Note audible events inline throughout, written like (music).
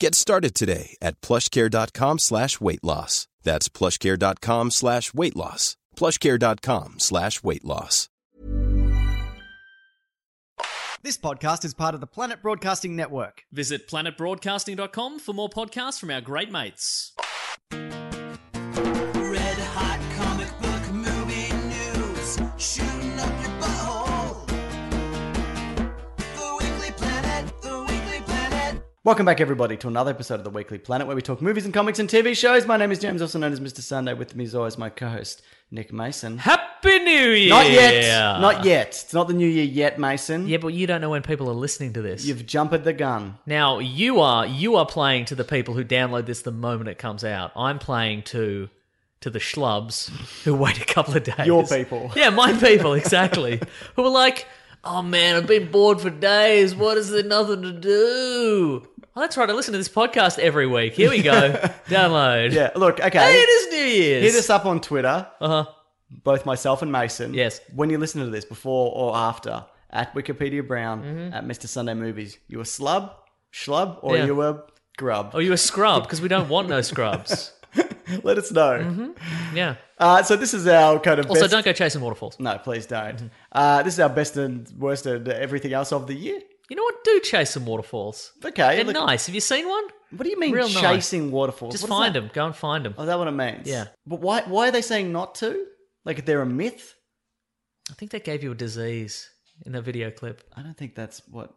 Get started today at plushcare.com slash weight loss. That's plushcare.com slash weight loss. plushcare.com slash weight loss. This podcast is part of the Planet Broadcasting Network. Visit planetbroadcasting.com for more podcasts from our great mates. Red hot comic book movie news, shooting up your butthole. The Weekly Planet, the Weekly Planet. Welcome back, everybody, to another episode of the Weekly Planet where we talk movies and comics and TV shows. My name is James, also known as Mr. Sunday. With me, as always, my co host, Nick Mason. Happy New Year! Not yet. Not yet. It's not the new year yet, Mason. Yeah, but you don't know when people are listening to this. You've jumped the gun. Now you are you are playing to the people who download this the moment it comes out. I'm playing to to the schlubs who wait a couple of days. Your people. (laughs) Yeah, my people exactly. (laughs) who are like, "Oh man, I've been bored for days. What is there nothing to do?" Well, that's right. I listen to this podcast every week. Here we (laughs) go. download. Yeah, look, okay. Hey, it is New Year's. Hit us up on Twitter, Uh huh. both myself and Mason. Yes. When you listen to this, before or after, at Wikipedia Brown, at Mr. Sunday Movies, you a slub, schlub, or Yeah. you a grub? Oh, you a scrub? Because we don't want no scrubs. Let us know. Yeah. Uh, so this is our kind of Also, best- don't go chasing waterfalls. No, please don't. Mm-hmm. Uh, this is our best and worst and everything else of the year. You know what? Do chase some waterfalls. Okay, They're look- nice. Have you seen one? What do you mean Real nice. chasing waterfalls? Just What is find that? them. Go and find them. Oh, is that what it means? Yeah. But why? Why are they saying not to? Like they're a myth? I think they gave you a disease in the video clip. I don't think that's what.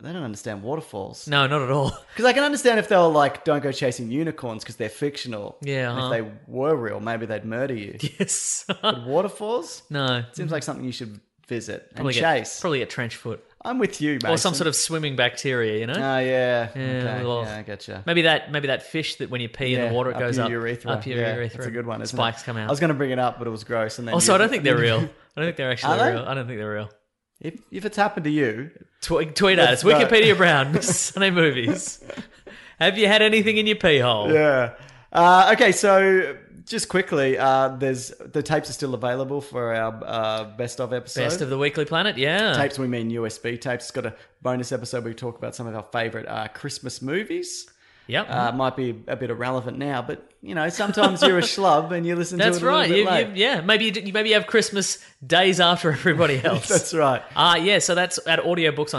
They don't understand waterfalls. No, not at all. (laughs) Because I can understand if they were like, don't go chasing unicorns because they're fictional. Yeah, And uh-huh. If they were real, maybe they'd murder you. yes. (laughs) But waterfalls no. seems like something you should visit and Probably get, chase. probably get trench foot I'm with you, Mason. or some sort of swimming bacteria. You know. Oh yeah. Yeah, okay. well, yeah I gotcha. Maybe that. Maybe that fish that when you pee in Yeah, the water it goes your up urethra. Up your yeah, urethra. That's a good one. Isn't Spikes it? come I was out. going to bring it up, but it was gross. And then Also, you- I don't think they're real. I don't think they're actually Are they? real. I don't think they're real. If, if it's happened to you, Tw- tweet at Let's us. go. Wikipedia Brown. (laughs) Miss Sunday movies. Have you had anything in your pee hole? yeah. Uh, okay, so just quickly, uh, there's the tapes are still available for our uh, best of episode. Best of the Weekly Planet. Yeah. tapes. We mean USB tapes. It's got a bonus episode. where We talk about some of our favorite uh, Christmas movies. Yep. Uh, might be a bit irrelevant now, but you know, sometimes you're a (laughs) schlub and you listen That's to it a right. little bit You, late. you, yeah, maybe you, d- you maybe have Christmas days after (laughs) everybody else. (laughs) That's right. Ah, yeah. So that's at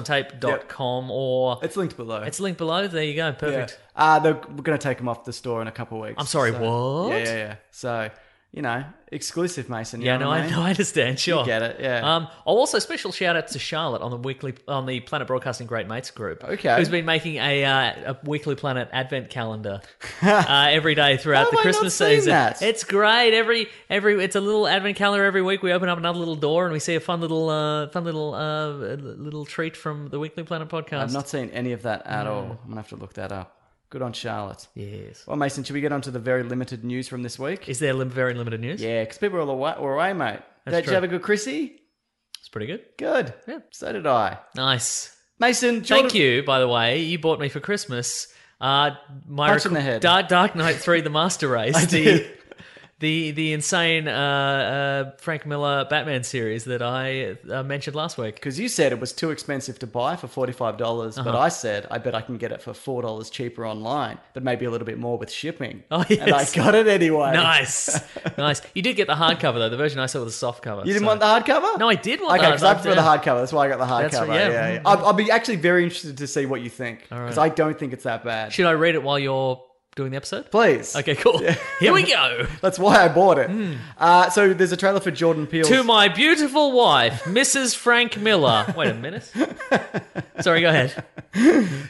audiobooksontape.com or It's linked below. it's linked below. There you go. Yeah. Perfect. Uh, they're, we're going to take them off the store in a couple of weeks. I'm sorry, So- what? Yeah, yeah, yeah. So, you know, exclusive, Mason. You Yeah, know no, what I, mean? no, I understand. Sure, get it, yeah. Um, I'll also special shout out to Charlotte on the weekly on the Planet Broadcasting Great Mates group. Okay. who's been making a uh, a weekly Planet Advent calendar (laughs) uh, every day throughout How the have I not Christmas seen season. that? It's great. Every every it's a little Advent calendar every week. We open up another little door and we see a fun little uh, fun little uh, little treat from the Weekly Planet podcast. I've not seen any of that at all. I'm going to have to look that up. Good on Charlotte. yes. Well, Mason, should we get on to the very limited news from this week? Is there lim- very limited news? yeah, because people are all away, were away mate. did That's you true. have a good Chrissy? it's pretty good. Good. Yeah. So did I. Nice. Mason, Jordan, Thank you, by the way. You bought me for Christmas. Uh, my Punch in the head. Dark, Dark Knight Three: The Master (laughs) Race. I the, did. the the insane uh, uh, Frank Miller Batman series that I uh, mentioned last week. Because you said it was too expensive to buy for $45, dollars Uh-huh. but I said, I bet I can get it for $4 cheaper online, but maybe a little bit more with shipping. Oh, And I yes. got it anyway. (laughs) Nice, nice. You did get the hardcover though. The version I saw was a soft cover. You didn't want the hardcover? No, I did want Okay, the because I hard- prefer the hardcover. That's why I got the That's hardcover. right, yeah, yeah. yeah. I'll, I'll be actually very interested to see what you think because I don't think it's that bad. Should I read it while you're doing the episode? Please. Okay, Hmm. cool. Here we (laughs) go. That's why I bought it. Uh, so there's a trailer for Jordan Peele's. To my beautiful wife, Mrs. Frank Miller. Wait (laughs) a minute. Sorry, go ahead.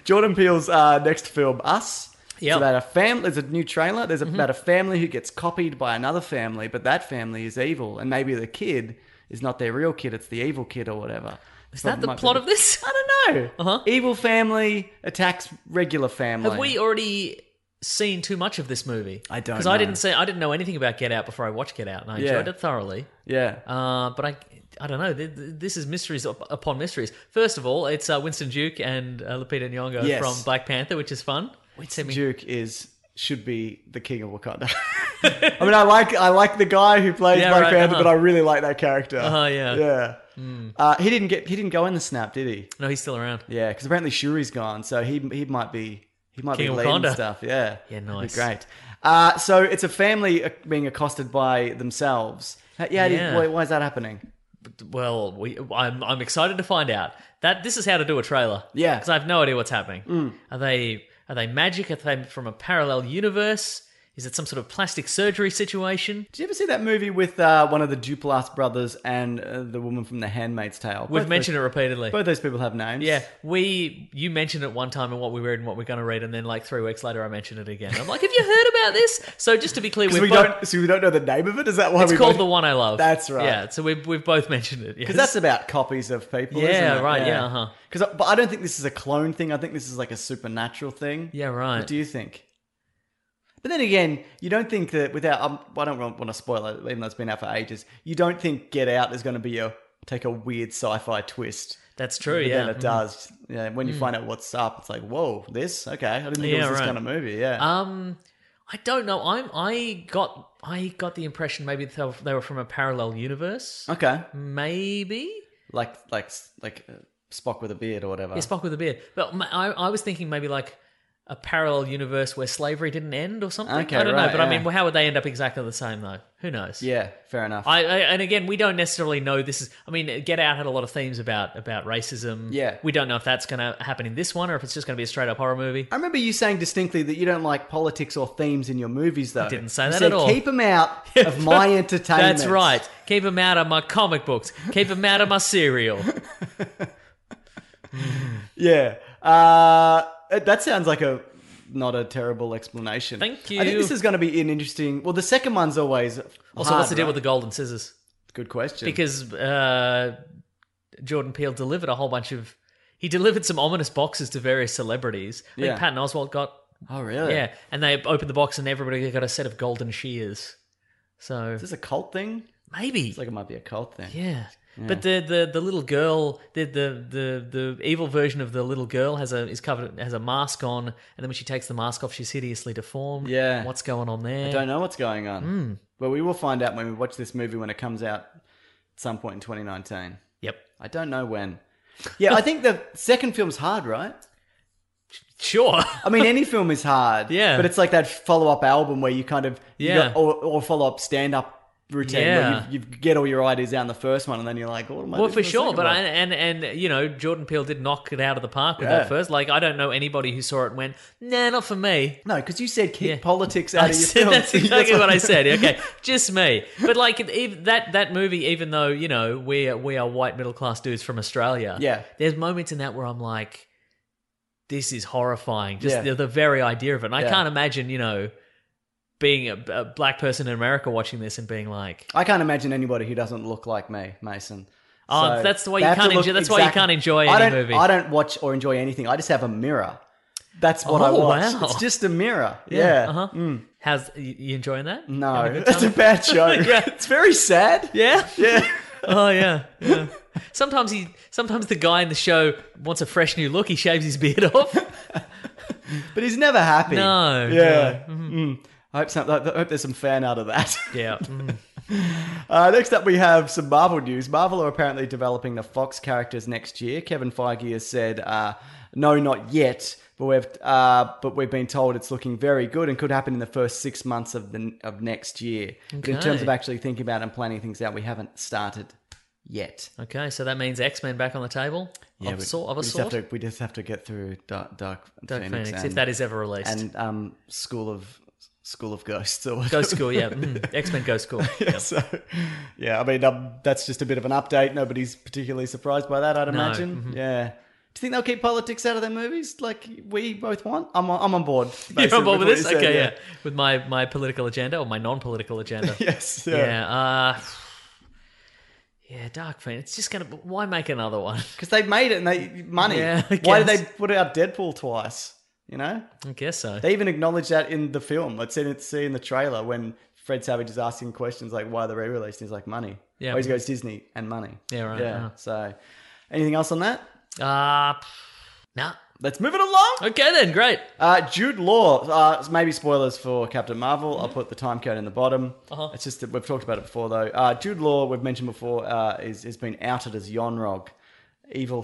Jordan Peele's uh, next film, Us. Yep. Mm-hmm. It's about a family. There's a new trailer. There's about a family who gets copied by another family, but that family is evil, and maybe the kid is not their real kid. It's the evil kid or whatever. Is that the plot (laughs) of this? I don't know. Uh-huh. Evil family attacks regular family. Have we already seen too much of this movie? I don't Because I know. didn't say I didn't know anything about Get Out before I watched Get Out, and I Yeah. enjoyed it thoroughly. Yeah. Uh, but I, I don't know. Th- th- This is mysteries up- upon mysteries. First of all, it's uh, Winston Duke and uh, Lupita Nyong'o Yes. from Black Panther, which is fun. Winston Duke is should be the king of Wakanda. (laughs) I mean, I like I like the guy who plays Yeah, Black right, Panther, uh-huh. but I really like that character. Uh-huh, yeah. Hmm. yeah. Uh, he didn't get he didn't go in the snap, did he? No, he's still around. Yeah, because apparently Shuri's gone, so he he might be he might King be of leading Wakanda. stuff. Yeah, Yeah, That'd be nice. great. Uh, so it's a family uh, being accosted by themselves. Uh, Yeah, Yeah. yeah. Why, why is that happening? Well, we, I'm, I'm excited to find out that this is how to do a trailer. Yeah. Mm. because I have no idea what's happening. Are they are they magic? Are they from a parallel universe? Is it some sort of plastic surgery situation? Did you ever see that movie with uh, one of the Duplass brothers and uh, the woman from The Handmaid's Tale? We've Both mentioned it those, repeatedly. Both those people have names. Yeah, we you mentioned it one time and what we read and what we're going to read, and then like three weeks later I mentioned it again. I'm like, have you heard about this? So just to be clear, So we we've both, don't. So we don't know the name of it. Is that why it's we called the one I love. That's right. Yeah, so we've we've both mentioned it. Yes. Because that's about copies of people. Yeah, isn't it? right, yeah, uh-huh. Because, but I don't think this is a clone thing. I think this is like a supernatural thing. Yeah, right. What do you think? But then again, you don't think that without. Um, I don't want to spoil it, even though it's been out for ages. You don't think Get Out is going to be a take a weird sci-fi twist. that's true. But Yeah. mm. then it does. Yeah, when you find out what's up, it's like, whoa, this okay. I didn't think Yeah, it was this right. kind of movie. Yeah, Um, I don't know. I'm I got I got the impression maybe they were- they were from a parallel universe. okay. Maybe. Like like like uh, Spock with a beard or whatever. Yeah, Spock with a beard. But m- I, I was thinking maybe like a parallel universe where slavery didn't end or something. Okay, I don't know. right, But I yeah. mean, how would they end up exactly the same though? Who knows? Yeah, fair enough. I, I and again, we don't necessarily know this is. I mean, Get Out had a lot of themes about about racism. Yeah. we don't know if that's going to happen in this one or if it's just going to be a straight up horror movie. I remember you saying distinctly that you don't like politics or themes in your movies, though. I didn't say that said, at all. Keep them (laughs) out of my entertainment. That's right. Keep them out of my comic books. Keep them out of (laughs) my cereal. Yeah. Uh, that sounds like a not a terrible explanation. Thank I think you. this is going to be an interesting. Well, the second one's always Also, what's the deal with the golden scissors? the good question? Because uh, Jordan Peele delivered a whole bunch of. He delivered some ominous boxes to various celebrities. I think Yeah. Patton Oswalt got. oh really? Yeah, and they opened the box and everybody got a set of golden shears. So Is this a cult thing? maybe It's like it might be a cult thing. Yeah. But the, the, the little girl, the, the the the evil version of the little girl has a is covered has a mask on, and then when she takes the mask off, she's hideously deformed. Yeah. what's going on there? I don't know what's going on. Hmm. But we will find out when we watch this movie when it comes out at some point in 2019. Yep, I don't know when. (laughs) Yeah, I think the second film's hard, right? sure. I mean, any film is hard. (laughs) Yeah. But it's like that follow up album where you kind of, you Yeah. got- or, or follow up stand up routine Yeah. where you, you get all your ideas out in the first one and then you're like, oh, am I (laughs) well, doing for the sure. second But I, one? and and you know, Jordan Peele did knock it out of the park with Yeah. that first. Like, I don't know anybody who saw it and went, nah, not for me. No, because you said kick Yeah. politics (laughs) out I of your said- film. (laughs) that's exactly what I said. Okay, just me. But like it- ev- that that movie, even though you know we are, we are white middle class dudes from Australia, Yeah. there's moments in that where I'm like, this is horrifying. Just Yeah. the, the very idea of it. And I Yeah. can't imagine you know being a, a black person in America watching this and being like, I can't imagine anybody who doesn't look like me, Mason. Oh, So that's the way they you have to can't look enjoy- that's why you can't enjoy I any don't, movie. I don't watch or enjoy anything. I just have a mirror. That's what I Oh, watch. wow. It's just a mirror. Yeah. Mm. uh-huh. How's you, you enjoying that? Having a No, good that's a time? bad joke. (laughs) Yeah. It's very sad. Yeah. (laughs) Yeah. Oh yeah. Yeah. Sometimes he, sometimes the guy in the show wants a fresh new look. He shaves his beard (laughs) off. But he's never happy. No, Yeah. Mm. I hope, some, I hope there's some fan out of that. (laughs) Yeah. Mm. Uh, next up, we have some Marvel news. Marvel are apparently developing the Fox characters next year. Kevin Feige has said, uh, "No, not yet." But we've uh, but we've been told it's looking very good and could happen in the first six months of the of next year. But in terms Okay. of actually thinking about and planning things out, we haven't started yet. Okay, so that means X Men back on the table. of, but sort, of we a just sort. Have to, we just have to get through Dark, Dark, Dark Phoenix, if and- that is ever released. and um, School of School of Ghosts or whatever. (laughs) Ghost School, yeah. Mm, X Men Ghost School. yeah, so yeah, I mean um, that's just a bit of an update. Nobody's particularly surprised by that, I'd imagine. Mm-hmm. Yeah. Do you think they'll keep politics out of their movies like we both want? I'm on, I'm on board. (laughs) You're basically, involved what with this? you said, okay, yeah. With my, my political agenda or my non political agenda. Yes. (laughs) Yeah. Yeah. uh, yeah, Dark Phoenix. It's just going to. Why make another one? (laughs) Because they made it and they money. Yeah, I Why did they guess. put out Deadpool twice? You know? I guess so. They even acknowledge that in the film. I'd seen it see in the trailer when Fred Savage is asking questions like why the re-released. He's like money. Yeah. Always goes Disney and money. Yeah, right, Yeah. yeah. So, anything else on that? Uh, pff, nah. Let's move it along. Okay, then. Great. Uh, Jude Law. Uh, maybe spoilers for Captain Marvel. I'll put the time code in the bottom. Uh-huh. It's just that we've talked about it before, though. Uh, Jude Law, we've mentioned before, uh, is has been outed as Yonrog, evil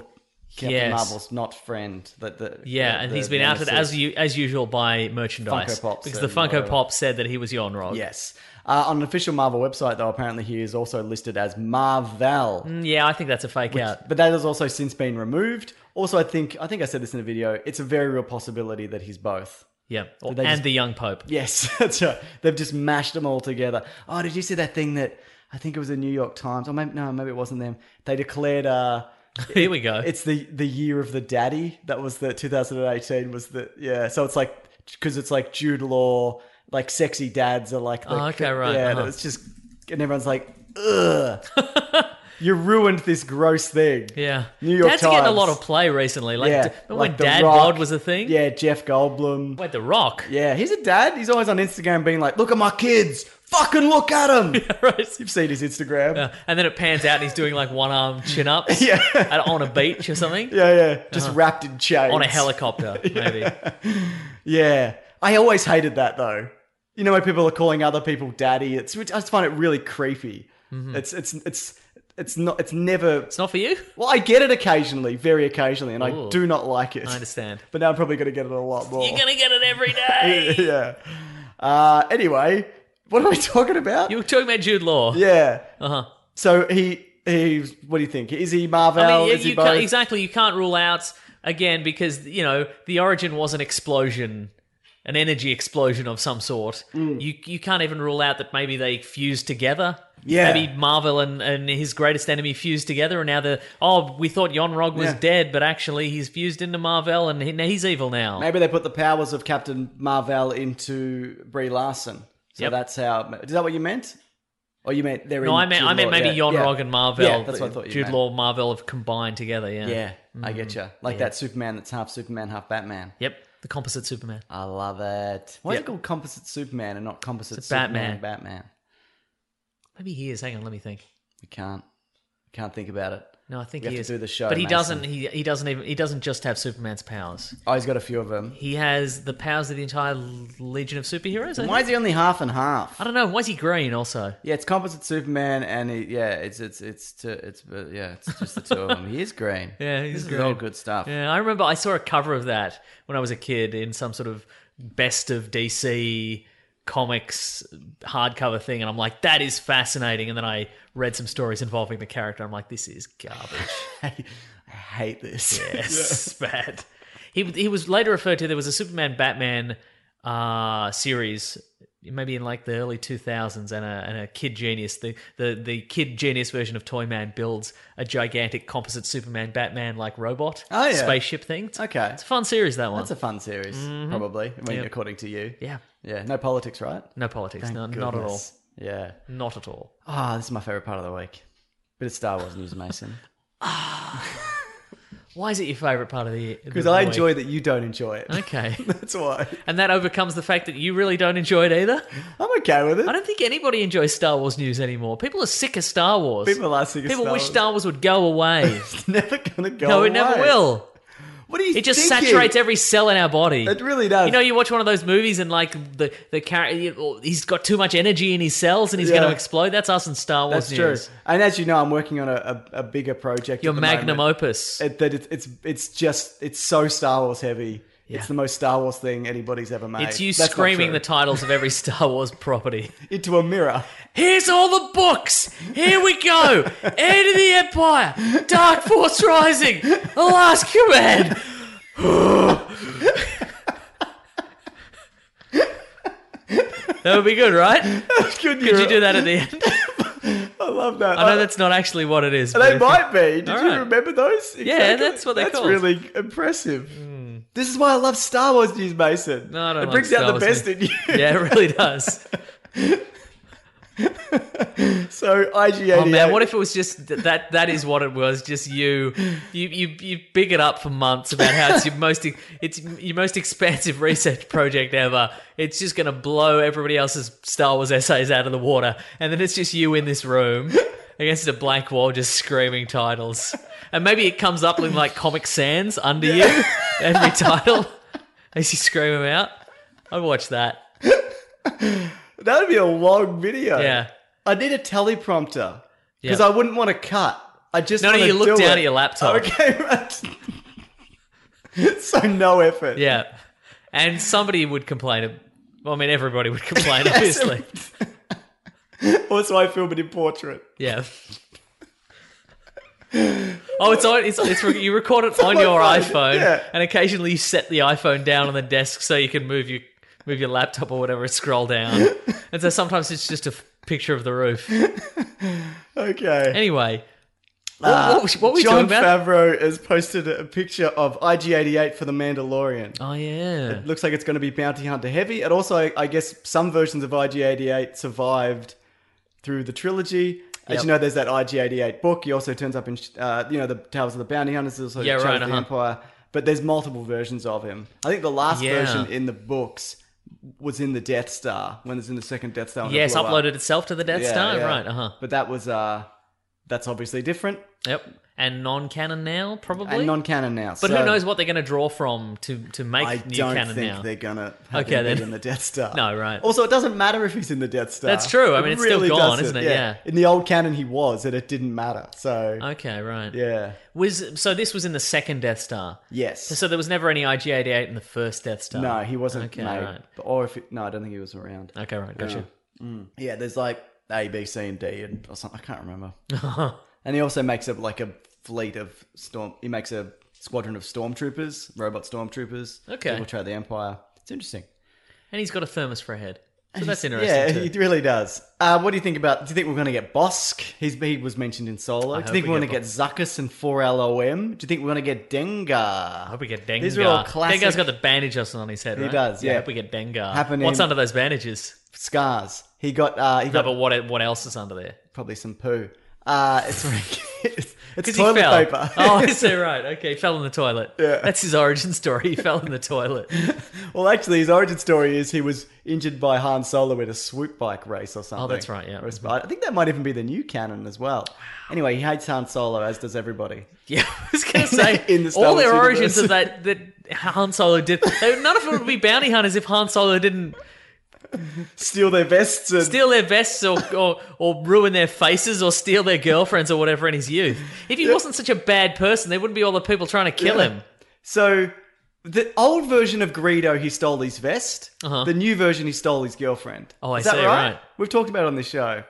Captain Yes. Marvel's not friend. That the Yeah, the- and the he's been outed nemesis. as you as usual by merchandise Funko Pops because the and Funko whatever. Pop said that he was Yon Rog. Yes. Uh, on an official Marvel website, though, apparently he is also listed as Marvel. Mm, yeah, I think that's a fake out. But that has also since been removed. Also, I think I think I said this in a video. It's a very real possibility that he's both. Yeah, Did and they just- the young (laughs) Pope. Yes, that's right. They've just mashed them all together. Oh, did you see that thing that I think it was the New York Times, or maybe no, maybe it wasn't them. They declared uh, Here we go. it's the the year of the daddy. That was the 2018 was the yeah. So it's like because it's like Jude Law, like sexy dads are like the, Oh, okay, right, yeah. uh-huh. It's just and everyone's like (laughs) ugh, you ruined this gross thing. yeah, New York Dad's getting a Times. lot of play recently. Like, yeah, d- remember when The Dad Rock. bod was a thing. Yeah, Jeff Goldblum. wait, The Rock. Yeah, he's a dad. He's always on Instagram being like, "Look at my kids, fucking look at (laughs) them." right. You've seen his Instagram. Yeah, And then it pans out, and he's doing like one arm chin ups, yeah, on a beach or something, yeah, just wrapped in chains Uh-huh. on a helicopter maybe. Yeah, I always hated that though. You know, when people are calling other people daddy, it's which I just find it really creepy. Mm-hmm. It's it's it's it's not it's never. It's not for you. Well, I get it occasionally, very occasionally, and I Ooh. do not like it. I understand. (laughs) But now I'm probably going to get it a lot more. (laughs) You're gonna get it every day. yeah. Uh, anyway, what are we (laughs) talking about? You were talking about Jude Law. yeah. Uh-huh. So he he's what do you think? Is he Marvel? I mean, you, Is he you both? can't, exactly. You can't rule out again because you know the origin was an explosion, an energy explosion of some sort. Mm. You you can't even rule out that maybe they fused together. Yeah. maybe Marvel and, and his greatest enemy fused together, and now the oh we thought Yon Rog was Yeah. dead, but actually he's fused into Marvel, and he, now he's evil now. Maybe they put the powers of Captain Marvel into Brie Larson. So Yep. that's how. Is that what you meant? Or you meant they're no, in I meant Jude I meant Law, maybe yeah, Yon yeah. Rog and Marvel, Yeah, that's what I thought you Jude meant. Law and Marvel have combined together. Yeah, Yeah, I get Mm. you. Like that Superman that's half Superman, half Batman. yep, the composite Superman. I love it. Why is Yeah. it called Composite Superman and not Composite It's a Superman Batman. Batman? Maybe he is. Hang on, let me think. We can't. We can't think about it. No, I think We have he to is. do the show, but he Mason. doesn't. He he doesn't even. He doesn't just have Superman's powers. Oh, he's got a few of them. He has the powers of the entire Legion of Superheroes. I, Why think. is he only half and half? I don't know. Why is he green? Also, Yeah, it's composite Superman, and he, yeah, it's it's it's to, it's uh, yeah, it's just the two of them. He is green. (laughs) Yeah, he's this is all green. good stuff. yeah, I remember I saw a cover of that when I was a kid in some sort of best of DC comics hardcover thing, and I'm like, that is fascinating. And then I read some stories involving the character. I'm like, this is garbage. I hate this. Yes, bad. He he was later referred to. There was a Superman Batman uh, series, maybe in like the early two thousands, and a and a Kid Genius. The, the the Kid Genius version of Toyman builds a gigantic composite Superman Batman like robot Oh, yeah. spaceship thing. It's, Okay. it's a fun series that one. That's a fun series, probably. I mean, Yep. according to you. yeah, Yeah, no politics, right? no politics, no, not at all, Goodness. Yeah. not at all. Ah, this is my favorite part of the week. Bit of Star Wars news, (laughs) Mason. Why is it your favorite part of the? Because I enjoy that you don't enjoy it. Okay, (laughs) (laughs) That's why. and that overcomes the fact that you really don't enjoy it either. I'm okay with I it. don't think anybody enjoys Star Wars news anymore. People are sick of Star Wars. People are sick of People Star wish Wars. Star Wars would go away. (laughs) It's never going to (laughs) go no, it never away. will. What are you It just thinking? saturates every cell in our body. It really does. You know, you watch one of those movies and like the the character, he's got too much energy in his cells and he's Yeah. going to explode. That's us in Star That's Wars news. true. And as you know, I'm working on a, a, a bigger project. Your at the magnum moment. opus. It, that it's it's it's just it's so Star Wars heavy. Yeah. It's the most Star Wars thing anybody's ever made. It's you That's not screaming true. the titles of every (laughs) Star Wars property. into a mirror. Here's all the books. Here we go. End of the Empire. Dark Force Rising. The Last Command. (sighs) that would be good, right? Could Could you do that at the end? I love that. I know that's not actually what it is. but Uh, They if- might be. Did you All right. remember those? Exactly. that's what they're That's called. really impressive. This is why I love Star Wars news, Mason. Hmm. No, I don't it like brings Star out Wars the best news. in you. Yeah, it really does. (laughs) So IG88. Oh man, what if it was just th- that? That is what it was. Just you, you, you, you big it up for months about how it's your most, e- it's your most expansive research project ever. It's just going to blow everybody else's Star Wars essays out of the water, and then it's just you in this room against a blank wall, just screaming titles, and maybe it comes up in like Comic Sans under you every title (laughs) as you scream them out. I'd watch that. That would be a long video. Yeah. I need a teleprompter because Yeah. I wouldn't want to cut. I just No, no, want you to look do down it. at your laptop. Okay, right. (laughs) so no effort. Yeah. And somebody would complain. Well, I mean, everybody (laughs) would complain, obviously. Also, I film it in portrait. yeah. Oh, it's on. It's, it's you record it on my your phone, iPhone, yeah. and occasionally you set the iPhone down on the desk so you can move your move your laptop or whatever, and scroll down. And so sometimes it's just a f- picture of the roof. Okay. Anyway, what, what, was- what were we Uh, John talking about? Favreau has posted a picture of IG88 for The Mandalorian. oh yeah, Looks like it's going to be bounty hunter heavy, and also I guess some versions of IG88 survived through the trilogy. As Yep. you know, theresh that IG88 book. He also turns up in uh, you know the Tales of the Bounty Hunters, there's also Yeah, Shadow right, of the uh-huh. Empire. But there's multiple versions of him. I think the last Yeah. version in the books was in the Death Star when it's in the second Death Star. when it yes, blew up. uploaded itself to the Death Yeah, Star, yeah. right? Uh huh. But that was uh, that's obviously different Yep. And non-canon now, probably. and non-canon now. But who knows what they're going to draw from to to make I new don't canon think now? they're gonna have Okay, him be then. in the Death Star. (laughs) No, right. Also, it doesn't matter if he's in the Death Star. That's true. I mean, It it's still gone, isn't it? Yeah. In the old canon, he was, and it didn't matter. So Okay, right. yeah, Was so this was in the second Death Star. yes. So there was never any IG88 in the first Death Star. no, he wasn't Okay, made. right. Or if it, no, I don't think he was around. Okay, right. Gotcha. Yeah, there's like A, B, C, and D, and or something. I can't (laughs) remember. and he also makes a like a fleet of storm. He makes a squadron of stormtroopers, robot stormtroopers. to Okay. infiltrate the Empire. It's interesting. And he's got a thermos for a head. So that's interesting. Yeah, (laughs) too. he really does. Uh, what do you think about? Do you think we're going to get Bosk? He's, he was mentioned in Solo. do you hope think we we're going to get get Zuckus and 4LOM? Do you think we're going to get I Dengar? hope we get Dengar. These are all classic- Dengar's got the bandage or something on his head, He right? does, I yeah. hope we get Dengar. Happening- What's under those bandages? Scars. He got. Uh, he No, got but what what else is under there? probably some poo. Uh, it's (laughs) it's, it's 'Cause toilet he fell. paper. (laughs) Oh, I see. Right. Okay. He fell in the toilet. Yeah. That's his origin story. He fell in (laughs) the toilet. well, actually, his origin story is he was injured by Han Solo in a swoop bike race or something. Oh, that's right, yeah. Or a sp- I think that might even be the new canon as well. Anyway, he hates Han Solo, as does everybody. Yeah, (laughs) I was going to say (laughs) In the Star all Wars their origins universe. of that that Han Solo did. they- None of them would be bounty hunters if Han Solo didn't Steal their vests and steal their vests or or, or ruin their faces or steal their girlfriends or whatever in his youth. If he wasn't such a bad person, there wouldn't be all the people trying to kill Yeah. him. So the old version of Greedo, he stole his vest. Uh-huh. The new version, he stole his girlfriend. Oh, I Is that Right? see, right. Hmm. We've talked about it on this show.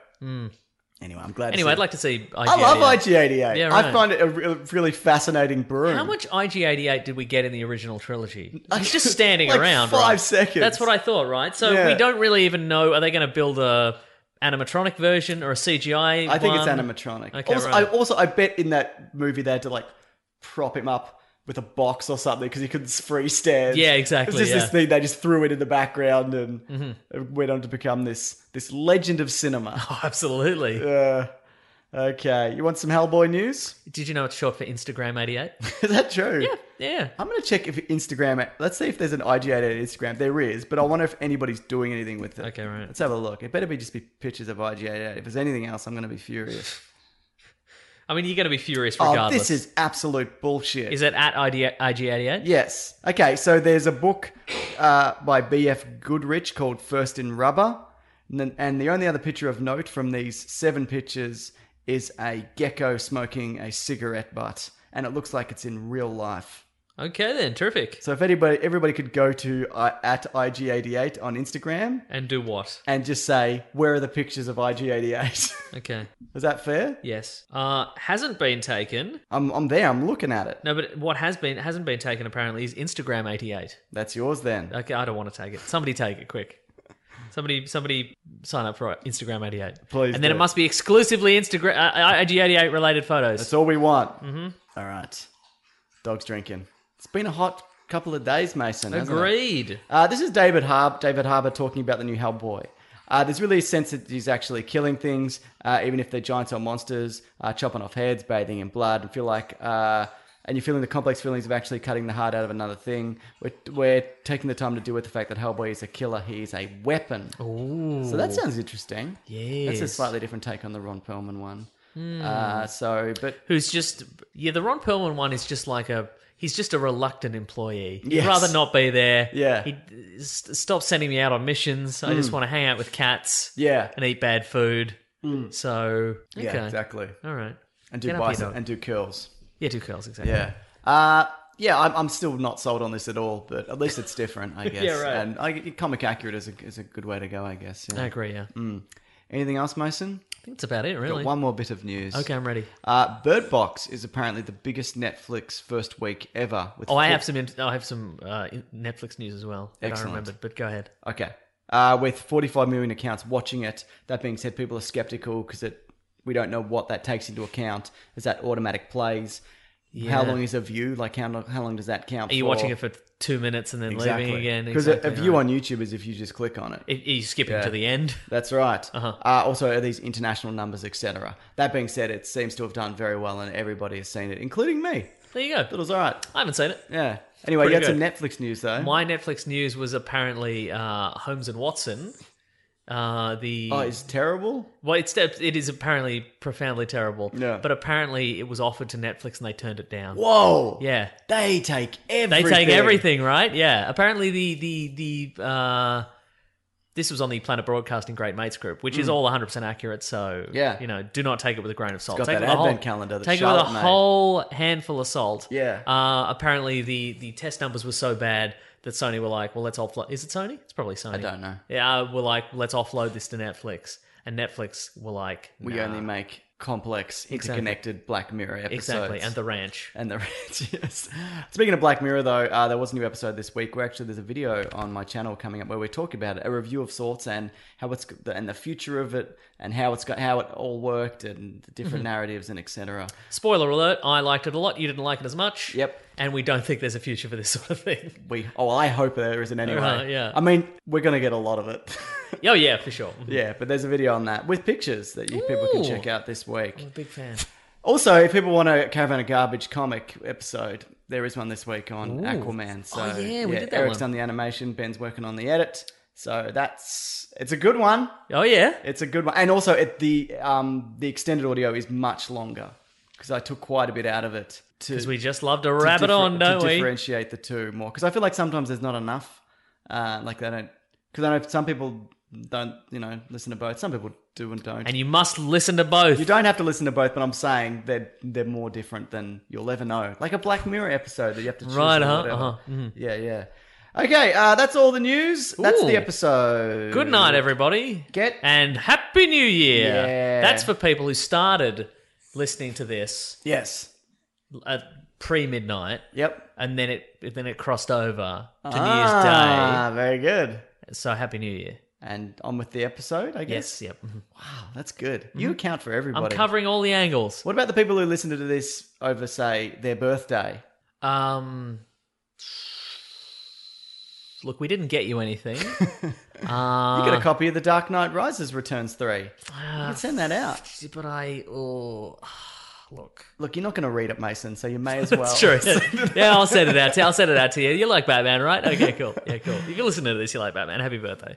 Anyway, I'm glad. to Anyway, see I'd it. like to see. IG88. I love IG88. Yeah, I right. find it a re- really fascinating broom. How much IG88 did we get in the original trilogy? It's just (laughs) standing Like around. five right? seconds. That's what I thought, right? So Yeah. we don't really even know. Are they going to build a animatronic version or a CGI? I think it's one? animatronic. Okay, also, right. I, also, I bet in that movie they had to like prop him up with a box or something because he couldn't freestand. Yeah, It's exactly, just yeah. Mm-hmm. this thing they just threw it in the background and it went on to become this this legend of cinema. Oh, absolutely. Uh, okay, you want some Hellboy news? Did you know it's short for Instagram 88? (laughs) Is that true? yeah, yeah. I'm gonna check if Instagram. Let's see if there's an IG88 Instagram. There is, but I wonder if anybody's doing anything with it. Okay, right. Let's have a look. It better be just be pictures of IG88. If there's anything else, I'm gonna be (sighs) furious. I mean, you're going to be furious oh, regardless. this is absolute bullshit. Is it at ID- IG88? Yes. Okay, so there's a book uh, by B.F. Goodrich called First in Rubber. And, then, and the only other picture of note from these seven pictures is a gecko smoking a cigarette butt. And it looks like it's in real life. Okay, then. Terrific. So if anybody, everybody could go to uh, at IG88 on Instagram And do what? and just say, where are the pictures of IG88? Okay. (laughs) Is that fair? Yes. Uh, hasn't been taken. I'm, I'm there. I'm looking at it. No, but what has been hasn't been taken apparently is Instagram eighty eight. That's yours then. Okay, I don't want to take it. Somebody take it quick. Somebody, somebody, sign up for Instagram eighty eight. Please And then do. it must be exclusively Instagram uh, IG eighty eight related photos. That's all we want. Mm-hmm. right. Dog's drinking. It's been a hot couple of days, Mason. hasn't it? Agreed. Uh, this is David Harb. David Harbour talking about the new Hellboy. Uh, there's really a sense that he's actually killing things, uh, even if they're giants or monsters, uh, chopping off heads, bathing in blood, and feel like, uh, and you're feeling the complex feelings of actually cutting the heart out of another thing. We're, we're taking the time to deal with the fact that Hellboy is a killer; he is a weapon. So that sounds interesting. Yeah, that's a Yes. Hmm. slightly different take on the Ron Perlman one. Uh, so, but Who's just yeah? The Ron Perlman one is just like a he's just a reluctant employee. He'd Yes. rather not be there. Yeah. Mm. He st- stop sending me out on missions. I just want to hang out with cats. yeah, Mm. And eat bad food. So okay. yeah, exactly. All right. And do Get up here, bicep dog. and do curls. Yeah, two curls exactly. Yeah. Uh, yeah, I'm, I'm still not sold on this at all, but at least it's different, I guess. (laughs) Yeah, right. And I, comic accurate is a, is a good way to go, I guess. Yeah. I agree. Yeah, Anything else, Mason? I think that's about Mm. it. Got Really. one more bit of news. Okay, I'm ready. Uh, Bird Box is apparently the biggest Netflix first week ever. With Oh, I four- have some. in- I have some uh, in- Netflix news as well. That I Excellent. remembered, but go ahead. Okay. Uh, with 45 million accounts watching it. That being said, people are skeptical because it we don't know what that takes into account. Is that automatic plays? How long is a view? Like how long, how long does that count? Are you watching it for two minutes and then leaving again? Because Exactly a view right. on YouTube is if you just click on it. Are you skipping Yeah. to the end? (laughs) That's right. Uh-huh. uh also, are these international numbers, etc. That being said, it seems to have done very well, and everybody has seen it, including me. There you It go. was all right. I haven't seen it. Yeah. Anyway, Pretty you had some Netflix news though. My Netflix news was apparently uh, Holmes and Watson. Uh, the oh, it's terrible. well, it's it is apparently profoundly terrible. Yeah. But apparently, it was offered to Netflix and they turned it down. Whoa. Yeah. They take They everything. take everything, right? Yeah. Apparently, the the the uh, this was on the Planet Broadcasting Great Mates group, which is all 100 percent accurate. So Mm. Yeah. you know, do not take it with a grain of salt. got take that it with a advent whole, calendar that take it with a Charlotte made. whole handful of salt. Yeah. Uh, apparently, the the test numbers were so bad that Sony were like, "Well, let's offload." Is it Sony? It's probably Sony. I don't know. Yeah, uh, we're like, "Let's offload this to Netflix," and Netflix were like, We "Nah." only make complex, interconnected Black Mirror episodes. exactly," and the ranch. And the (laughs) yes. Speaking of Black Mirror, though, uh, there was a new episode this week. Where actually, there's a video on my channel coming up where we talk about it, a review of sorts, and how it's and the future of it, and how it's got how it all worked, and the different Mm-hmm. narratives and etc. Spoiler alert: I liked it a lot. You didn't like it as much. Yep. And we don't think there's a future for this sort of thing. (laughs) We oh, well, I hope there isn't anyway. Uh, yeah. I mean, we're gonna get a lot of it. (laughs) Oh yeah, for sure. yeah, but there's a video on that with pictures that you people can Ooh. check out this week. Big fan. Also, if people want a Caravan of Garbage comic episode, there is one this week on Aquaman. So Oh, yeah, we did that Eric's one. done the animation, Ben's working on the edit. So that's it's a good one. Oh yeah. It's a good one, and also it, the um, the extended audio is much longer because I took quite a bit out of it to Because we just love to to wrap it differ- on, don't to we? differentiate the two more because I feel like sometimes there's not enough. Uh, like they don't because I know some people don't you know listen to both. Some people do and don't. And you must listen to both. You don't have to listen to both, but I'm saying they're they're more different than you'll ever know. Like a Black Mirror episode that you have to choose. Right, or huh, whatever. uh-huh, Yeah, yeah. Okay, uh, that's all the news. That's the Ooh. episode. Good night, everybody. Get- and happy New Year. Yeah. That's for people who started listening to this Yes. at pre midnight, Yep. and then it then it crossed over to New ah, very good. Year's Day. So happy New Year. And on with the episode, I guess. Yes. Yep. Mhm. Wow, that's good. You account for everybody. I'm covering all the angles. What about the people who listened to this over, say, their birthday? Um. Look, we didn't get you anything. You Uh. get a copy of The Dark Knight Rises Returns 3. You can send that out. But I, oh, (sighs) look. Look, you're not going to read it, Mason, so you may (laughs) as well. Sure. (laughs) yeah, I'll send it out. To, I'll send it out to you. You like Batman, right? Okay, cool. Yeah, cool. You can listen to this. You like Batman. Happy birthday.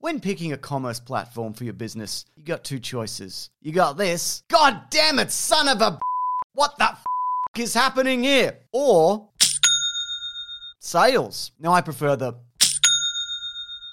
When picking a commerce platform for your business, you got two choices. You got this. God damn it, son of a. b- What the f- is happening here? Or sales. Now I prefer the.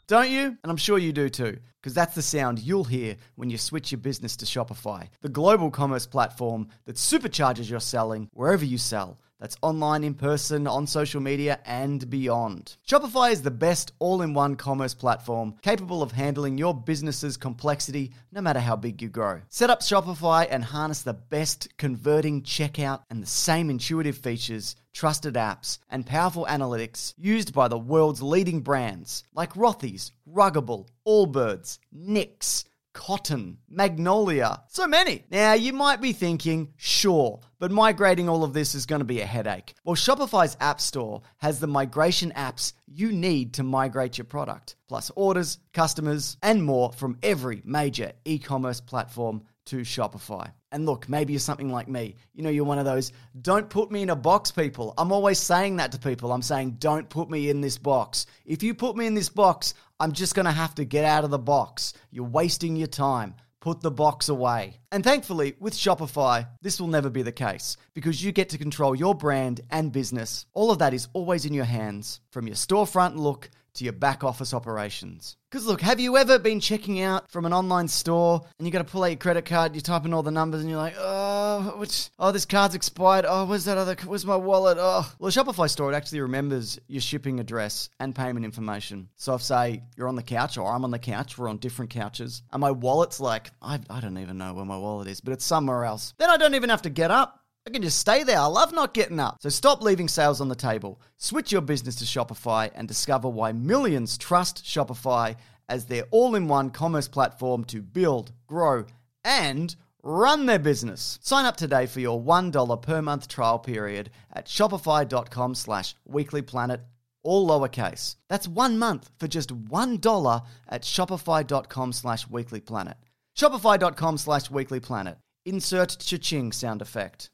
Don't you? And I'm sure you do too, because that's the sound you'll hear when you switch your business to Shopify, the global commerce platform that supercharges your selling wherever you sell. That's online, in person, on social media, and beyond. Shopify is the best all in one commerce platform capable of handling your business's complexity no matter how big you grow. Set up Shopify and harness the best converting checkout and the same intuitive features trusted apps, and powerful analytics used by the world's leading brands like Rothy's, Ruggable, Allbirds, Nix, Cotton, Magnolia. So many. Now, you might be thinking, sure, but migrating all of this is going to be a headache. Well, Shopify's App Store has the migration apps you need to migrate your product, plus orders, customers, and more from every major e commerce platform to Shopify. And look, maybe you're something like me. You know, you're one of those don't put me in a box people. I'm always saying that to people. I'm saying, don't put me in this box. If you put me in this box, I'm just going to have to get out of the box. You're wasting your time. Put the box away. And thankfully, with Shopify, this will never be the case because you get to control your brand and business. All of that is always in your hands from your storefront look to your back office operations. Because look, have you ever been checking out from an online store and you got to pull out your credit card, you type in all the numbers, and you're like, oh, which, oh, this card's expired. Oh, where's that other? Where's my wallet? Oh, well, the Shopify store it actually remembers your shipping address and payment information. So if say you're on the couch or I'm on the couch, we're on different couches, and my wallet's like, I, I don't even know where my wallet is, but it's somewhere else. Then I don't even have to get up. I can just stay there. I love not getting up. So stop leaving sales on the table. Switch your business to Shopify and discover why millions trust Shopify as their all in one commerce platform to build, grow, and run their business. Sign up today for your $1 per month trial period at shopify.com slash weeklyplanet, all lowercase. That's one month for just $1 at shopify.com slash weeklyplanet. Shopify.com slash weeklyplanet. Insert cha-ching sound effect.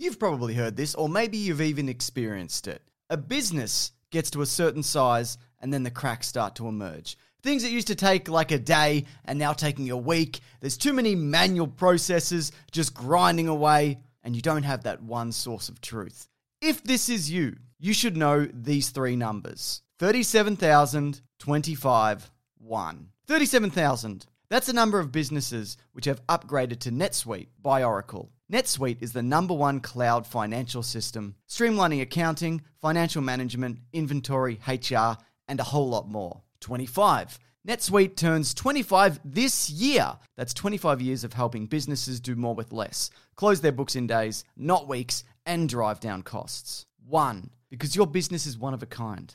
You've probably heard this, or maybe you've even experienced it. A business gets to a certain size, and then the cracks start to emerge. Things that used to take like a day and now taking a week. There's too many manual processes just grinding away, and you don't have that one source of truth. If this is you, you should know these three numbers 37,025, 1. 37,000. That's the number of businesses which have upgraded to NetSuite by Oracle. NetSuite is the number one cloud financial system, streamlining accounting, financial management, inventory, HR, and a whole lot more. 25. NetSuite turns 25 this year. That's 25 years of helping businesses do more with less, close their books in days, not weeks, and drive down costs. One, because your business is one of a kind.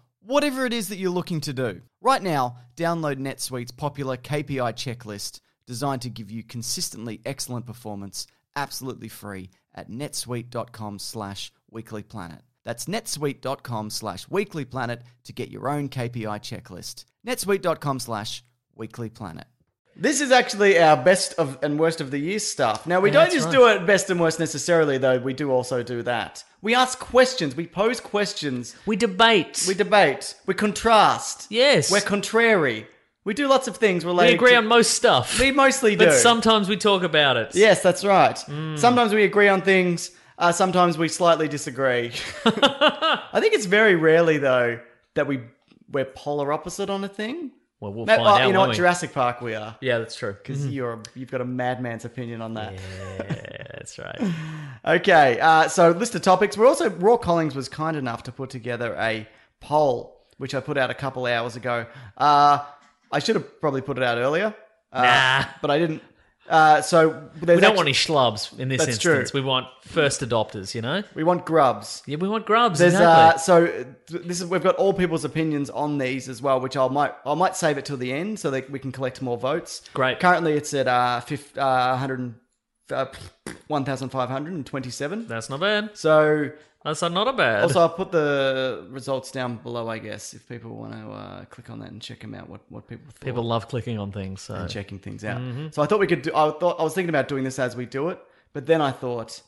whatever it is that you're looking to do. Right now, download NetSuite's popular KPI checklist designed to give you consistently excellent performance absolutely free at netsuite.com slash weeklyplanet. That's netsuite.com slash weeklyplanet to get your own KPI checklist. netsuite.com slash weeklyplanet. This is actually our best of and worst of the year stuff. Now, we Yeah, don't that's just right. do it best and worst necessarily, though. We do also do that. We ask questions. We pose questions. We debate. We debate. We contrast. Yes. We're contrary. We do lots of things We related. agree to- on most stuff. We mostly do. But Mm. sometimes we talk about it. Yes, that's right. Sometimes we agree on things. Uh, sometimes we slightly (laughs) disagree. I think it's very rarely though that we we're polar opposite on a thing. Well, we'll Ma- find oh, out. you know won't what? we? Jurassic Park, we are Yeah, that's true. because you're a- you've got a madman's opinion on that. Yeah, that's right. Okay, uh, so list of topics. We're also Raw Collings was kind enough to put together a poll, which I put out a couple hours ago. Uh, I should have probably put it out earlier, uh, Nah. but I didn't. Uh, so We don't want any schlubs in this That's true. instance. We want first adopters, you know? we want grubs. Yeah, we want grubs. There's uh, exactly. so uh, th- this is we've got all people's opinions on these as well, which I might I might save it till the end so that we can collect more votes. Great. Currently, it's at uh, fif- uh, 100 and, uh, 1,527. That's not bad. So That's not a bad. also I'll put the results down below, I guess, if people want to uh, click on that and check them out. What what people thought People love Mm-hmm. clicking on things. So. and checking things out. So I thought we could do. I thought I was thinking about doing this as we do it, but then I thought.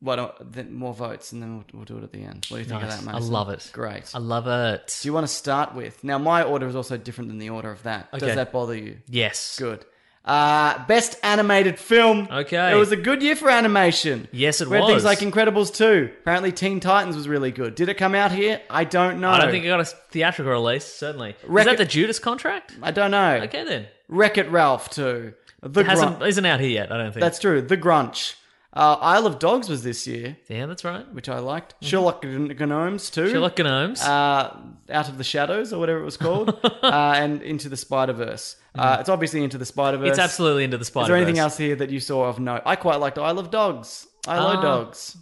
Why don't then more votes and then we'll, we'll do it at the end? What do you think Nice. of that, I Mason? love it. Great. I love it. Do you want to start with? Now, my order is also different than the order of that. Okay. Does that bother you? yes. Good. Uh, best animated film. Okay. It was a good year for animation. Yes, it we had things was. like Incredibles 2. Apparently, Teen Titans was really good. Did it come out here? I don't know. I don't think it got a theatrical release, certainly. Is Reckon- that the Judas contract? I don't know. Okay, then. Wreck It Ralph 2. The It hasn't, Grunch. isn't out here yet, I don't think. That's true. The Grunch. Uh, Isle of Dogs was this year, yeah, that's right. which I liked. Sherlock Gnomes 2. Mm-hmm. Sherlock Gnomes. uh, Out of the Shadows or whatever it was called, (laughs) uh, and Into the Spider Verse. Uh, it's obviously Into the Spider Verse. Mm-hmm. it's absolutely into the spider Is there anything else here that you saw of note? I quite liked I Love Dogs. I Love Ah. Dogs.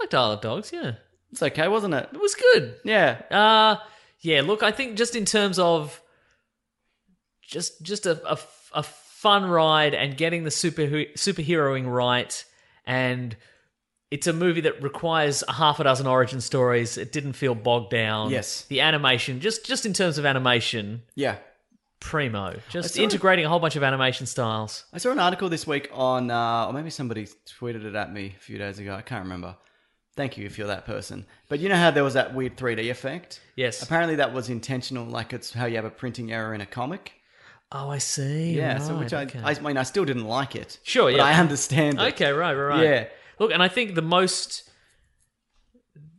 I liked Isle of Dogs, yeah. It's okay, wasn't it? It was good. Yeah. Uh yeah, look, I think just in terms of just just a a, a fun ride and getting the super superheroing right and it's a movie that requires a half a dozen origin stories. It didn't feel bogged down. Yes. The animation, just just in terms of animation, Yeah. primo. Just saw it. integrating a whole bunch of animation styles. I saw an article this week on, uh, or maybe somebody tweeted it at me a few days ago. I can't remember. Thank you if you're that person. But you know how there was that weird 3D effect? Yes. Apparently that was intentional, like it's how you have a printing error in a comic. Oh, I see. Yeah, so Right, which I, okay. I mean, I still didn't like it. Sure, but yeah. I understand it. Okay, right, right, right. Yeah. Look, and I think the most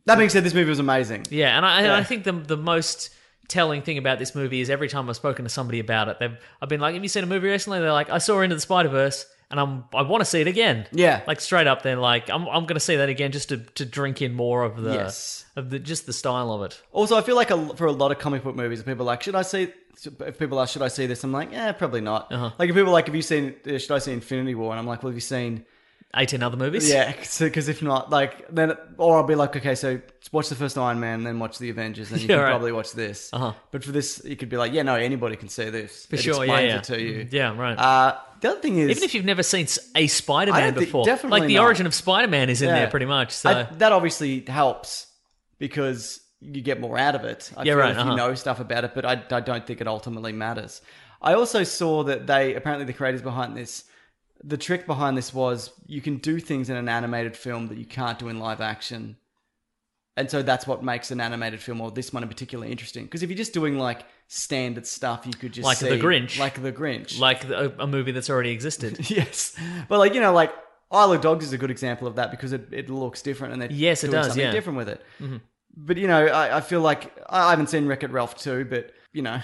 That being said, this movie was amazing. Yeah, and I, and Yeah. I think the the most telling thing about this movie is every time I've spoken to somebody about it, they've I've been like, "Have you seen a movie recently?" They're like, "I saw Into the Spider Verse," and I'm I want to see it again. Yeah. like straight up, they're like, "I'm I'm going to see that again just to to drink in more of the Yes. of the just the style of it." Also, I feel like a, for a lot of comic book movies, people are like, should I see? If people ask, should I see this? I'm like, yeah, probably not. Uh-huh. Like, if people are like, have you seen? uh, Should I see Infinity War? And I'm like, well, have you (laughs) seen? Eighteen other movies. Yeah, because if not, like, then or I'll be like, okay, so watch the first Iron Man, then watch the Avengers, (laughs) and you Yeah, can right. probably watch this. Uh-huh. But for this, you could be like, yeah, no, anybody can see this. for It sure. Yeah, explains yeah. it to you. Yeah, right. Uh, the other thing is, Even if you've never seen s- a I don't Spider-Man think- before, definitely like the not. origin of Spider-Man is in Yeah. there pretty much. So I- that obviously helps because you get more out of it. I Yeah, feel right, If you uh-huh. know stuff about it, but I, I don't think it ultimately matters. I also saw that they apparently the creators behind this, the trick behind this was you can do things in an animated film that you can't do in live action, and so that's what makes an animated film or this one in particular interesting. Because if you're just doing like standard stuff, you could just Like The see- Grinch. like the Grinch, like the, a movie that's already existed. (laughs) Yes, but like you know, like Isle of Dogs is a good example of that because it, it looks different and they're Yes, it doing does, something yeah. Mm-hmm. different with it. But you know, I, I feel like I haven't seen Wreck It Ralph too, but you (laughs) know,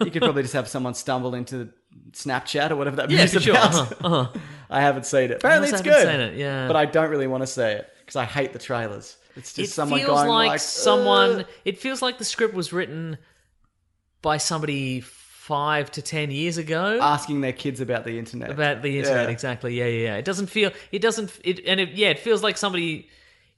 you could probably just have someone stumble into Snapchat or whatever that (laughs) Yeah, movie's for sure. about. (laughs) Uh-huh, (laughs) uh-huh. I haven't seen it. Apparently, I it's also good. haven't seen it, yeah. but I don't really want to see it because I hate the trailers. It's just it someone feels going like, like someone. "Uh." It feels like the script was written by somebody five to ten years ago asking their kids about the internet. about the internet. Ah, Yeah. Exactly. Yeah, yeah, yeah. It doesn't feel. It doesn't. It and it, yeah. It feels like somebody.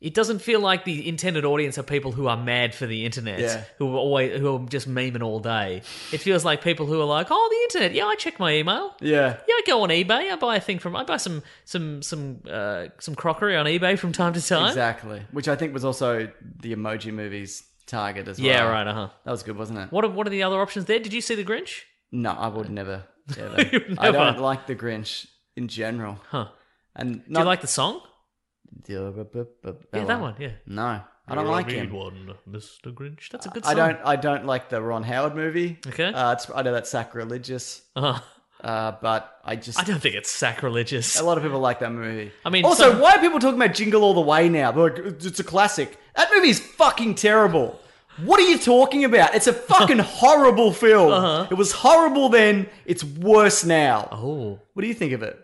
It doesn't feel like the intended audience are people who are mad for the internet, Yeah. who are always who are just memeing all day. It feels like people who are like, "Oh, the internet. Yeah, I check my email. Yeah. Yeah, I go on eBay. I buy a thing from. I buy some some some uh, some crockery on eBay from time to time. Exactly, which I think was also the emoji movie's target as well. Yeah, right. Uh huh. That was good, wasn't it? What are, what are the other options there? Did you see The Grinch? No, I would (laughs) never. ever. You'd I don't never. like the Grinch in general. Huh. And Do you like the song? the Yeah, that one. Yeah. No, I don't You'll like need him. one, Mr. Grinch. That's a good song. I don't. I don't like the Ron Howard movie. Okay. Uh, it's, I know that's sacrilegious, Uh, uh, but I just. I don't think it's sacrilegious. A lot of people like that movie. I mean, also, some- why are people talking about Jingle All the Way now? They're like, it's a classic. That movie is fucking terrible. What are you talking about? (laughs) It's a fucking horrible film. It was horrible then. It's worse now. Uh-huh. Oh, What do you think of it?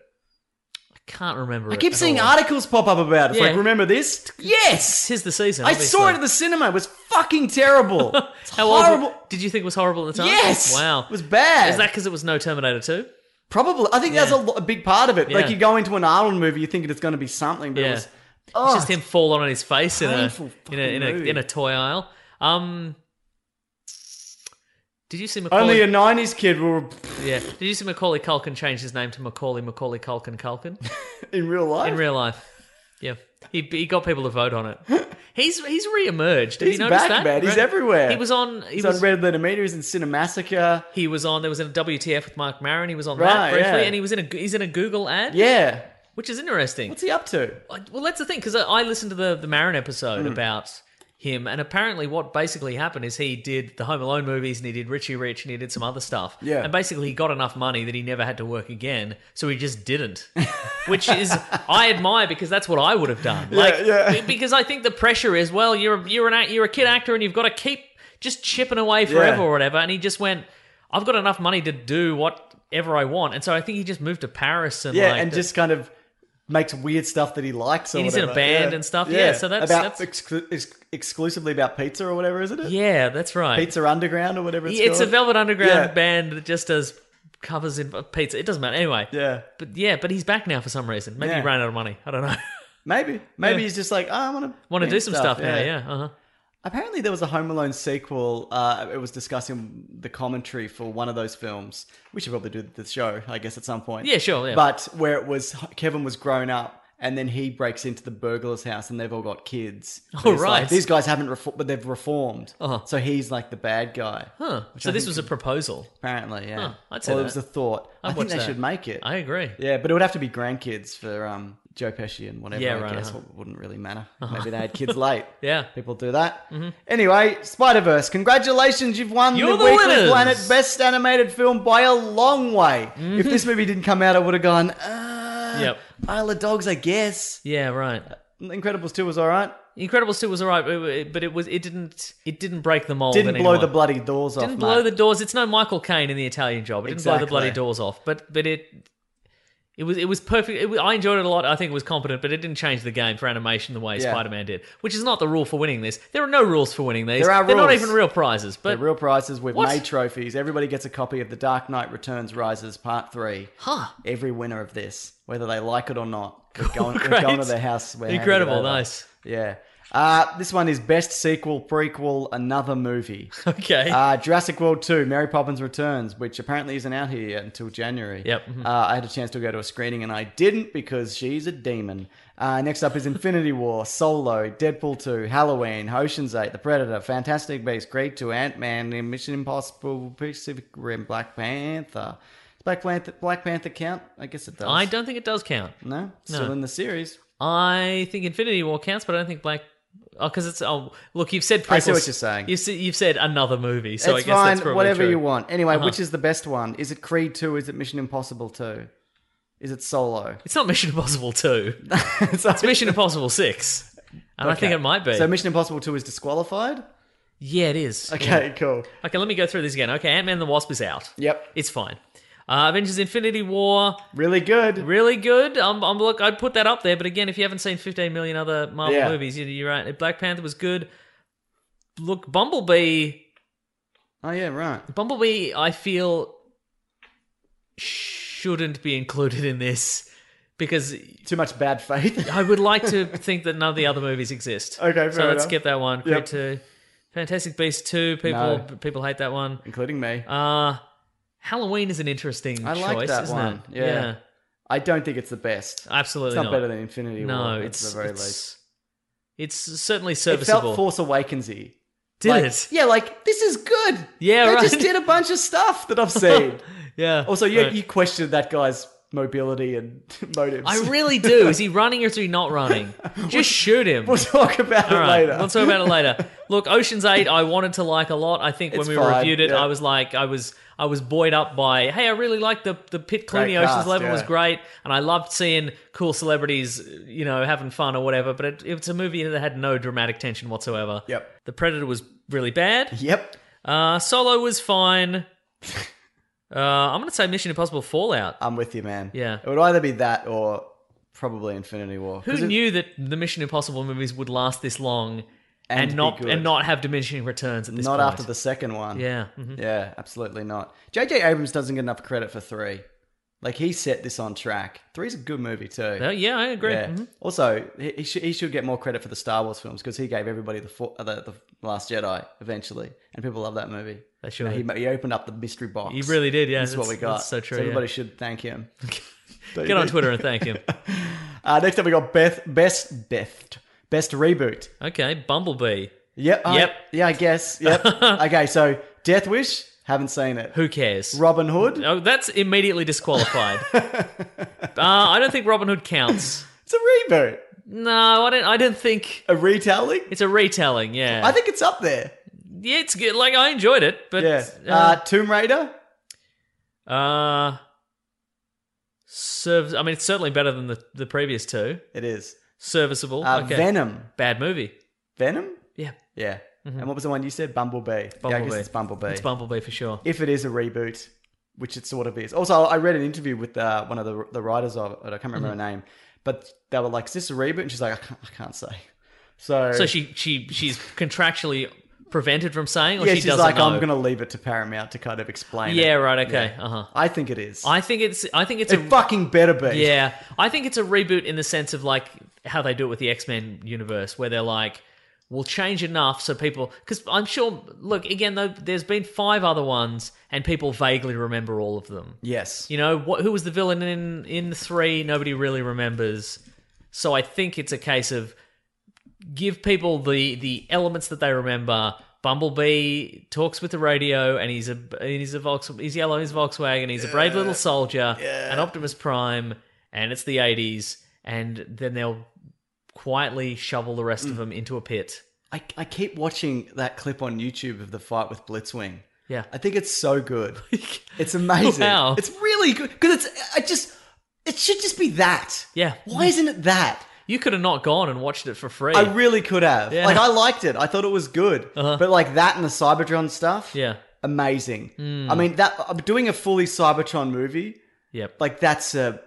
I can't remember. I keep seeing articles pop up about it. It's Yeah. like, remember this? Yes, Tis the season. I saw it at obviously. the cinema. It was fucking (laughs) terrible. It's How old horrible. were- did you think it was horrible at the time? Yes. Wow. It was bad. Is that because it was no Terminator Two? Probably. I think that's a, lo- a big part of it. Yeah. Like you go into an Arnold movie, you think it's going to be something, but Yeah. it was. It's Oh, it's just him falling on his face in a painful in a, in a fucking in a movie. toy aisle. Um, did you see Macaulay? Only a '90s kid will (laughs) yeah. Did you see Macaulay Culkin change his name to Macaulay Macaulay Culkin Culkin in real life. in (laughs) real life? Yeah. He, he got people to vote on it. He's he's reemerged. Have He's you noticed back, that? man. He's Re- everywhere. He was on. He He's was on Red Letter Media. He's in Cinemassacre. He was on. There was a WTF with Mark Maron. He was on that Right, briefly, yeah. and he was in a he's in a Google ad, Yeah. which is interesting. What's he up to? I- well, that's the thing because I, I listened to the the Marin episode Mm. about him, and apparently what basically happened is he did the Home Alone movies, and he did Richie Rich, and he did some other stuff. Yeah. and basically he got enough money that he never had to work again, so he (laughs) just didn't, which is I admire because that's what I would have done. Like, yeah. be- because I think the pressure is well, you're you're an act- you're a kid actor, and you've got to keep just chipping away Yeah. forever or whatever. And he just went, I've got enough money to do whatever I want, and so I think he just moved to Paris and Yeah, like, and just kind of makes weird stuff that he likes. Or And he's in a whatever. band and stuff. Yeah, so that's- about that's- exclu- ex- exclusively about pizza or whatever, isn't it? yeah, that's right. Pizza Underground or whatever it's Yeah, it's a called. Velvet Underground Yeah. band that just does covers in pizza. It doesn't matter anyway. Yeah, But yeah, but he's back now for some reason. Maybe he Yeah. ran out of money. I don't know. (laughs) maybe maybe he's just like oh, I want to Want to do some stuff, now? Yeah. Uh-huh. Apparently, there was a Home Alone sequel. Uh, it was discussing the commentary for one of those films. We should probably do the show, I guess, at some point. Yeah, sure, yeah. But where it was Kevin was grown up, and then he breaks into the burglar's house, and they've all got kids. And Oh, it's like, right. These guys haven't reformed, but they've reformed. Uh-huh. So he's like the bad guy. Huh. Which So I this think- was a proposal. apparently yeah. Huh, I'd say or that. it was a thought. i I'd watch think they that. should make it. I agree. Yeah, but it would have to be grandkids for um, Joe Pesci and whatever. Yeah, I right, guess uh-huh. it wouldn't really matter. Maybe they (laughs) had kids late. Yeah. Mm-hmm. people do that. Anyway, Spider Verse, congratulations! You've won You're the, the Weekly winners. Planet Best Animated Film by a long way. If this movie didn't come out, I would have gone. Uh, Mm-hmm. Yep. Isle of Dogs, I guess. Yeah. Right. Incredibles two was all right. Incredibles two was alright, but it- but it was it didn't it didn't break the mold. Didn't in blow anyone. the bloody doors off. Didn't blow mate. the doors. It's no Michael Caine in the Italian Job. It didn't blow the Exactly. bloody doors off. But but it it was it was perfect. It was, I enjoyed it a lot. I think it was competent, but it didn't change the game for animation the way Yeah. Spider Man did, which is not the rule for winning this. There are no rules for winning these. There are They're not rules. even real prizes. But the real prizes. We've What? made trophies. Everybody gets a copy of The Dark Knight Returns Rises Part 3. Huh. Every winner of this, whether they like it or not. (laughs) We're going, Great. we're going to their house. We're handing it incredible, over. nice. Yeah. Uh, this one is Best Sequel, Prequel, Another Movie. Okay. Uh, Jurassic World 2, Mary Poppins Returns, which apparently isn't out here yet until January. Yep. Mhm. Uh, I had a chance to go to a screening and I didn't because she's a demon. Uh, next up is Infinity War, Solo, Deadpool 2, Halloween, Ocean's 8, The Predator, Fantastic Beasts, Creed 2, Ant-Man, and Mission Impossible, Pacific Rim, Black Panther. Does Black Panther, Black Panther count? I guess it does. I don't think it does count. No? Still No. in the series. I think Infinity War counts, but I don't think Black. Oh, because it's oh look, you've said prequels. I see what you're saying. You've, se- you've said another movie, so it's I guess fine, that's probably whatever true. you want. Anyway, Uh-huh. which is the best one? Is it Creed 2? Is it Mission Impossible 2? Is it Solo? It's not Mission Impossible two. So- (laughs) It's Mission Impossible Six, and I think it might be. So Mission Impossible 2 is disqualified? yeah, it is. Okay, cool. Yeah. Okay, let me go through these again. Okay, Ant Man the Wasp is out. Yep. It's fine. Uh, Avengers: Infinity War, Really good. really good. I'm, I'm look, I'd put that up there. But again, if you haven't seen 15 million other Marvel Yeah. movies, you- you're right. Black Panther was good. Look, Bumblebee. Oh, yeah, right. Bumblebee, I feel shouldn't be included in this because Too much bad faith. (laughs) I would like to think that none of the other movies exist. Okay, fair so let's enough. skip that one. Creed Yep. two, Fantastic Beasts two. People No. people hate that one. Including me. Uh Halloween is an interesting I like choice, that isn't one. it? Yeah. I don't think it's the best. absolutely. It's not better than Infinity War. no. at It's the very it's, least. it's certainly It felt serviceable. Force Awakensy. Did Like- it? (laughs) Yeah, like this is good. Yeah, they right. (laughs) just did a bunch of stuff that I've seen. yeah. also, yeah, Right. you questioned that guy's mobility and (laughs) motives. I really do. Is he running or is he not (laughs) running? Just shoot him. We'll talk about All it right, later. We'll talk about it later. Look, Ocean's Eight, I wanted to like a lot. I think when It's we fine, reviewed it, yeah. I was like, I was, I was buoyed up by, hey, I really liked the the Pit Clooney Great Ocean's cast, Eleven was yeah. great, and I loved seeing cool celebrities, you know, having fun or whatever. But it, it's a movie that had no dramatic tension whatsoever. (laughs) Yep. The Predator was really bad. Yep. Uh, Solo was (laughs) fine. Uh, I'm gonna say Mission Impossible Fallout. I'm with you, man. Yeah. It would either be that or probably Infinity War. Who 'Cause it- knew that the Mission Impossible movies would last this long and, be not good. and not have diminishing returns at this Not point? after the second one. yeah. mhm. Yeah, absolutely not. J.J. Abrams doesn't get enough credit for three. Like, he set this on track. Three's a good movie, too. No, yeah, I agree. Yeah. Mhm. Also, he, he, should, he should get more credit for the Star Wars films because he gave everybody the, fo- uh, the the Last Jedi eventually, and people love that movie. They You know, should. he, ma- he opened up the mystery box. He really did, yeah, This is what we that's- got. that's so true, yeah. everybody should thank him. (laughs) Get on Twitter and thank him. Uh, next up, we got Beth, best best best reboot. Okay, Bumblebee. Yep. I- Yep. yeah, I guess. (laughs) Yep. okay, so Death Wish, haven't seen it. Who cares? Robin Hood. oh, that's (laughs) immediately disqualified. uh, I don't think Robin Hood counts. It's a reboot, No, I don't. I don't think a retelling. it's a retelling. Yeah, I think it's up there. yeah, it's good. Like I enjoyed it, but yeah. Uh, Tomb Raider. uh, uh, serves. I mean, it's certainly better than the the previous two. It is. Serviceable. Uh, okay. Venom. Bad movie. Venom. Yeah, Yeah. And what was the one you said? Bumblebee. Yeah, I guess Mm-hmm. Bumblebee. it's Bumblebee. it's Bumblebee for sure. if it is a reboot, which it sort of is. Also, I read an interview with uh, one of the, the writers of it. I can't remember her Mm-hmm. name, but they were like, "Is this a reboot?" And she's like, "I can't, I can't say." So, So she she she's contractually prevented from saying, or yeah, she she's doesn't like, "I'm know? going to leave it to Paramount to kind of explain." it. Yeah, right. Okay. Uh huh. I think it is. I think it's. I think it's it a. fucking better be. Yeah, I think it's a reboot in the sense of like how they do it with the X Men universe, where they're like, we'll change enough so people. Because I'm sure. Look again, though. There's been five other ones, and people vaguely remember all of them. Yes. You know what? Who was the villain in in three? Nobody really remembers. So I think it's a case of give people the the elements that they remember. Bumblebee talks with the radio, and he's a and he's a Volks, he's yellow, he's Volkswagen, he's a brave little soldier, an Optimus Prime, and it's the '80s, and then they'll quietly shovel the Mm. rest of them into a pit. I, I keep watching that clip on YouTube of the fight with Blitzwing. Yeah. (laughs) I think it's so good. It's amazing. Wow. It's really good because it's. I just. It should just be that. Yeah. Why isn't it that? You could have not gone and watched it for free. I really could have. Yeah. Uh-huh. Like I liked it. I thought it was good. But like that and the Cybertron stuff, yeah. Hmm. amazing. I mean, that uh, doing a fully Cybertron movie, Yep. like that's a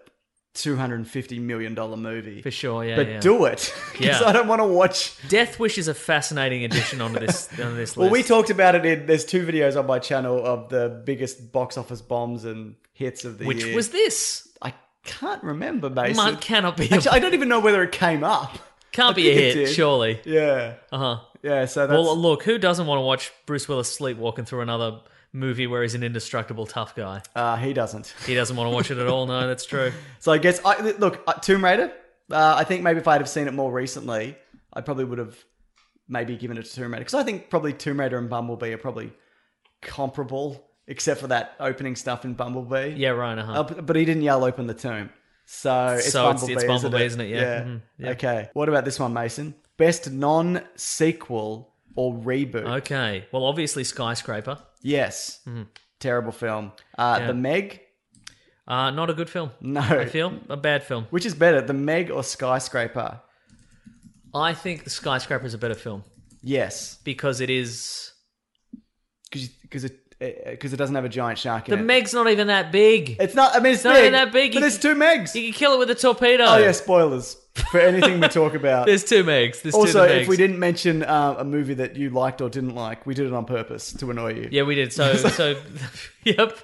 two hundred and fifty million dollar movie for sure. Yeah. But yeah. do it (laughs) because Yeah. I don't want to watch. Death Wish is a fascinating addition onto (laughs) this onto this list. Well, we talked about it in. There's two videos on my channel of the biggest box office bombs and hits of the which year. was this. I can't remember, Mason. Mine cannot be. Actually, a, I don't even know whether it came up. can't be think a it hit, did. surely. Yeah, Uh huh. yeah. So that's Well, look, who doesn't want to watch Bruce Willis sleepwalking through another movie where he's an indestructible tough guy? uh, he doesn't. He doesn't want to watch it at all. No, (laughs) that's true. So I guess I look uh, Tomb Raider. Uh, I think maybe if I'd have seen it more recently, I probably would have maybe given it to Tomb Raider because I think probably Tomb Raider and Bumblebee are probably comparable, except for that opening stuff in Bumblebee. Yeah, Ryan. Uh huh. Uh, but but he didn't yell open the tomb, so it's So it's- Bumblebee, it's Bumblebee, isn't it? Yeah. Mhm. Yeah. Okay. What about this one, Mason? Best non-sequel or reboot? Okay. Mm-hmm. Well, obviously, skyscraper. Yes. Terrible film. Uh, The Meg. Uh, not a good film. No. I feel a bad film. Which is better, The Meg or Skyscraper? I think the skyscraper is a better film Yes. because it is. because it because it doesn't have a giant shark in The it. Meg's not even that big. It's not. I mean, it's, not big, even that big. But You- there's two megs. You can kill it with a torpedo. oh yeah, spoilers for anything we talk about. (laughs) There's two Megs. There's two also, of the if we Megs. didn't mention uh, a movie that you liked or didn't like, we did it on purpose to annoy you. Yeah, we did. (laughs) So, so, (laughs) yep.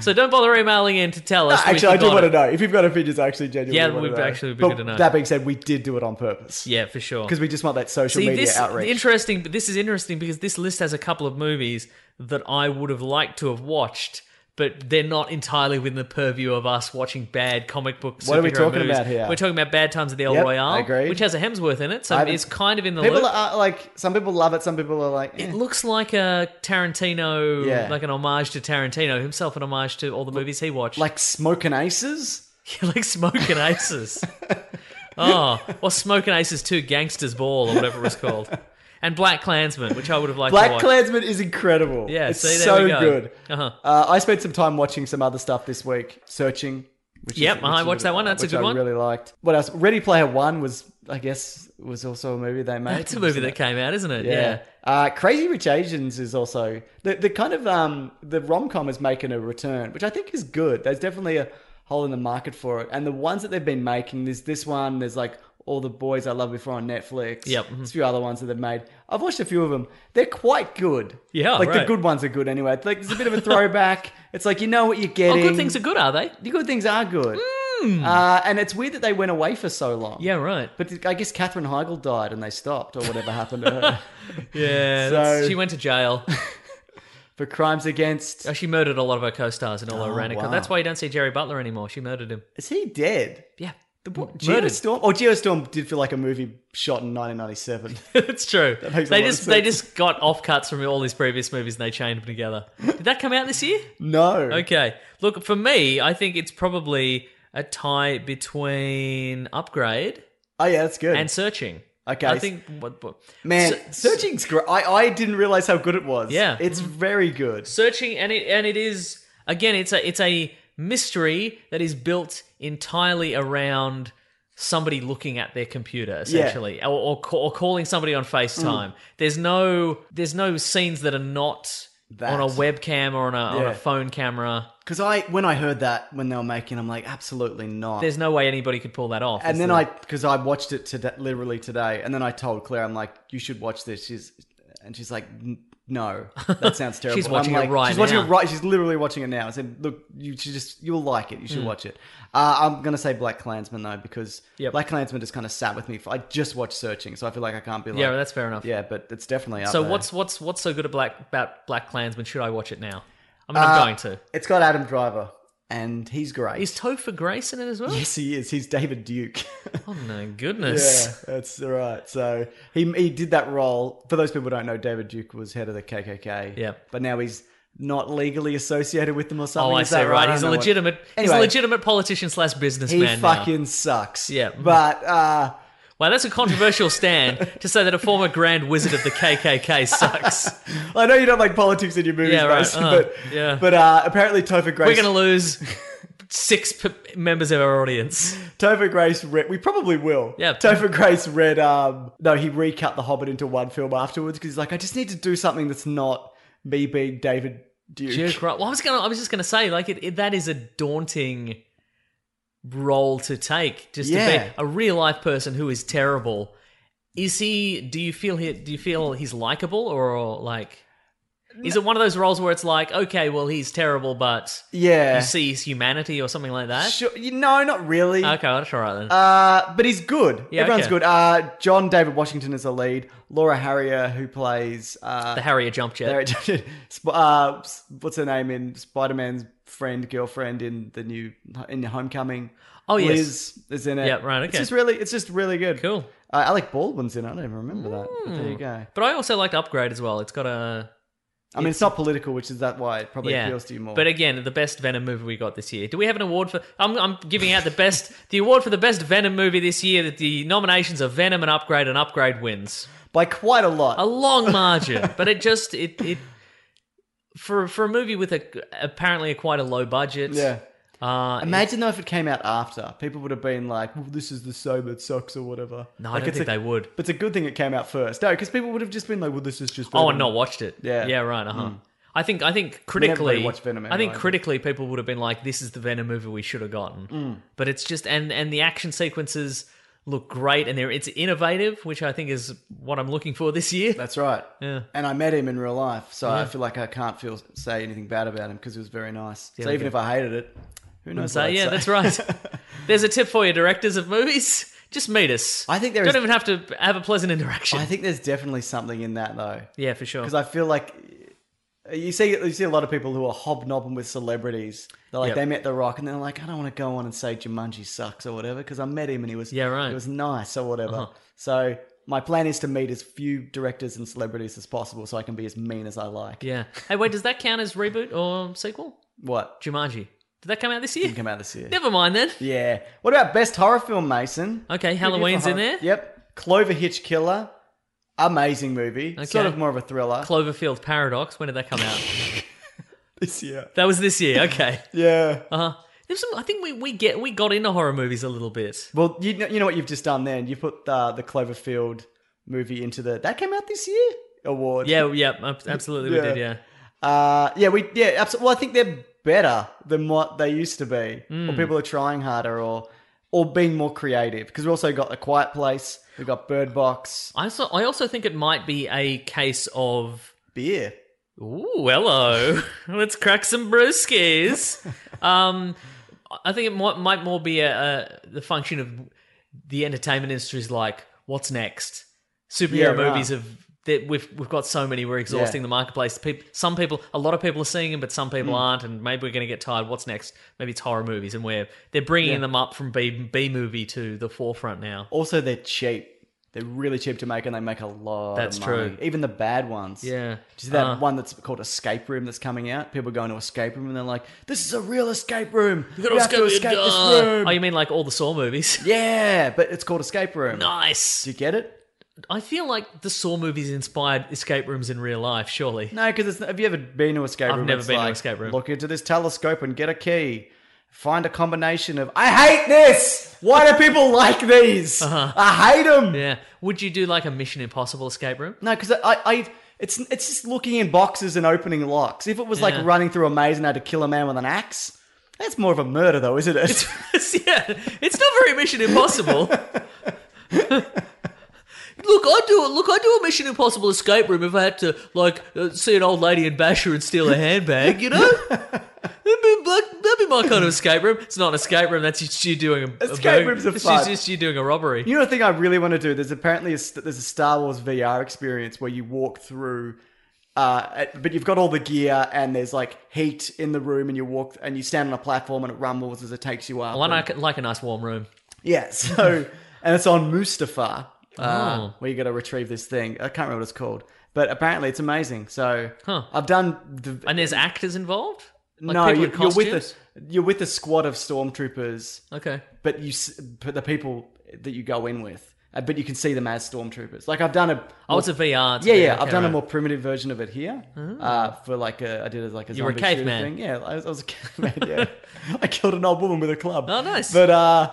So don't bother emailing in to tell us. We Actually, I do forgot want to it. know if you've got opinions. I actually genuinely Yeah, want we'd to know. actually be but good to know. That being said, we did do it on purpose Yeah, for sure. because we just want that social see media this outreach. interesting. But this is interesting because this list has a couple of movies that I would have liked to have watched but they're not entirely within the purview of us watching bad comic books. What are we talking about here? We're talking about Bad Times at the El Yep, Royale, I agree. which has a Hemsworth in it, so I haven't- it's kind of in the People loop. are like, some people love it, some people are like, eh. it looks like a Tarantino, Yeah. like an homage to Tarantino himself, an homage to all the movies he watched, like smoking aces. (laughs) Yeah, like Smoking Aces. oh, or Smoking Aces Two, Gangsters Ball, or whatever it was called, and Black Klansman, which I would have liked to Black watch. Klansman is incredible. Yeah, it's see, there so we go. good. Uh-huh. Uh, I spent some time watching some other stuff this week, searching. Which Yep, I is- watched that one. That's a which good I one. Really liked. What else? Ready Player One was, I guess, was also a movie they made. That's a movie wasn't that it? came out, isn't it? Yeah. Uh, Crazy Rich Asians is also the the kind of um the rom com is making a return, which I think is good. There's definitely a hole in the market for it, and the ones that they've been making, there's this one, there's like all the boys I loved before on Netflix. Yep. mhm. There's a few other ones that they've made. I've watched a few of them. They're quite good. Yeah, like the right. good ones are good anyway. It's like there's a bit of a (laughs) throwback. it's like you know what you're Oh, getting. good things are Mm. good, are they? The good things are good. Uh, and it's weird that they went away for so long. Yeah, right. But I guess Catherine Heigl died and they stopped, or whatever happened to (laughs) her. Yeah, So- that's- she went to jail. for crimes against. Uh, she murdered a lot of her (laughs) co-stars and all her ran. Oh, wow. That's why you don't see Jerry Butler anymore. She murdered him. Is he dead? Yeah, The what, (laughs) murdered. Geostorm? Oh, Geostorm did feel like a movie shot in 1997. it's true. makes a They lot of just they sense. just got off cuts from all these previous movies and they chained them together. Did that come out this year? (laughs) no. Okay. Look, for me, I think it's probably a tie between Upgrade Oh yeah, that's good. and Searching. Okay. I think. What, what- Man, Se- Searching's great. I, I didn't realize how good it was. Yeah. it's very good. searching and it and it is again it's a it's a mystery that is built entirely around somebody looking at their computer essentially or, or, ca- or calling somebody on Mm. FaceTime there's no there's no scenes that are not That. on a webcam or on a, on Yeah. a phone camera Because I, when I heard that when they were making, I'm like, absolutely not. there's no way anybody could pull that off Uh, and It's then the- I, because I watched it today, literally today, and then I told Claire, I'm like, you should watch this. She's, and she's like, "N- no, that sounds (laughs) terrible. She's I'm watching it like- right She's watching now. it right. She's literally watching it now. I said, look, you should just, you'll like it. You Mm. should watch it. Uh, I'm gonna say Black Klansman though, because Yep. Black Klansman just kind of sat with me. For, I just watched Searching, so I feel like I can't be like, yeah that's fair enough yeah, but it's definitely up so there. what's what's what's so good at black about Black Klansman should I watch it now I mean I'm Uh, going to It's got Adam Driver, and he's great. is Topher Grace in it as well yes, he is. He's David Duke. (laughs) oh my Yeah, goodness (laughs) that's right. So he he did that role. For those people who don't know, David Duke was head of the KKK. Yep. But now he's not legally associated with them or something. Oh, I Is that see. Right, I he's don't a know what- legitimate, he's Anyway, a legitimate politician slash He businessman. now. fucking sucks. Yeah. But uh, Wow, that's a controversial stand to say that a former Grand Wizard of the KKK (laughs) sucks. I know you don't like politics in your movies, Yeah, right, Mason, uh-huh, but yeah. But uh, apparently Topher Grace. We're going to lose six p- members of our audience. Topher Grace read. We probably will. Yeah. Topher Grace read. Um, no, he recut The Hobbit into one film afterwards because he's like, I just need to do something that's not me being David Duke. Duke, right? Well, I was going to, I was just going to say, like, it, it, that is a daunting role to take, just to Yeah. be a real life person who is terrible. Is he? Do you feel he? Do you feel he's likable, or like, is it one of those roles where it's like, okay, well, he's terrible, but Yeah. you see his humanity or something like that? Sure. You, no, not really. Okay, that's all right then. Uh, but he's good. Yeah, Everyone's okay. good. Uh, John David Washington is the lead. Laura Harrier, who plays uh, the Harrier jump jet. Lara Jane- (laughs) Sp- uh, s- what's her name in Spider Man's friend, girlfriend in the new in Homecoming. Oh, yes. Liz is in it. Yeah, right, It's okay. just really, it's just really good. Cool. Hmm. Uh, Alec Baldwin's in. it. I don't even remember that. But there you go. But I also like to upgrade as well. It's got a I mean, it's not political, which is that why it probably yeah. appeals to you more. But again, the best Venom movie we got this year. Do we have an award for? I'm, I'm giving out the best, (laughs) the award for the best Venom movie this year. That the nominations are Venom and Upgrade, and Upgrade wins by quite a lot. a long (laughs) margin. but it just it it for for a movie with a apparently a quite a low budget. yeah. Uh, Imagine though if it came out after, people would have been like, well, "This is the show that sucks" or whatever. no, I like, don't it's think a- they would. But it's a good thing it came out first. No, because people would have just been like, well, this is just. Oh, Venom." and not watched it. Yeah. Hmm. yeah, right. Uh huh. I think I think never really critically, watched Venom I think anyway. critically, people would have been like, "This is the Venom movie we should have gotten." Hmm. But it's just and and the action sequences look great, and they're it's innovative, which I think is what I'm looking for this year. That's right. Yeah. And I met him in real life, so I feel like I can't feel say anything bad about him because he was very nice. so okay. even if I hated it, who knows? so what I'd yeah, say. that's (laughs) right. There's a tip for you, directors of movies. Just meet us. I think there don't is- even have to have a pleasant interaction. Oh. I think there's definitely something in that though, yeah, for sure. because I feel like uh, You see, you see a lot of people who are hobnobbing with celebrities. They're like, Yep. they met The Rock, and they're like, I don't want to go on and say Jumanji sucks or whatever because I met him and he was Yeah, right. Uh-huh. It was nice or whatever. So my plan is to meet as few directors and celebrities as possible, so I can be as mean as I like. Yeah. Hey, wait, does that count as reboot or sequel? What (laughs) Jumanji. Did that come out this year? didn't come out this year? Never mind then. Yeah. What about best horror film, Mason? Okay, Who did for Halloween's in horror- there? Yep. Clover Hitch Killer. Amazing movie. Okay. Sort of more of a thriller. Cloverfield Paradox. When did that come out? (laughs) this year. that was this year. Okay. Yeah. Uh huh. There's some. I think we, we get we got into horror movies a little bit. Well, you know, you know what you've just done then? You put the, the Cloverfield movie into the. That came out this year? Award. Yeah. Yeah. ab- Absolutely, Yeah. we did. Yeah. Uh, yeah, we. Yeah, absolutely. Well, I think they're better than what they used to be. Hmm. Or people are trying harder or. Or being more creative, because we also got The Quiet Place, we got Bird Box, I also I also think it might be a case of beer. Ooh, hello. (laughs) Let's crack some brewskis. um, I think it might, might more be a, a the function of the entertainment industry's like, what's next? Yeah, Superhero right. movies have that we've we've got so many. We're Yeah. Mm. exhausting the marketplace. Peop some people, a lot of people are seeing them, but some people aren't. And maybe we're going to get tired. What's next? Maybe it's horror movies, and we're they're bringing them up from B B movie to the forefront now. Also, they're cheap. They're really cheap to make, and they make a lot. That's of money. true. Even the bad ones. Yeah. Do you see that Uh. one that's called Escape Room that's coming out? People go into Escape Room and they're like, "This is a real escape room. You Gotta have to escape escape the- this room." Oh, you mean like all the Saw movies? (laughs) yeah, but it's called Escape Room. nice. Do you get it? I feel like the Saw movies inspired escape rooms in real life, surely. No, because have you ever been to escape I've room? never It's been to like, escape room. Look into this telescope and get a key. Find a combination of. I hate this. Why do people (laughs) like these? I hate them. Uh-huh. Yeah. Would you do like a Mission Impossible escape room? (laughs) No, because I, I, it's it's just looking in boxes and opening locks. If it was like running through a maze and I had to kill a man with an axe, that's more of a murder, though, isn't it? yeah. It's not very Mission Impossible. (laughs) look, I do look, I do a Mission Impossible escape room if I had to like uh, see an old lady and bash her and steal a handbag, (laughs) you know. That'd be, like, that'd be my kind of escape room. It's not an escape room. That's just you doing a a Escape burg- rooms are it's fun. Just, just you doing a robbery. you know the thing I really want to do. There's apparently a, st- there's a Star Wars VR experience where you walk through. Uh, at- but you've got all the gear and there's like heat in the room and you walk and you stand on a platform and it rumbles as it takes you up. I and- like, like a nice warm room. Yeah, (laughs) so and it's on Mustafa, uh, Oh. where you got to retrieve this thing. I can't remember what it's called, but apparently it's amazing. So Huh. I've done. The, And there's actors involved. Like no, people you, in you're with costumes? a you're with a squad of stormtroopers, Okay. but you s- but the people that you go in with, uh, but you can see them as stormtroopers. Like I've done a Oh, it's a VR. it's yeah, a yeah. VR I've done a camera. more primitive version of it here. Uh, for like a, I did it like a Mm-hmm. You were a zombie shooter caveman. thing. Yeah, I was, I was a (laughs) caveman. Yeah, I killed an old woman with a club. Oh, nice. But uh,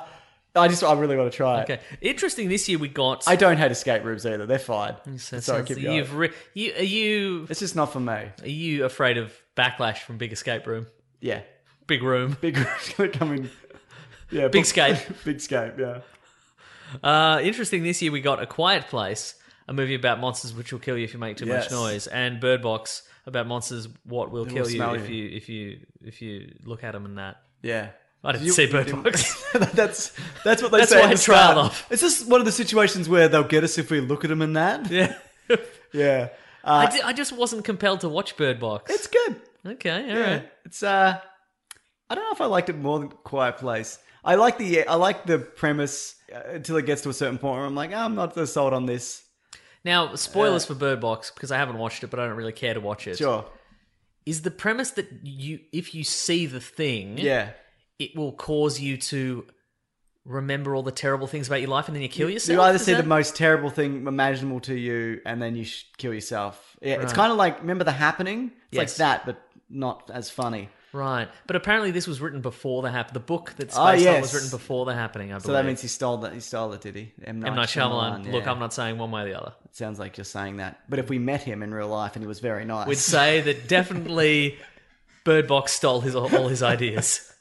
I just I really want to try it. Okay. Interesting. This year we got. I don't hate escape rooms either. They're fine. So it Sorry, sounds- keep going. you've re- you are you It's just not for me. are you afraid of backlash from big escape room, Yeah, big room? big (laughs) room's gonna come in. Yeah, Big scape. (laughs) big scape. Yeah. Uh, interesting. This year we got a Quiet Place, a movie about monsters which will kill you if you make too Yes. much noise, and Bird Box about monsters what will kill you smell if you. you if you if you look at them and that. Yeah. I didn't You- see you Bird didn't- Box. (laughs) that's that's what they That's say. why at I the trailed start. off. It's just one of the situations where they'll get us if we look at them in that. yeah. Uh, Yeah. I Uh, di- I just wasn't compelled to watch Bird Box. it's good. okay, all right. Yeah. It's uh, I don't know if I liked it more than Quiet Place. I like the I like the premise uh, until it gets to a certain point where I'm like, "Oh, I'm not so sold on this. Now, spoilers for Bird Box because I haven't watched it, but I don't really care to watch it. Uh, Sure. Is the premise that you, if you see the thing, Yeah. it will cause you to remember all the terrible things about your life and then you kill yourself? You either Is see that- the most terrible thing imaginable to you, and then you sh- kill yourself. Yeah, it's Right. kind of like remember the happening. It's Yes. like that, but not as funny. Right. But apparently, this was written before the happening. The book that's based Ah, on was yes. written before the happening, I believe. So that means he stole that. He stole it, did he? M. M. Night Shyamalan. Look, yeah. I'm not saying one way or the (laughs) other. It sounds like you're saying that. But if we met him in real life and he was very nice, (laughs) We'd say that definitely Bird Box stole his all (laughs) his ideas.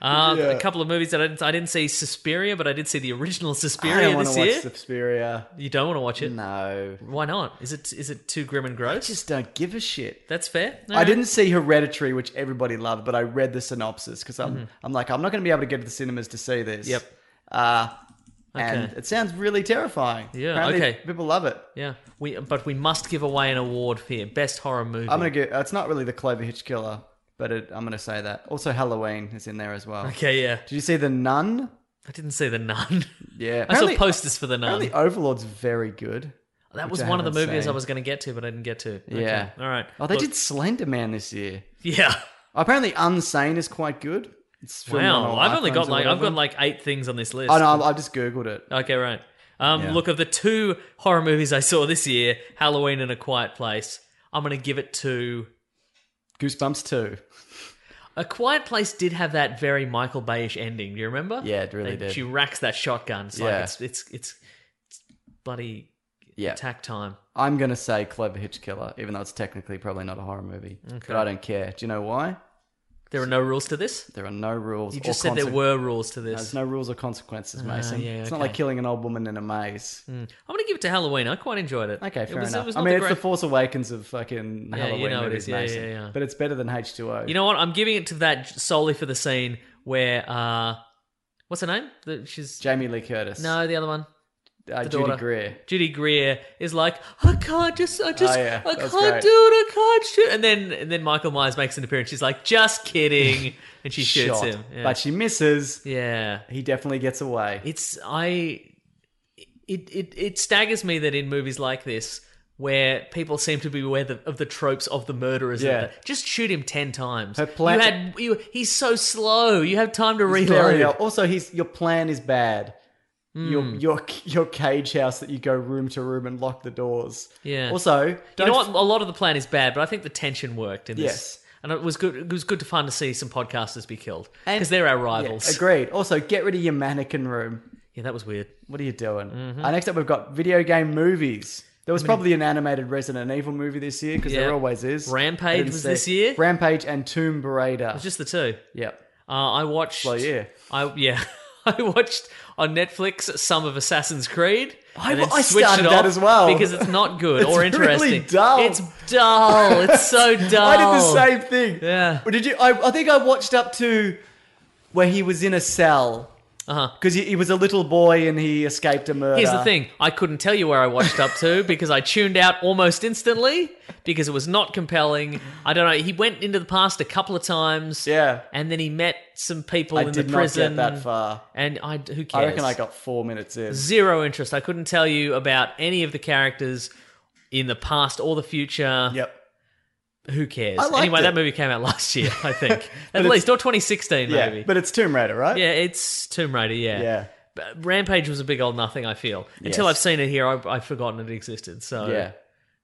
Uh, A couple of movies that I didn't, I didn't see Suspiria, but I did see the original I Suspiria don't want this to watch year. Suspiria. You don't want to watch it. No, Why not? Is it is it too grim and I gross? just don't give a shit. That's fair. I didn't see Hereditary, which everybody loved, but I Mm-hmm. read the synopsis because I'm I'm like I'm not going to be able to get to the cinemas to see this. Yep. Uh, and Okay. it sounds really terrifying. Yeah, Apparently okay. People love it. Yeah, we but we must give away an award for best horror movie. I'm gonna get. It's not really the Clover Hitch Killer, but it, I'm gonna say that. Also, Halloween is in there as well. (laughs) Okay, yeah. Did you see the Nun? I didn't see the nun. (laughs) Yeah. I saw Apparently- posters for the nun. Oh, Apparently, Overlord's very good. that which was I one of the haven't movies I seen. was going to get to, but I didn't get to. Okay, Yeah. all right. Oh, they Look- did Slender Man this year. (laughs) Yeah. Apparently, Unsane is quite good. It's filmed Wow. on I've only iPhones got or like I've whatever. got like eight things on this list. Oh no, I I just googled it. Okay, right. Um, Yeah. Look, of the two horror movies I saw this year, Halloween and A Quiet Place, I'm going to give it to. Goosebumps two. A Quiet Place did have that very Michael Bayish ending. Do you remember? Yeah, it really They- did. She racks that shotgun. It's Yeah. like it's it's it's, it's bloody Yeah. attack time. I'm gonna say Clever Hitch Killer, even though it's technically probably not a horror movie. But I don't care. Do you know why? There are no rules to this. There are no rules. You or just said there consequ- were rules to No, this. Ah, there's no rules or consequences, Mason. yeah, It's not okay. like killing an old woman in a maze. Hmm. I'm going to give it to Halloween. I quite enjoyed it. Okay, It fair was- it enough. was I not mean, the it's great- the Force Awakens of fucking you Halloween know it movies, is. Yeah, Mason. yeah, yeah. But it's better than H2O. You know what? I'm giving it to that solely for the scene where uh, what's her name? The, she's Jamie Lee Curtis. no, the other one. uh, the Judy daughter. Greer. Judy Greer is like, I can't just, I just, Oh, yeah, I that was can't great. do it, I can't shoot. And then, and then Michael Myers makes an appearance. She's like, (laughs) just kidding, and she shoots Shot. him. Yeah. But she misses. yeah, He definitely gets away. it's I, it it it staggers me that in movies like this. Where people seem to be aware the, of the tropes of the murderers, and Yeah. the- just shoot him ten times. Her plan- you had you, he's so slow. You have time to He's very reload. ill. Also, he's your plan is bad. Hmm. Your your your cage house that you go room to room and lock the doors. Yeah. Also, You don't know what? A lot of the plan is bad, but I think the tension worked in this. Yes. And it was good. It was good to fun to see some podcasters be killed And- because they're our Yeah, rivals. Yeah, agreed. Also, get rid of your mannequin room. that was weird. What are you doing? Mm-hmm. Uh, next up, we've got video game movies. There was probably an animated Resident Evil movie this year because Yeah. there always is. Rampage I didn't was see- this year? Rampage and Tomb Raider. It's just the two. yep. Uh, I watched. Well, yeah. I yeah. (laughs) I watched on Netflix some of Assassin's Creed. I- and then I switched started it that off as well. because it's not (laughs) good It's or really interesting. dull. It's dull. It's so (laughs) dull. I did the same thing. Yeah. Well, Did you? I, I think I watched up to where he was in a cell Uh-huh. because he, he was a little boy and he escaped a murder. Here's the thing. I couldn't tell you where I watched up to because I tuned out almost instantly because it was not compelling. I don't know. He went into the past a couple of times. Yeah. And then he met some people I in did the not get prison. that far. And I who cares? I reckon I got four minutes in. zero interest. I couldn't tell you about any of the characters in the past or the future. Yep. Who cares? I liked anyway, that it. movie came out last year, (laughs) I think. At it's- least or 2016 Yeah, maybe. but it's Tomb Raider, right? yeah, it's Tomb Raider, Yeah. but Rampage was a big old nothing. I feel until Yes. I've seen it here, I, I've forgotten it existed. So Yeah.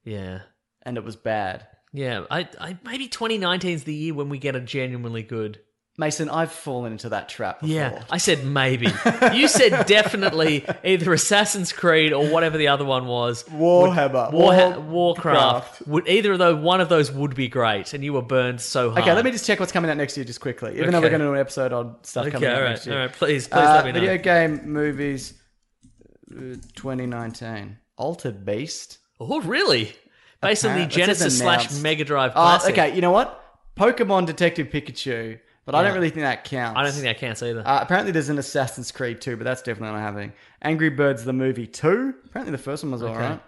yeah, And it was bad. yeah. I, I maybe 2019 is the year when we get a genuinely good. Mason, I've fallen into that trap before. Yeah, I (laughs) said maybe. you said definitely either Assassin's Creed or whatever the other one was. Warhammer. Warha- Warcraft. Warcraft. Would either of those one of those would be great, and you were burned so hard. Okay, let me just check what's coming out next year just quickly. Even though Okay. we're going to do an episode on stuff Okay, coming out all next right, year. all right. Please, please Uh, let me know. video game movies uh, 2019. Altered Beast. Oh, really? Based on the Apparent- it says Genesis slash announced. Mega Drive Oh, classic. okay, you know what? Pokemon Detective Pikachu, but I don't Yeah. really think that counts. I don't think that counts either. Uh, apparently, there's an Assassin's Creed 2, but that's definitely not happening. Angry Birds the movie 2. Apparently, the first one was alright.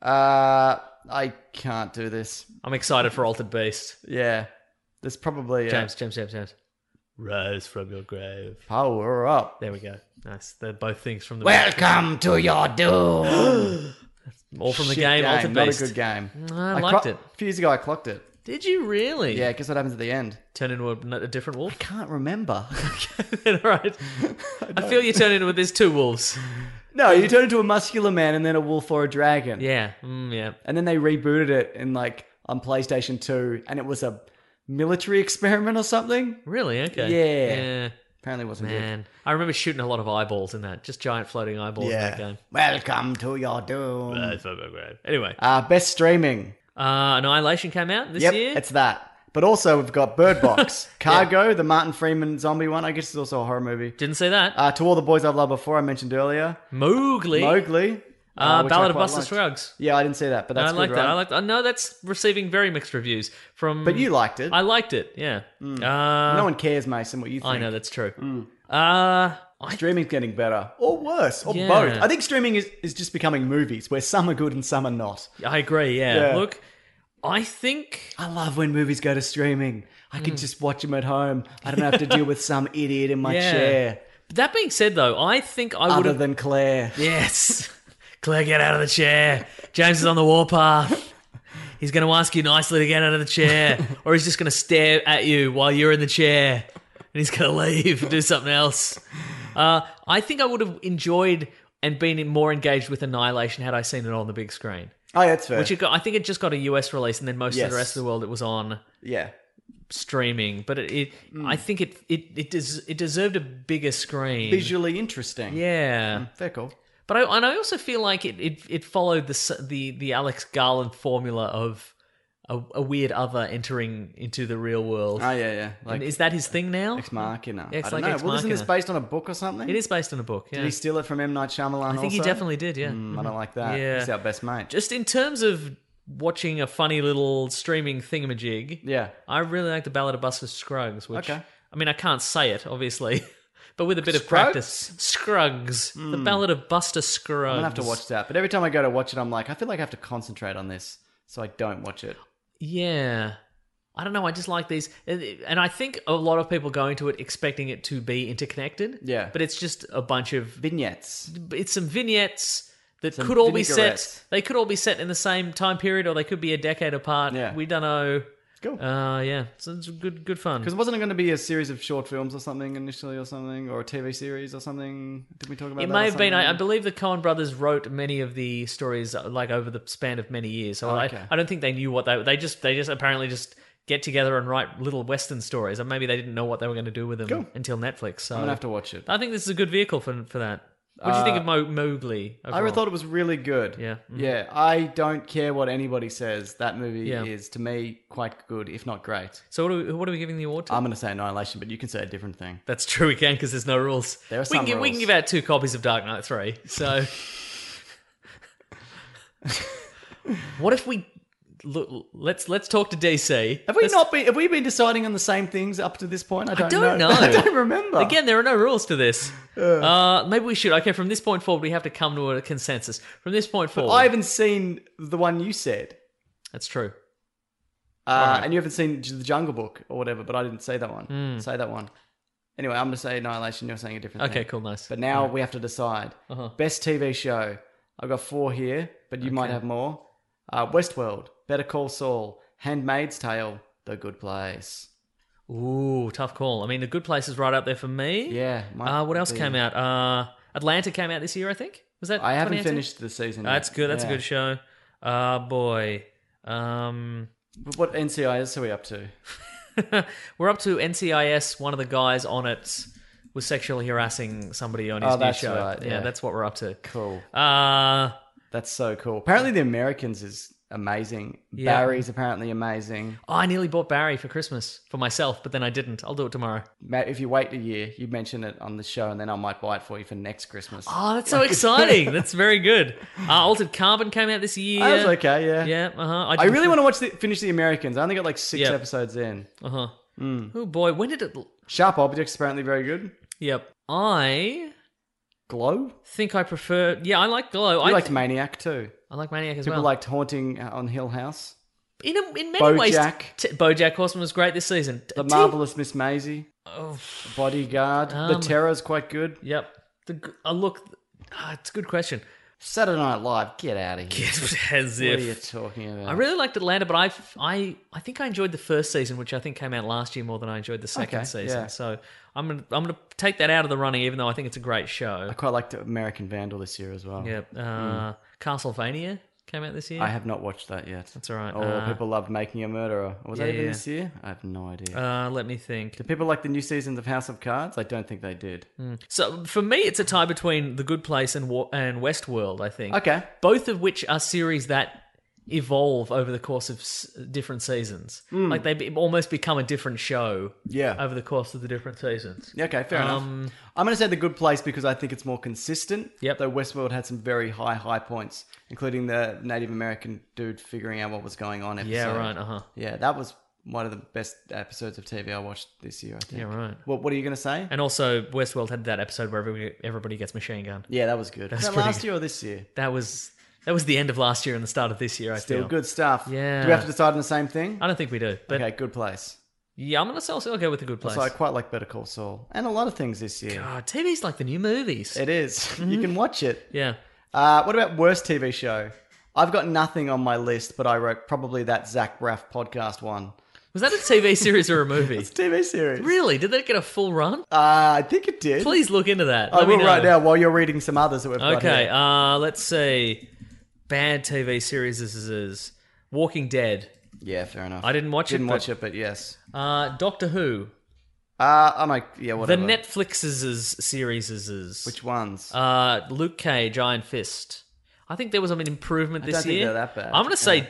Uh, I can't do this. I'm excited for Altered Beast. Yeah, there's probably uh, a James, James, James, James. Rise from your grave. power up. There we go. Nice. They're both things from the Welcome to your doom. all from (gasps) the game. Altered not Beast. Mm, a good game. I liked it. A few years ago, I clocked it. Did you really? Yeah, guess what happens at the end? Turn into a, a (laughs) different wolf. (laughs) Can't remember. all (laughs) right. I, feel you turn into there's two wolves. no, you turn into a muscular man and then a wolf or a dragon. Yeah. Mm, yeah. And then they rebooted it in like on PlayStation 2 and it was a military experiment or something. Really? Okay. Yeah. Apparently it wasn't Yeah. Man, I remember shooting a lot of eyeballs in that. Just giant floating eyeballs good. in that game. Welcome to your doom. That's not that great. Anyway, Uh, best streaming. uh, Annihilation came out this yep, year. it's that. But also we've got Bird (laughs) Box, Cargo, the Martin Freeman zombie one. I guess it's also a horror movie. Didn't say that. Uh, to all the boys I've loved before, I mentioned earlier. Mowgli. Mowgli. uh, which I Ballad of quite Buster liked. Scruggs. Yeah, I didn't see that, but I that's like good, that. right? I like. I know that's receiving very mixed reviews from. But you Mm. liked it. I liked it. Yeah. Uh, no one cares, Mason, what you think. I know that's true. Uh, Streaming's getting better, or worse, or Yeah. both. I think streaming is, is just becoming movies where some are good and some are not. I agree. Yeah. Yeah. Look, I think I love when movies go to streaming. I can just watch them at home. I don't have to deal with (laughs) some idiot in my Yeah. chair that being said, though, I think I would other have. than Claire. yes, (laughs) Claire, get out of the chair. James is on the warpath. He's going to ask you nicely to get out of the chair, or he's just going to stare at you while you're in the chair, and he's going to leave and do something else. Uh, I think I would have enjoyed and been more engaged with Annihilation had I seen it on the big screen. Oh, that's fair. Which it got, I think it just got a US release, and then most of Yes. the rest of the world it was on yeah. streaming. But it, it I think it it it, des- it deserved a bigger screen. Visually interesting. Mm, Yeah, Fair call. but I and I also feel like it it, it followed the s- the the Alex Garland formula of a, a weird other entering into the real world. Oh, yeah, yeah. Like and is that his thing now? Ex Machina. Yeah, it's I don't like know. Ex well, isn't this Machina. based on a book or something? it is based on a book. Yeah, Did he steal it from M. Night Shyamalan I think he also? definitely did. Yeah. Mm, I don't like that. Yeah. He's our best mate. Just in terms of watching a funny little streaming thingamajig. yeah. I really like the Ballad of Buster Scruggs, which Okay. I mean I can't say it obviously, (laughs) but with a bit of Scruggs? Hmm. practice, Scruggs, the Ballad of Buster Scruggs. I'm gonna have to watch that. But every time I go to watch it, I'm like, I feel like I have to concentrate on this, so I don't watch it. Yeah, I don't know. I just like these, and and I think a lot of people go into it expecting it to be interconnected. Yeah. but it's just a bunch of Vignettes. it's some vignettes. That Some could all be vinaigrettes. set. They could all be set in the same time period, or they could be a decade apart. Yeah. We don't know. Cool. Uh, yeah, so it's good, good fun. Because wasn't it going to be a series of short films or something initially, or something, or a TV series or something? Did we talk about? It that may or have been. I, I something? believe the Cohen brothers wrote many of the stories uh, like over the span of many years. So okay. I, I don't think they knew what they. They just they just apparently just get together and write little western stories, and maybe they didn't know what they were going to do with them until Netflix. So I'm gonna have to watch it. I think this is a good vehicle for for that. What do you think of Mo- Mowgli? I overall? really thought it was really good. Yeah. Mhm. Yeah. I don't care what anybody says. That movie Yeah. is to me quite good, if not great. So what are, we, what are we giving the award to? I'm going to say Annihilation, but you can say a different thing. That's true. We can because there's no rules. There are we some can, give- We can rules. give out two copies of Dark Knight Three. (laughs) So, what if we? Look, let's let's talk to DC. Have we Let's- not been? Have we been deciding on the same things up to this point? I don't, don't (laughs) know. I don't remember. Again, there are no rules (laughs) to this. Uh, maybe we should. Okay, from this point forward, we have to come to a consensus. From this point forward, I haven't seen the one you said, that's true. uh, and you haven't seen J- the Jungle Book or whatever. But I didn't say that one. Hmm. Say that one. Anyway, I'm going to say Annihilation. You're saying a different Okay, thing. cool, Uh-huh. nice. But now we have to decide best TV show. I've got four here, but you might have more. Uh, Westworld, Better Call Saul, Handmaid's Tale, The Good Place. Ooh, tough call. I mean, The Good Place is right up there for me. Yeah. might Uh, what else be- came out? Uh, Atlanta came out this year, I think. Was that? I haven't 2018? finished the season. That's yet. good. That's Yeah. a good show. Uh boy. Um (laughs) But What NCIS are we up to? we're up to NCIS, one of the guys on it was sexually harassing somebody on his Oh, new that's show. right, yeah. that's what we're up to. Cool. Uh That's so cool. Apparently, The Americans is amazing. Yeah. Barry's apparently amazing. I nearly bought Barry for Christmas for myself, but then I didn't. I'll do it tomorrow. Matt, if you wait a year, you mention it on the show, and then I might buy it for you for next Christmas. Oh, (laughs) that's so exciting. that's very good. Uh, Altered Carbon came out this year. That was okay, yeah. Yeah, uh-huh. I really want to watch the, finish The Americans. I only got like six Yeah. episodes in. to Uh-huh. Hmm. Oh boy, when did it Sharp Objects apparently very good. Yep. I Glow. think I prefer Yeah, I like Glow. I I liked Maniac too. I like Maniac as People well. liked Haunting uh, on Hill House. in a, in many ways, BoJack. t- BoJack Horseman was great this season. T- The T- Marvelous Miss Maisie. Oh, Bodyguard. the Um, Terror's quite good. yep. The, g- uh, look, ah, it's a good question. (laughs) Saturday Night Live. Get out of here. As What are you if talking about? I really liked Atlanta, but I, I, I think I enjoyed the first season, which I think came out last year more than I enjoyed the second Okay, season. yeah. So I'm gonna, I'm gonna take that out of the running, even though I think it's a great show. I Hmm. quite liked American Vandal this year as well. Yep. Uh, Castlevania came out this year. I have not watched that yet. That's all right. Oh, Uh, people loved Making a Murderer. Was that yeah, even yeah. this year? I have no idea. Uh, let me think. Did people like the new seasons of House of Cards? I don't think they did. Hmm. So for me, it's a tie between The Good Place and Wa- and Westworld. I think. Okay. Both of which are series that evolve over the course of s- different seasons. Like they be- almost become a different show. Hmm. Yeah. Over the course of the different seasons. Yeah, Okay, fair enough. I'm going to say The Good Place because I think it's more consistent. Um, Yep. Though Westworld had some very high high points, including the Native American dude figuring out what was going on. Episode. Yeah. Right. Uh huh. Yeah, that was one of the best episodes of TV I watched this year. I think. Yeah, right. What What are you going to say? And also, Westworld had that episode where everybody, everybody gets machine gun. yeah, that was good. Was That's that pretty last good. year or this year? That was that was the end of last year and the start of this year. I Still feel. good stuff. Yeah. Do we have to decide on the same thing? I don't think we do, but okay, good place. yeah, I'm gonna say I'll go with a good place. So I quite like Better Call Saul and a lot of things this year. God, Mm-hmm. TV's like the new movies. It is. (laughs) you can watch it. yeah, Uh, what about worst TV show? I've got nothing on my list, but I wrote probably that Zach Braff podcast one. was that a (laughs) TV series or a movie? It's a TV series. really? Did that get a full run? Uh, I think it did. Please look into that. I Let me will right now know. while you're reading some others that we've got. Okay, here. uh, let's see. Bad TV series this is, is Walking Dead, Yeah, fair enough. I didn't watch it, Didn't but- watch it, but yes. uh, Doctor Who, Uh, I'm like, yeah, whatever. the Netflix's series is, is Which ones? uh, Luke Cage, Iron Fist. I think there was an improvement I this don't think year. they're that bad. I'm gonna say Yeah.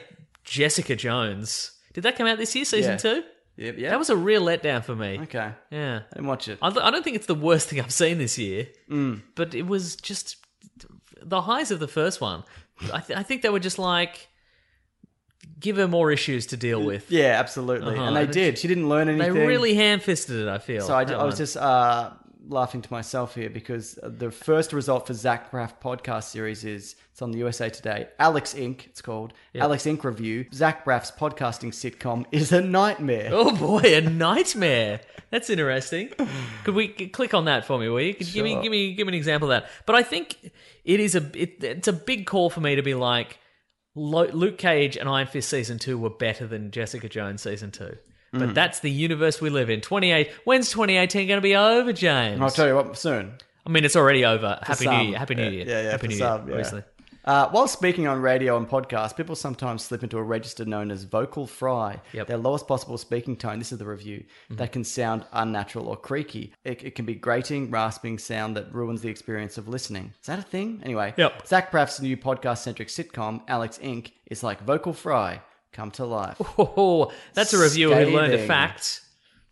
Jessica Jones. Did that come out this year, season Yeah. two? Yep, yeah. That was a real letdown for me. okay. I Yeah. didn't watch it. I, th- I don't think it's the worst thing I've seen this year, Mm. but it was just the highs of the first one. I, th- I think they were just like, give her more issues to deal with. yeah, absolutely. Uh-huh. And they I just- did. She didn't learn They anything. really ham fisted it, I feel. So I, that I was one. just uh, laughing to myself here because the first result for Zach Braff podcast series is it's on the USA Today. Alex Inc. It's called Alex Inc. Review. Zach Braff's podcasting sitcom is a nightmare. Oh boy, a nightmare. That's interesting. Could we c- click on that for me, will you? Could Give me, give me, give me an example of that. But I think it is a it, it's a big call for me to be like, Lo- Luke Cage and Iron Fist season two were better than Jessica Jones season two. But Mm. that's the universe we live in. Twenty eight. When's twenty eighteen going to be over, James? I'll tell you what, soon. I mean, it's already over. Happy some. New Year. Happy New Yeah, Year. yeah, yeah, Happy for New some, yeah. Year. Obviously. Uh, while speaking on radio and podcasts, people sometimes slip into a register known as vocal fry, Yep. Mm-hmm. their lowest possible speaking tone. This is the review that can sound unnatural or creaky. It, it can be grating, rasping sound that ruins the experience of listening. Is that a thing? Anyway, Yep. Zach Braff's new podcast-centric sitcom, Alex Inc., is like vocal fry come to life. Oh, that's a reviewer who learned a Scathing. fact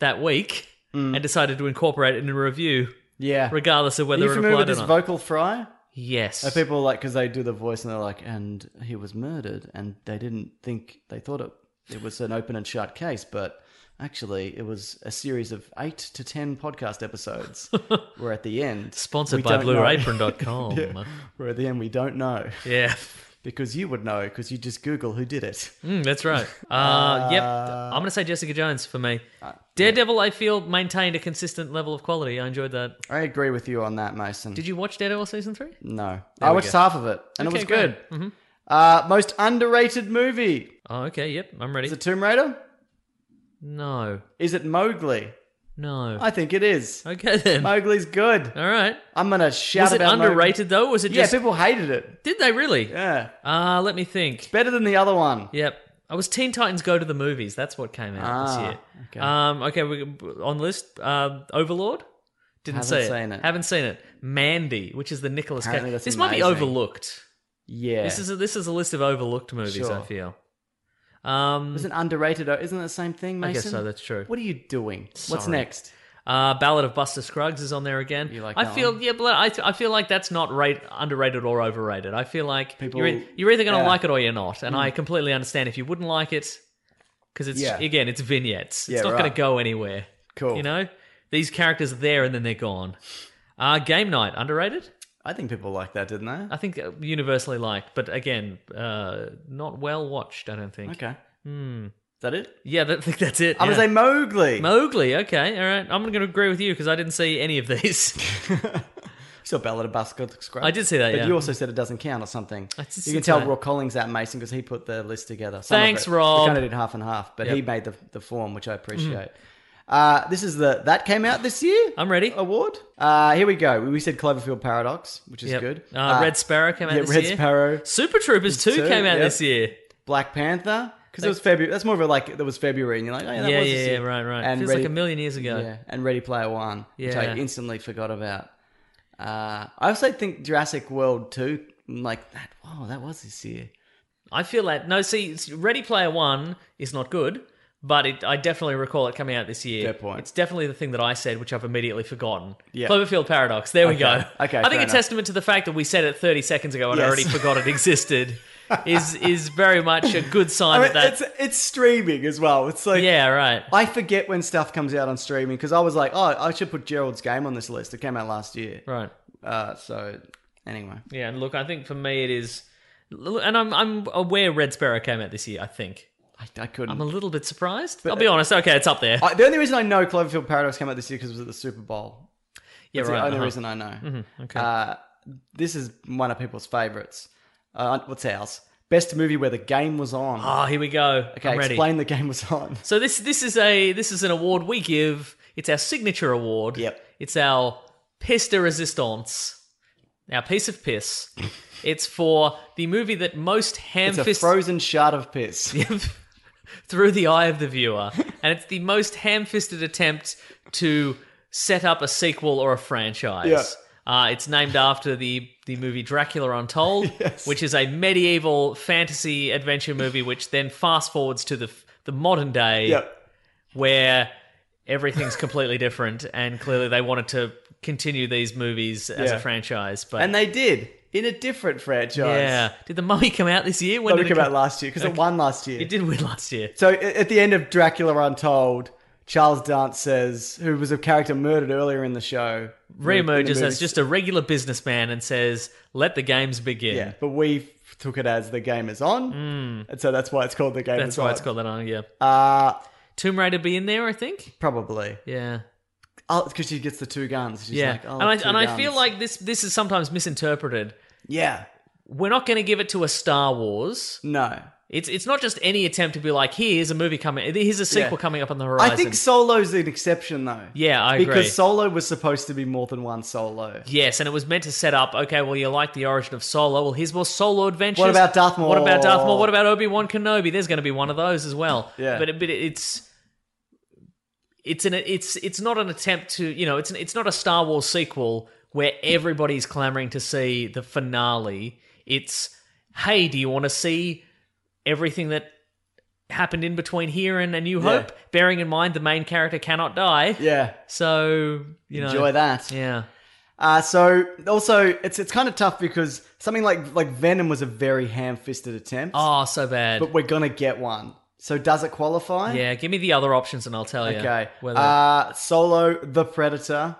that week Mm. and decided to incorporate it in a review, Yeah. regardless Are of whether you it familiar with applied or this not. vocal fry? Yes. Are people like because they do the voice and they're like, and he was murdered, and they didn't think they thought it it was an open and shut case, but actually it was a series of eight to ten podcast (laughs) episodes. We're at the end, Sponsored We by don't know. (laughs) blueapron.com. yeah. We're at the end. We don't know yeah. because you would know because you just Google who did it. Mm, that's right. Uh, yep. Uh, I'm going to say Jessica Jones for me. Daredevil, I feel, maintained a consistent level of quality. I enjoyed that. I agree with you on that, Mason. Did you watch Daredevil season three? No, I watched half of it and Okay, it was good. great. Mm-hmm. Uh, most underrated movie Oh, okay. Yep. I'm ready. is it Tomb Raider? No. Is it Mowgli? No. I think it is. okay, then. Mowgli's good. All right. I'm gonna shout Was it about Mowgli. underrated, though? Was it Yeah, just. people hated it. Did they really? Yeah, Uh, let me think. better than the other one. Yep. I was Teen Titans Go to the Movies. That's what came out Ah, this year. okay. Um, okay, we, on the list, uh, Overlord. Didn't Haven't see it. seen it. Haven't seen it. Mandy, which is the Nicholas Cage. Apparently that's This might be amazing. overlooked. Yeah, This is a, this is a list of overlooked movies. I Sure. feel. Um, isn't underrated. uh, Isn't it the same thing, I Mason? guess so. That's true. What are you doing? What's Sorry. next? Uh, Ballad of Buster Scruggs is on there again. You like I that feel one? yeah, but I, I feel like that's not rate, underrated or overrated. I feel like People- you're, e- you're either going to yeah. Mm. like it or you're not, and I completely understand if you wouldn't like it because it's Yeah. again it's vignettes. It's Yeah, not going right. to go anywhere. Cool. You know, these characters are there and then they're gone. Uh, Game Night underrated. I think people like that, didn't they? I think uh, universally liked, but again, uh, not well watched. I don't think. Okay. Hmm. Is that it? Yeah, I don't (laughs) think that's it. I'm yeah. gonna say Mowgli. Mowgli. Okay, all right. I'm going to agree with you because I didn't see any of these. (laughs) You saw Ballad of Buster Scruggs. I did see that, But yeah. you also said it doesn't count or something. I did see You can tell that. Rob Collins that Mason because he put the list together. Some of Thanks, it, Rob. Mm-hmm. We kind of did half and half, but he made the, the form, which I appreciate. Uh, this is the that came out this year. I'm ready. Award. Uh, here we go. We said Cloverfield Paradox, which is Yep. good. Uh, Red Sparrow came out yeah, this Red year. Sparrow, Super Troopers 2 Two, came out yep. this year. Black Panther, because it was February. That's more of a like that was February, and you're like, oh, yeah, that yeah, was yeah, this yeah, year. right, right. And Feels Ready, like a million years ago. Yeah, and Ready Player One, which Yeah. I instantly forgot about. Uh, I also think Jurassic World Two, I'm like that. Wow, that was this year. I feel that. No, see, it's- Ready Player One is not good, but it, I definitely recall it coming out this year. Fair point. It's definitely the thing that I said, which I've immediately forgotten. Yeah. Cloverfield Paradox. There we Okay. go. Okay, I fair think a enough. testament to the fact that we said it 30 seconds ago and I Yes. already forgot (laughs) it existed is is very much a good I sign mean, of that. it's it's streaming as well. It's like yeah, right. I forget when stuff comes out on streaming because I was like, oh, I should put Gerald's game on this list. It came out last year. Right. Uh, so anyway, Yeah, and look, I think for me it is, and I'm I'm aware Red Sparrow came out this year. I think I, I couldn't. I'm a little bit surprised. I'll be honest. Okay, it's up there. I, the only reason I know Cloverfield Paradox came out this year because it was at the Super Bowl. yeah, That's right. the only uh-huh. reason I know. okay. Uh, this is one of people's favorites. Uh, what's ours? Best movie where the game was on. Ah, here we go. okay, I'm ready. explain the game was on. (laughs) So this this is a this is an award we give. It's our signature award. Yep. It's our piece de resistance. Our piece (laughs) of piss. it's for the movie that most ham It's a fist frozen shard of piss. (laughs) through the eye of the viewer, and it's the most ham-fisted attempt to set up a sequel or a franchise. Yeah. Uh, it's named after the the movie Dracula (laughs) Untold, which is a medieval fantasy adventure movie, which then fast forwards to the f- the modern day, where everything's completely different, and clearly they wanted to continue these movies as Yeah. a franchise, but. And they did in a different franchise. yeah, did the mummy come out this year? When When did it came out come- last year because it won last year. It did win last year. So a- at the end of Dracula Untold, Charles Dance says, who was a character murdered earlier in the show, in the reemerges movie- as just a regular businessman and says, "Let the games begin." yeah. But we took it as the game is on, and so that's why it's called the game. Mm. that's is why on. it's called that. On yeah, Uh, Tomb Raider be in there, I think. probably Yeah, because she gets the two guns. She's yeah, like, oh, and I two and I feel guns. like this this is sometimes misinterpreted. yeah, We're not going to give it to a Star Wars. no. It's it's not just any attempt to be like, here's a movie coming, here's a sequel Yeah. coming up on the horizon. I think Solo's an exception though. Yeah, I agree. because Solo was supposed to be more than one Solo. Yes, and it was meant to set up. Okay, well, you like the origin of Solo. Well, here's more Solo adventures. What about Darth Maul? What about Darth Maul? What about Obi Wan Kenobi? There's going to be one of those as well. Oh. Yeah. but it, but it's it's an it's it's not an attempt to you know it's an, it's not a Star Wars sequel where everybody's clamoring to see the finale. It's hey, do you want to see everything that happened in between here and A New Yeah. Hope? Bearing in mind the main character cannot die. Yeah, So you know, enjoy that. Yeah. Uh, so also it's it's kind of tough because something like like Venom was a very ham-fisted attempt, Oh, so bad. but we're gonna get one. So does it qualify? Yeah, give me the other options and I'll tell you. Okay. Oh, Whether... Uh, Solo, The Predator.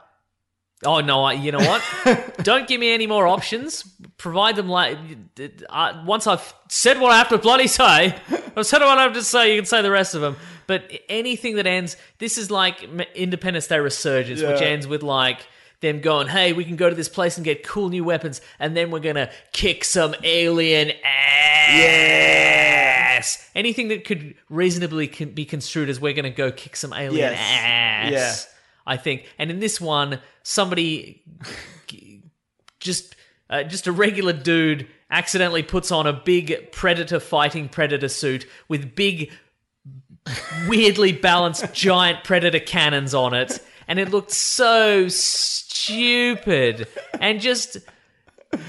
oh no, I, you know what? Don't give me any more options. Provide them like uh, once I've said what I have to bloody say. I've said what I have to say. You can say the rest of them. But anything that ends, this is like M- Independence Day Resurgence, which Yeah. ends with like them going, "Hey, we can go to this place and get cool new weapons, and then we're gonna kick some alien ass." Anything that could reasonably con- be construed as we're gonna go kick some alien Yes. ass. Yeah. I think. And in this one, somebody g- just uh, just a regular dude accidentally puts on a big predator fighting predator suit with big weirdly balanced (laughs) giant predator cannons on it and it looked so stupid and just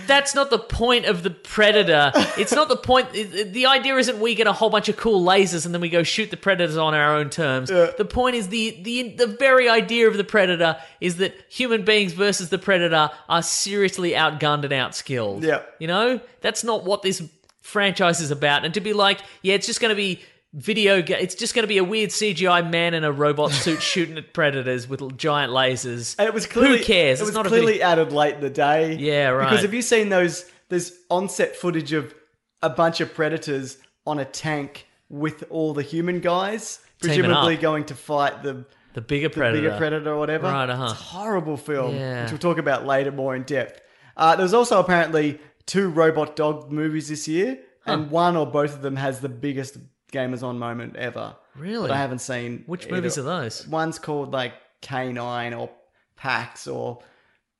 that's not the point of the predator it's not the point it- it- the idea isn't we get a whole bunch of cool lasers and then we go shoot the predators on our own terms the point is the, the the very idea of the predator is that human beings versus the predator are seriously outgunned and outskilled Yeah. you know that's not what this franchise is about and to be like yeah it's just going to be video ga- it's just going to be a weird cgi man in a (laughs) robot suit shooting at predators with l- giant lasers And it was clearly who cares It it's was not a clearly video- added late in the day. Yeah, right. Because have you seen those there's onset footage of a bunch of predators on a tank with all the human guys, Teaming presumably up. going to fight the the bigger predator bigger predator or whatever. Right, uh-huh. It's a horrible film, Yeah. which we'll talk about later more in depth. Uh, there's also apparently two robot dog movies this year, and one or both of them has the biggest gamers on moment ever. Really? But I haven't seen Which either. movies are those? One's called like Canine or Pax or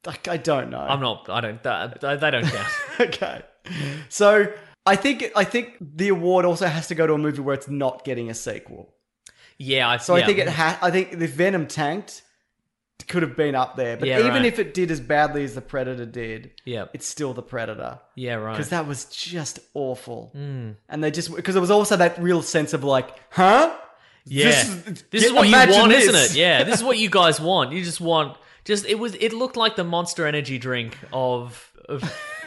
like, I don't know. I'm not. I don't. That, that- they don't count. (laughs) okay. So I think I think the award also has to go to a movie where it's not getting a sequel. (laughs) yeah. I, So yeah. I think it ha- I think the Venom tanked could have been up there, but Yeah, even right. if it did as badly as the Predator did, Yeah. it's still the Predator yeah. Right. Hmm. because that was just awful. And they just because it was also that real sense of like, huh? Yeah, This this, is- is yeah, what you imagine want, this. isn't it? Yeah, this is what you guys (laughs) want. You just want just it was it looked like the Monster Energy drink of of, (laughs)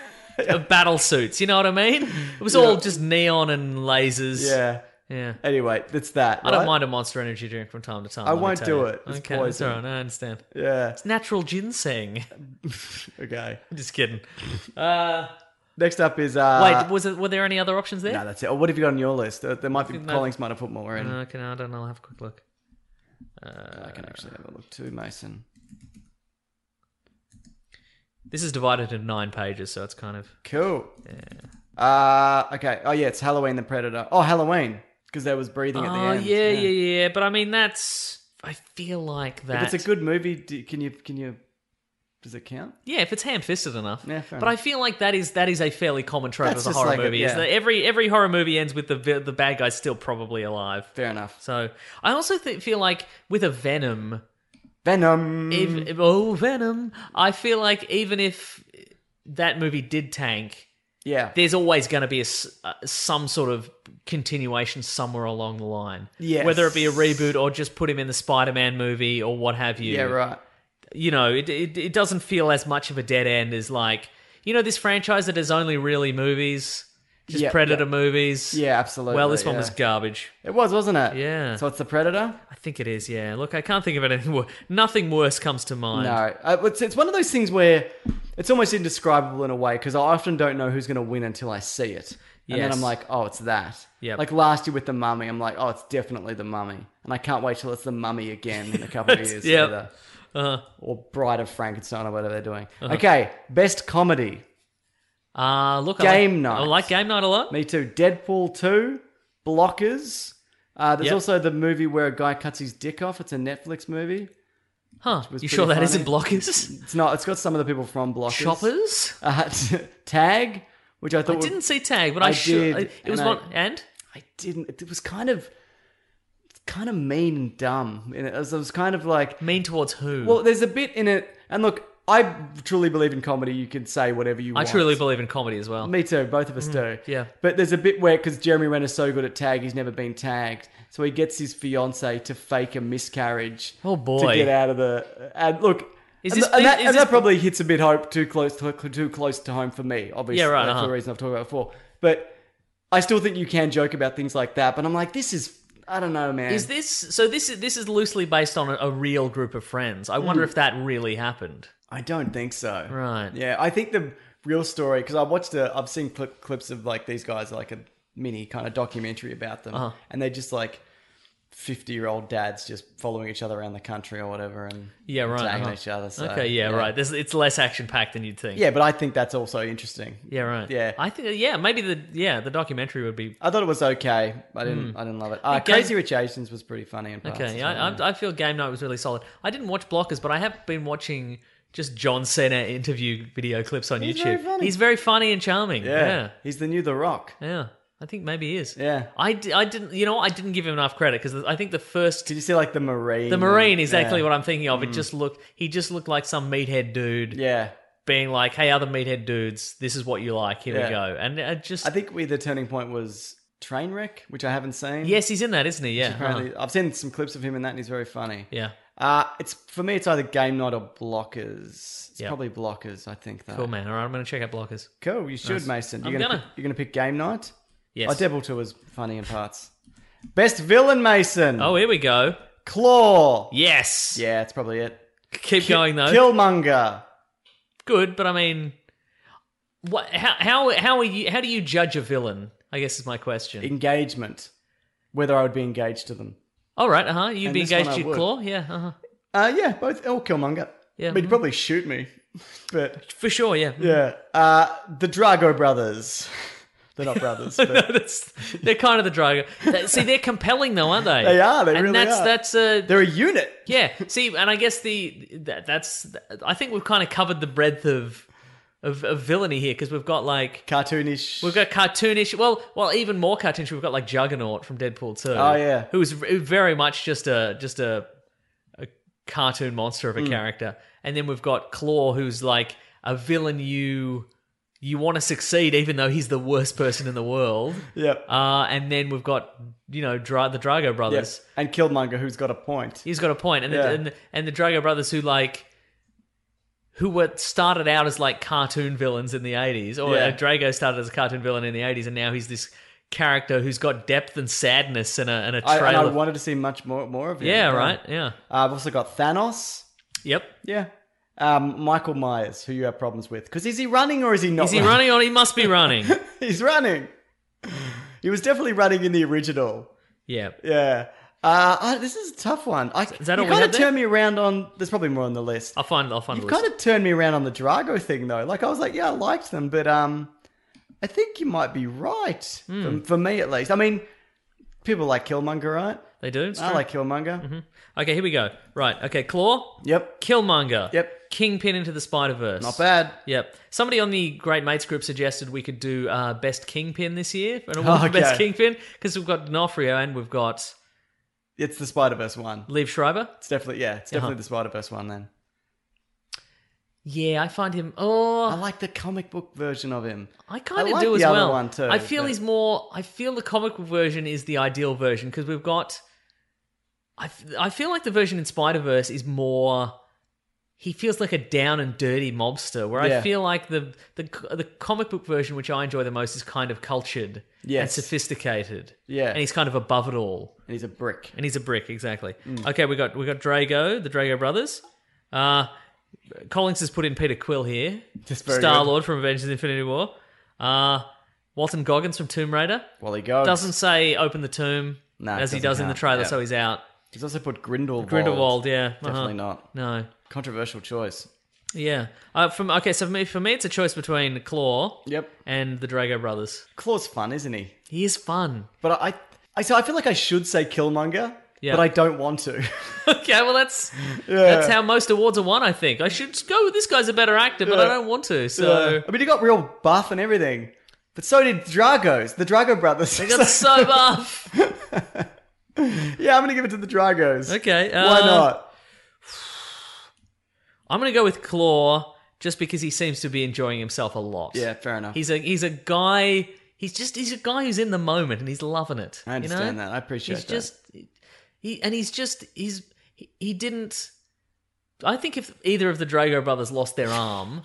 of battle suits. You know what I mean? It was all just neon and lasers. Yeah. yeah. Anyway, that's that. I don't right? mind a Monster Energy drink from time to time. I let me won't tell do you. it. It's okay, poison. all right. I understand. Yeah. It's natural ginseng. (laughs) Okay. I'm just kidding. Uh, Next up is uh, wait, was it? Were there any other options there? No, that's it. Or what have you got on your list? Uh, There might be think that- Collings might have put more in. Uh, okay, no, I don't know. I'll have a quick look. I can actually have a look too, Mason. This is divided into nine pages, so it's kind of Cool. Uh, okay. Oh yeah, it's Halloween the Predator. Oh, Halloween because there was breathing at the Oh end. yeah, yeah, yeah, But I mean, that's. I feel like that. If it's a good movie, do, can you can you? Does it count? Yeah, if it's ham-fisted enough. Yeah, fair but enough. I feel like that is that is a fairly common trope That's of a just horror like it, movie. Is yeah. that every every horror movie ends with the vi- the bad guy still probably alive. Fair enough. So I also th- feel like with a Venom, Venom. if, if- oh Venom, I feel like even if that movie did tank, yeah. there's always going to be a s uh, some sort of continuation somewhere along the line. Yes. Whether it be a reboot or just put him in the Spider-Man movie or what have you. yeah. Right. You know, it, it it doesn't feel as much of a dead end as like you know this franchise that is only really movies, just Yeah, Predator yeah. movies. Yeah, absolutely, Well, this one was yeah. garbage. It was, wasn't it? Yeah. So it's the Predator. I think it is. Yeah. Look, I can't think of anything. Wor- nothing worse comes to mind. No, I, it's, it's one of those things where it's almost indescribable in a way because I often don't know who's going to win until I see it. And then Yes. I'm like, oh, it's that. Yep. Like last year with the mummy, I'm like, oh, it's definitely the mummy. And I can't wait till it's the mummy again in a couple (laughs) of years. yep. Uh-huh. either. Or Bride of Frankenstein or whatever they're doing. Okay, best comedy. Uh look, Game I like, night. I like game night a lot. Me too. Deadpool 2, Blockers. Uh, there's Yep. also the movie where a guy cuts his dick off. It's a Netflix movie. Huh? was You pretty sure that funny. not blockers? It's not. It's got some of the people from Blockers. Choppers. Uh, (laughs) tag, which I I thought was- didn't see tag, but I, I should. did, It was and I- one and I didn't. It was kind of, it's kind of mean and dumb. And it was, it was kind of like, mean towards who? well, there's a bit in it, and look, I truly believe in comedy. You can say whatever you I want. truly believe in comedy as well. Oh, Me too. Both of us do. Mm, yeah. But there's a bit where because Jeremy Renner's so good at tag, he's never been tagged, so he gets his fiance to fake a miscarriage. Oh, boy. To get out of the and look. Is and, this and big- that, is and this that probably hits a bit hope too close to, too close to home for me. Obviously, Yeah, right, That's uh-huh. the reason I've talked about it before. But I still think you can joke about things like that. But I'm like, this is I don't know, man. Is this so? This is this is loosely based on a, a real group of friends. I wonder if that really happened. I don't think so. Right. Hmm. Yeah, I think the real story because I watched a, I've seen clip, clips of like these guys like a mini kind of documentary about them, Uh-huh. and they're just like fifty year old dads just following each other around the country or whatever, and Yeah, right. tagging uh-huh. each other. So, okay, yeah, right. This, it's less action packed than you'd think. Yeah, but I think that's also interesting. yeah, right. Yeah. I think yeah, maybe the yeah the documentary would be I thought it was okay. I didn't. I didn't love it. Uh, Okay. Crazy Rich Asians was pretty funny. In parts Hmm. okay. as I, well, yeah. I, I feel game night was really solid. I didn't watch blockers, but I have been watching just John Cena interview video clips on He's YouTube. very funny. He's very funny and charming. yeah. yeah. he's the new The Rock. Yeah, I think maybe he is. Yeah. I, di- I didn't, you know, what? I didn't give him enough credit because I think the first, Did you see like the Marine? the Marine, exactly Yeah. Mm. what I'm thinking of. It just looked, he just looked like some meathead dude Yeah, being like, hey, other meathead dudes, this is what you like, here Yeah. we go. And it just, I think we the turning point was Trainwreck, which I haven't seen. yes, he's in that, isn't he? Yeah. Apparently, huh. I've seen some clips of him in that, and he's very funny. Yeah. Uh, it's for me, it's either Game Night or Blockers. It's Yeah. probably Blockers, I think. Though. Cool, man. All right, I'm going to check out Blockers. Cool, You should, Mason. You're I'm gonna, gonna. Pick, you're gonna pick Game Night. Yes. Oh, Devil Two was funny in parts. Best villain, Mason. Oh, here we go. Claw. Yes. Yeah, that's probably it. Keep going, though. Killmonger. Good, but I mean, what, how, how, how, are you, how do you judge a villain? I guess is my question. Engagement. Whether I would be engaged to them. All right, uh huh. You'd And be this one engaged I to your would. claw? Yeah, uh huh. Uh, yeah, both. Or Killmonger. Yeah. But he'd probably shoot me. (laughs) but (laughs) For sure, yeah. yeah. Uh, the Drago brothers. (laughs) They're not (laughs) brothers. But That's- they're kind of the dragon. They- See, they're compelling though, aren't they? They are, they and really that's, are. That's a they're a unit. yeah. See, and I guess the that, that's I think we've kind of covered the breadth of of, of villainy here because we've got like Cartoonish. we've got cartoonish. Well, well, even more cartoonish. We've got like Juggernaut from Deadpool too. Oh, yeah. who's very much just a just a Hmm. a cartoon monster of a character. And then we've got Claw, who's like a villain you you want to succeed even though he's the worst person in the world. (laughs) Yep. Uh, and then we've got you know Dra- the Drago brothers. And Killmonger, who's got a point. He's got a point, and Yeah. the, and the- and the Drago brothers who like who were started out as like cartoon villains in the eighties, or Yeah. uh, Drago started as a cartoon villain in the eighties, and now he's this character who's got depth and sadness and a and a I, trail. and I of- wanted to see much more more of him. yeah, right. Yeah. Uh, I've also got Thanos. Yep. Yeah. Um, Michael Myers, who you have problems with, because is he running or is he not? Is he running or he (laughs) must be running? He's running. He was definitely running in the original. yeah. Yeah. Uh, I, this is a tough one. I, Is that you all we kind of had there? turned me around on. There's probably more on the list. I'll find I'll find You've a list. kind of turned me around on the Drago thing, though. Like I was like, yeah, I liked them, but um, I think you might be right Hmm. for, for me at least. I mean, people like Killmonger, right? they do. It's I true. Mm-hmm. like Killmonger. Okay, here we go. Right. Okay, Claw. Yep. Killmonger. Yep. Kingpin into the Spider Verse. Not bad. Yep. Somebody on the Great Mates group suggested we could do uh, best Kingpin this year, an award for Okay. best Kingpin, because we've got D'Onofrio and we've got It's the Spider Verse one. Liev Schreiber. It's definitely yeah. Uh-huh. It's definitely the Spider Verse one. Then Yeah, I find him. I Oh, like the comic book version of him. I kind I of like do the as other well. one too, I feel but- he's more. I feel the comic book version is the ideal version because we've got. I, f- I feel like the version in Spider Verse is more. He feels like a down and dirty mobster, where I Yeah. feel like the, the c- the comic book version, which I enjoy the most, is kind of cultured and Yes. sophisticated. Yeah. and he's kind of above it all, And he's a brick. and he's a brick exactly. Mm. Okay, we got we got Drago, the Drago brothers. Uh, Collins has put in Peter Quill here, That's very Star Lord from Avengers: Infinity War. Uh, Walton Goggins from Tomb Raider Well, he goes. doesn't say open the tomb No, it as he Oh, doesn't does in the count. trailer, Yeah. so he's out. He's also put Grindelwald. Grindelwald, yeah, uh-huh. Definitely not. No, Controversial choice. yeah. Uh, from okay, so for me, for me, it's a choice between Claw Yep. and the Drago brothers. Claw's fun, isn't he? He is fun. But I, I so I feel like I should say Killmonger, Yeah. but I don't want to. (laughs) okay, well that's that's how most awards are won. I think I should just go. with This guy's a better actor, but I don't want to. So I mean, he got real buff and everything, but so did Drago's, the Drago brothers. (laughs) I got so buff. (laughs) yeah, I'm gonna give it to the Dragos. Okay, Why uh, not? I'm gonna go with Claw just because he seems to be enjoying himself a lot. Yeah, fair enough. He's a he's a guy. He's just he's a guy who's in the moment and he's loving it. I understand you know? that. I appreciate he's that. just he and he's just he's he, he didn't. I think if either of the Drago brothers lost their arm,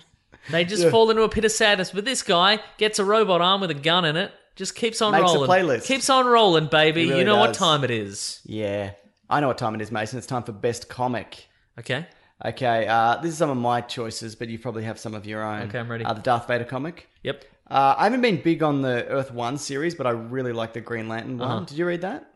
they just fall into a pit of sadness. But this guy gets a robot arm with a gun in it. Just keeps on Makes a rolling. playlist. Keeps on rolling, baby. He really you know what does. time it is. Yeah, I know what time it is, Mason. It's time for best comic. Okay. Okay, uh, this is some of my choices, but you probably have some of your own. Okay, I'm ready. Uh, the Darth Vader comic. Yep. Uh, I haven't been big on the Earth One series, but I really like the Green Lantern one. Uh-huh. Did you read that?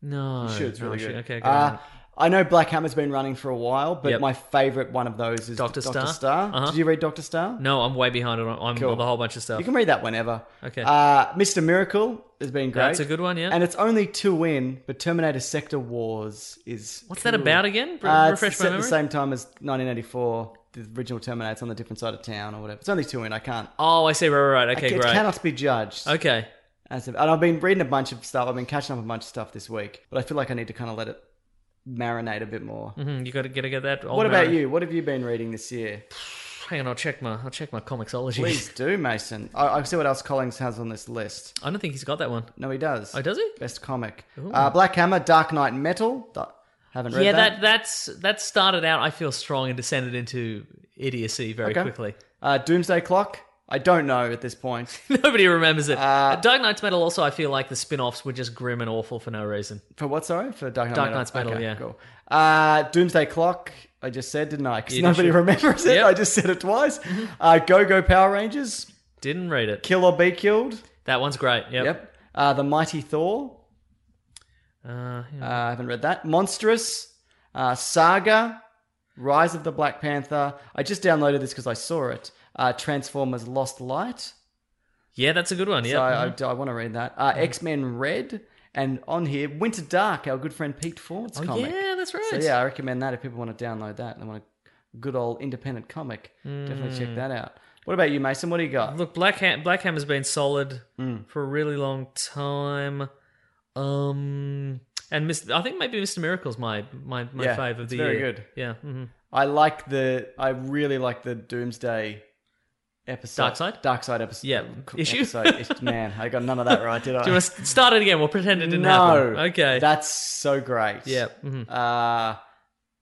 No. Sure, it's no, really shit. good. Okay. good. Uh, I know Black Hammer's been running for a while, but Yep. my favorite one of those is Dr. Doctor Star? Star. Uh-huh. Did you read Doctor Star? no, I'm way behind on, on, Cool. on the whole bunch of stuff. You can read that whenever. Okay. Uh, Mr. Miracle has been great. That's a good one, yeah. And it's only two in, but Terminator Sector Wars is. What's that about again? Re- Uh, refresh it's my set memory. the same time as 1984. The original Terminator's on the different side of town or whatever. It's only two in. I can't. Oh, I see. Right, right. right. I Okay, ca- it great. cannot be judged. Okay. As of, and I've been reading a bunch of stuff. I've been catching up a bunch of stuff this week, but I feel like I need to kind of let it marinate a bit more. hmm You got to get to get that. old What about marriage. you? What have you been reading this (laughs) year? Hang on, I'll check my I'll check my comicsology. Please do, Mason. I, I see what else Collins has on this list. (laughs) I don't think he's got that one. No, he does. Oh, does he? Best comic. Uh, Black Hammer, Dark Knight Metal. Du- haven't read yeah, that. that that's that started out. I feel strong and descended into idiocy very Okay. quickly. (laughs) Uh, Doomsday Clock. I don't know at this (laughs) point Nobody remembers it. Uh, Dark Knight's Metal. Also, I feel like the spin-offs were just grim and awful for no reason. for what. Sorry, for Dark Knight. Dark Metal. Knight's Metal, Okay, yeah. Cool. Uh, Doomsday Clock. I just said, didn't I? Because You nobody did. remembers it. Yep. I just said it twice. Uh, Go Go Power Rangers. Didn't read it. Kill or Be Killed. That one's great. Yep. Yep. Uh, the Mighty Thor. Uh, yeah. Uh, I haven't read that. Monstrous. Uh, Saga. Rise of the Black Panther. I just downloaded this because I saw it. Uh, Transformers Lost Light. yeah, that's a good one. Yeah. So I, I, want to read that. Mm-hmm. Uh, X Men Red. And on here, Winter Dark, our good friend Pete Ford's oh comic. yeah, that's right. So yeah, I recommend that if people want to download that and want a good old independent comic, Mm. definitely check that out. What about you, Mason? What do you got? Look, Black Ham- Black Hammer's been solid Hmm. for a really long time. Um, and Mr. I think maybe Mr. Miracle's my my my Yeah, fave of it's the very year. mm-hmm. good. Yeah. mhm. I like the. I really like the Doomsday episode. Dark Side? Dark Side episode. Yeah, issue? Episode. (laughs) It's- man, I got none of that right, did I? Do you want to start it again? We'll pretend it didn't no. happen. Okay. That's so great. Yeah, mhm. Uh,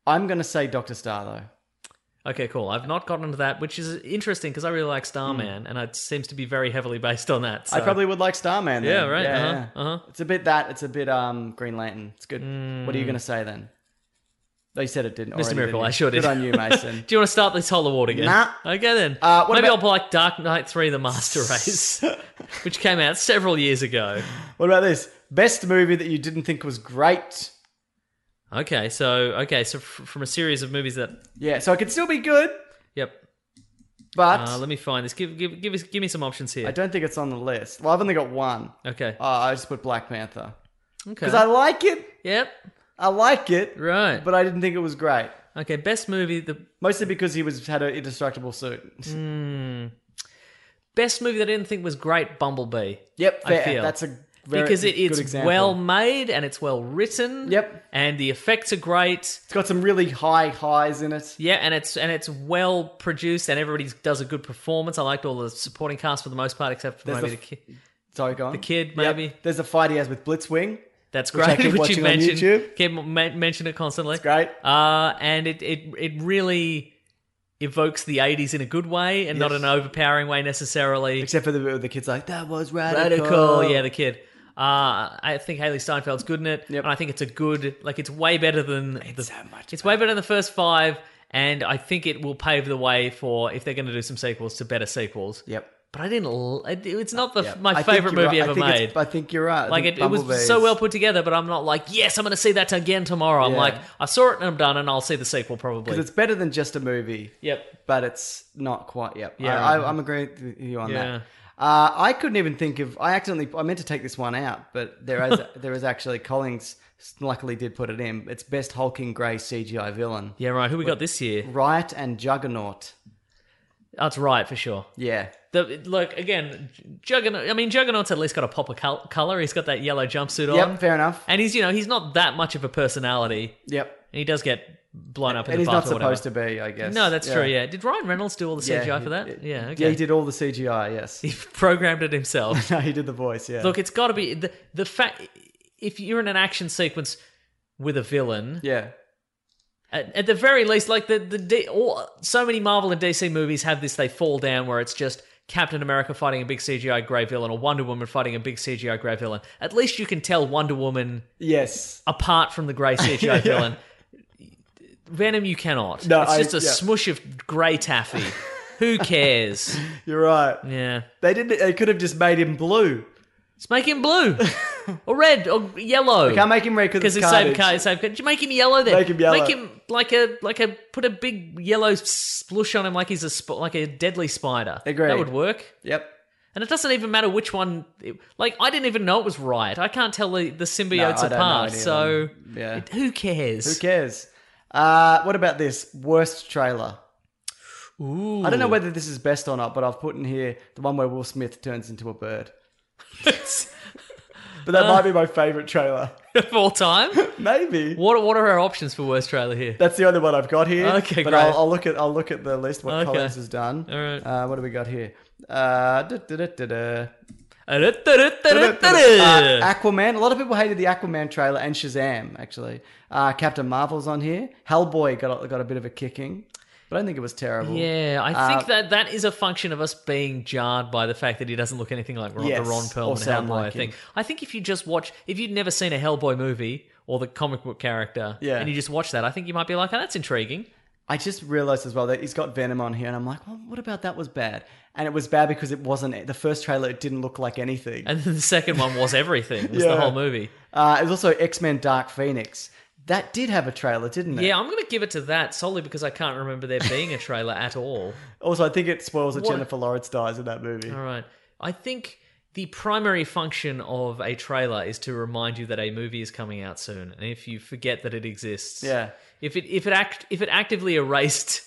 I'm going to say Doctor Star, though. okay, cool. I've not gotten into that, which is interesting because I really like Starman, and it seems to be very heavily based on that. Hmm. I so- probably would like Starman. Then. Yeah, right, uh-huh, yeah. uh-huh. It's a bit that. It's a bit um Green Lantern. It's good. What are you going to say then? They said it didn't. Hmm. Mr. already, Miracle, didn't I you? sure did. Good on you, Mason. (laughs) Do you want to start this whole award again? Nah. Okay then. Uh, what Maybe about- I'll like Dark Knight Three: (laughs) The Master Race, which came out several years ago. what about this? Best movie that you didn't think was great. Okay, so okay, so f- from a series of movies that. Yeah, so it could still be good, Yep. but Uh, let me find this. Give give give, us, give me some options here. I don't think it's on the list. Well, I've only got one. Okay. Oh, I just put Black Panther okay. because I like it. yep. I like it, Right. but I didn't think it was great. okay. Best movie. The Mostly because he was had an indestructible suit. best movie that I didn't think was great. Bumblebee. Yep, I fair. feel. That's a very because it, good it's example. well made and it's well written. Yep. And the effects are great. It's got some really high highs in it. Yeah, and it's and it's well produced, and everybody does a good performance. I liked all the supporting cast for the most part, except for There's maybe the, the f- ki- Sorry, go on. the kid. Yep. Maybe There's a fight he has with Blitzwing. that's Which I great. keep (laughs) Which, you watching on mentioned, YouTube. keep ma- mention it constantly. It's great. Uh, and it it it really evokes the '80s in a good way, and not Yes. an overpowering way necessarily. Except for the bit where the kid's like, that was radical. Radical, yeah, the kid. Uh, I think Haley Steinfeld's good in it, Yep. and I think it's a good, like, it's way better than the, it's way better than the first five, and I think it will pave the way for if they're going to do some sequels to better sequels. Yep. But I didn't. l- it- It's not the Yep. I my think favorite you're movie right. I ever think it's- made. I think you're right. I Like think it, it was Bumblebee's- so well put together, but I'm not like, yes, I'm going to see that again tomorrow. I'm Yeah. like, I saw it and I'm done, and I'll see the sequel probably. 'Cause it's better than just a movie. Yep. But it's not quite. Yep. Yeah. uh-huh. I, I, I'm agreeing with you on Yeah. that. Uh, I couldn't even think of. I accidentally. I meant to take this one out, but there (laughs) is there is actually Collins. Luckily, did put it in. It's best hulking grey CGI villain. Yeah, right. Who we got this year? Riot and Juggernaut. That's right for sure. Yeah. The look again, Juggernaut. I mean, Juggernaut's at least got a pop of col- color. He's got that yellow jumpsuit on, Yep. Fair enough. and he's you know he's not that much of a personality, Yep. and he does get blown up in And the he's bath not or whatever. supposed to be, I guess. No, that's true. Yeah, did Ryan Reynolds do all the CGI he- for that? it- yeah, okay. Yeah, he did all the CGI. Yes. (laughs) (laughs) He programmed it himself. no, he did the voice. Yeah. Look, it's got to be the the fact if you're in an action sequence with a villain, Yeah. at, at the very least, like the the D, all, so many Marvel and DC movies have this. They fall down where it's just Captain America fighting a big CGI grey villain or Wonder Woman fighting a big CGI grey villain. At least you can tell Wonder Woman Yes. apart from the grey (laughs) CGI villain. Venom, you cannot. No, it's I- just a yeah. smush of grey taffy. Who cares? (laughs) You're right. Yeah. They didn't. They could have just made him blue. Let's make him blue or red or yellow. Can't make him red because because it's same car, it's same car. You make him yellow then. Make him yellow. Make him like a like a put a big yellow splush on him like he's a sp- like a deadly spider. Agreed. That would work. Yep. And it doesn't even matter which one. it- like I didn't even know it was right. I can't tell the, the symbiotes No, I don't know apart. any of So them. Yeah. it- who cares? Who cares? Uh, what about this worst trailer? Ooh. I don't know whether this is best or not, but I've put in here the one where Will Smith turns into a bird. But Uh. that might be my favorite trailer. (laughs) (laughs) of all time. Maybe What what are our options for worst trailer here? that's the only one I've got here. Okay, but great. I'll, I'll look at I'll look at the list what Okay. Collins has done. All right. Uh, what do we got here? Uh, da, da, da, da, da. (laughs) Uh, Aquaman. A lot of people hated the Aquaman trailer and Shazam. Actually, uh, Captain Marvel's on here. Hellboy got a, got a bit of a kicking, but I don't think it was terrible. Yeah, I Uh, think that that is a function of us being jarred by the fact that he doesn't look anything like Ron, Yes, the Ron or Perlman sound Hellboy. like I think. him. I think if you just watch, if you'd never seen a Hellboy movie or the comic book character, Yeah. and you just watch that, I think you might be like, "Oh, that's intriguing." I just realized as well that he's got Venom on here, and I'm like, well, what about that was bad? And it was bad because it wasn't the first trailer. It didn't look like anything. And then the second one was everything. Was the Yeah. whole movie? Uh, it was also X Men Dark Phoenix. That did have a trailer, didn't it? Yeah, I'm going to give it to that solely because I can't remember there being a trailer at all. Also, I think it spoils that What- Jennifer Lawrence dies in that movie. All right. I think the primary function of a trailer is to remind you that a movie is coming out soon, and if you forget that it exists, Yeah. if it if it act if it actively erased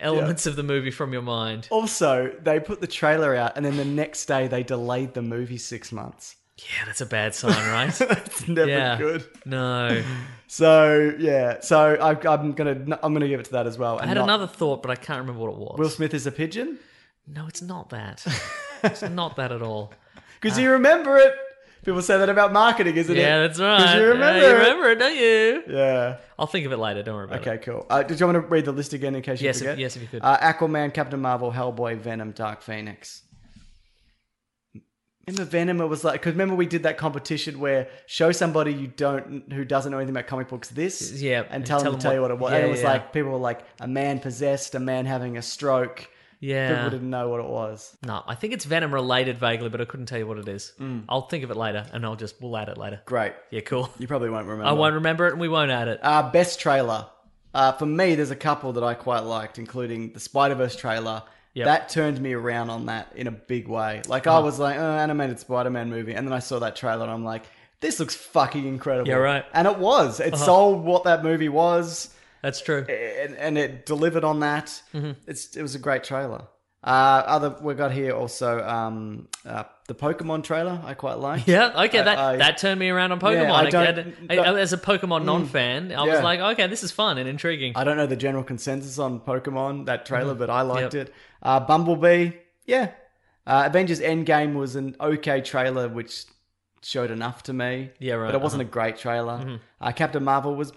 elements of the movie from your Oh. mind, Also, they put the trailer out, and then the next day they delayed the movie six months. (laughs) yeah, that's a bad sign, right? It's never yeah, good. No, So yeah, so I, I'm gonna I'm gonna give it to that as well. I and had not- another thought, but I can't remember what it was. Will Smith is a pigeon. No, it's (laughs) not that. it's not that at all. Because you remember it. People say that about marketing, isn't it? Ah. Yeah, that's right. 'Cause you Yeah, remember you it. remember it, don't you? Yeah. I'll think of it later. Don't worry about it. Okay, cool. Uh, did you want to read the list again in case you Yes, if- forget? yes, if you could. Uh, Aquaman, Captain Marvel, Hellboy, Venom, Dark Phoenix. Remember Venom? It was like because remember we did that competition where show somebody you don't who doesn't know anything about comic books this, Yeah, and, tell them to tell you what it was. and yeah, it was yeah. like people were like a man possessed, a man having a stroke. People Yeah. didn't know what it was. No, I think it's Venom related vaguely, but I couldn't tell you what it is. Mm. I'll think of it later, and I'll just we'll add it later. Great. Yeah, cool. You probably won't remember. I won't remember it, and we won't add it. Uh, best trailer. Uh, for me, there's a couple that I quite liked, including the Spider Verse trailer. Yep. Uh-huh. That turned me around on that in a big way. Like, I was like, oh, animated Spider Man movie. And then I saw that trailer and I'm like, this looks fucking incredible. Yeah, right. Uh-huh. And it was. It sold what that movie was That's true. and, and it delivered on that. Mm-hmm. It's, it was a great trailer. Uh, other we got here also um, uh, the Pokemon trailer I quite Uh, liked. Yeah, okay, I- that I- that turned me around on Pokemon. Yeah, I I don't- Mm. had- I- I- as a Pokemon non-fan, I yeah. was like, okay, this is fun and intriguing. I don't know the general consensus on Pokemon that trailer, but I liked Mm-hmm. Yep. it. Uh, Bumblebee, yeah. Uh, Avengers Endgame was an okay trailer, which showed enough to me. Yeah, right, uh-huh. Mm-hmm. But it wasn't a great trailer. Uh, Captain Marvel was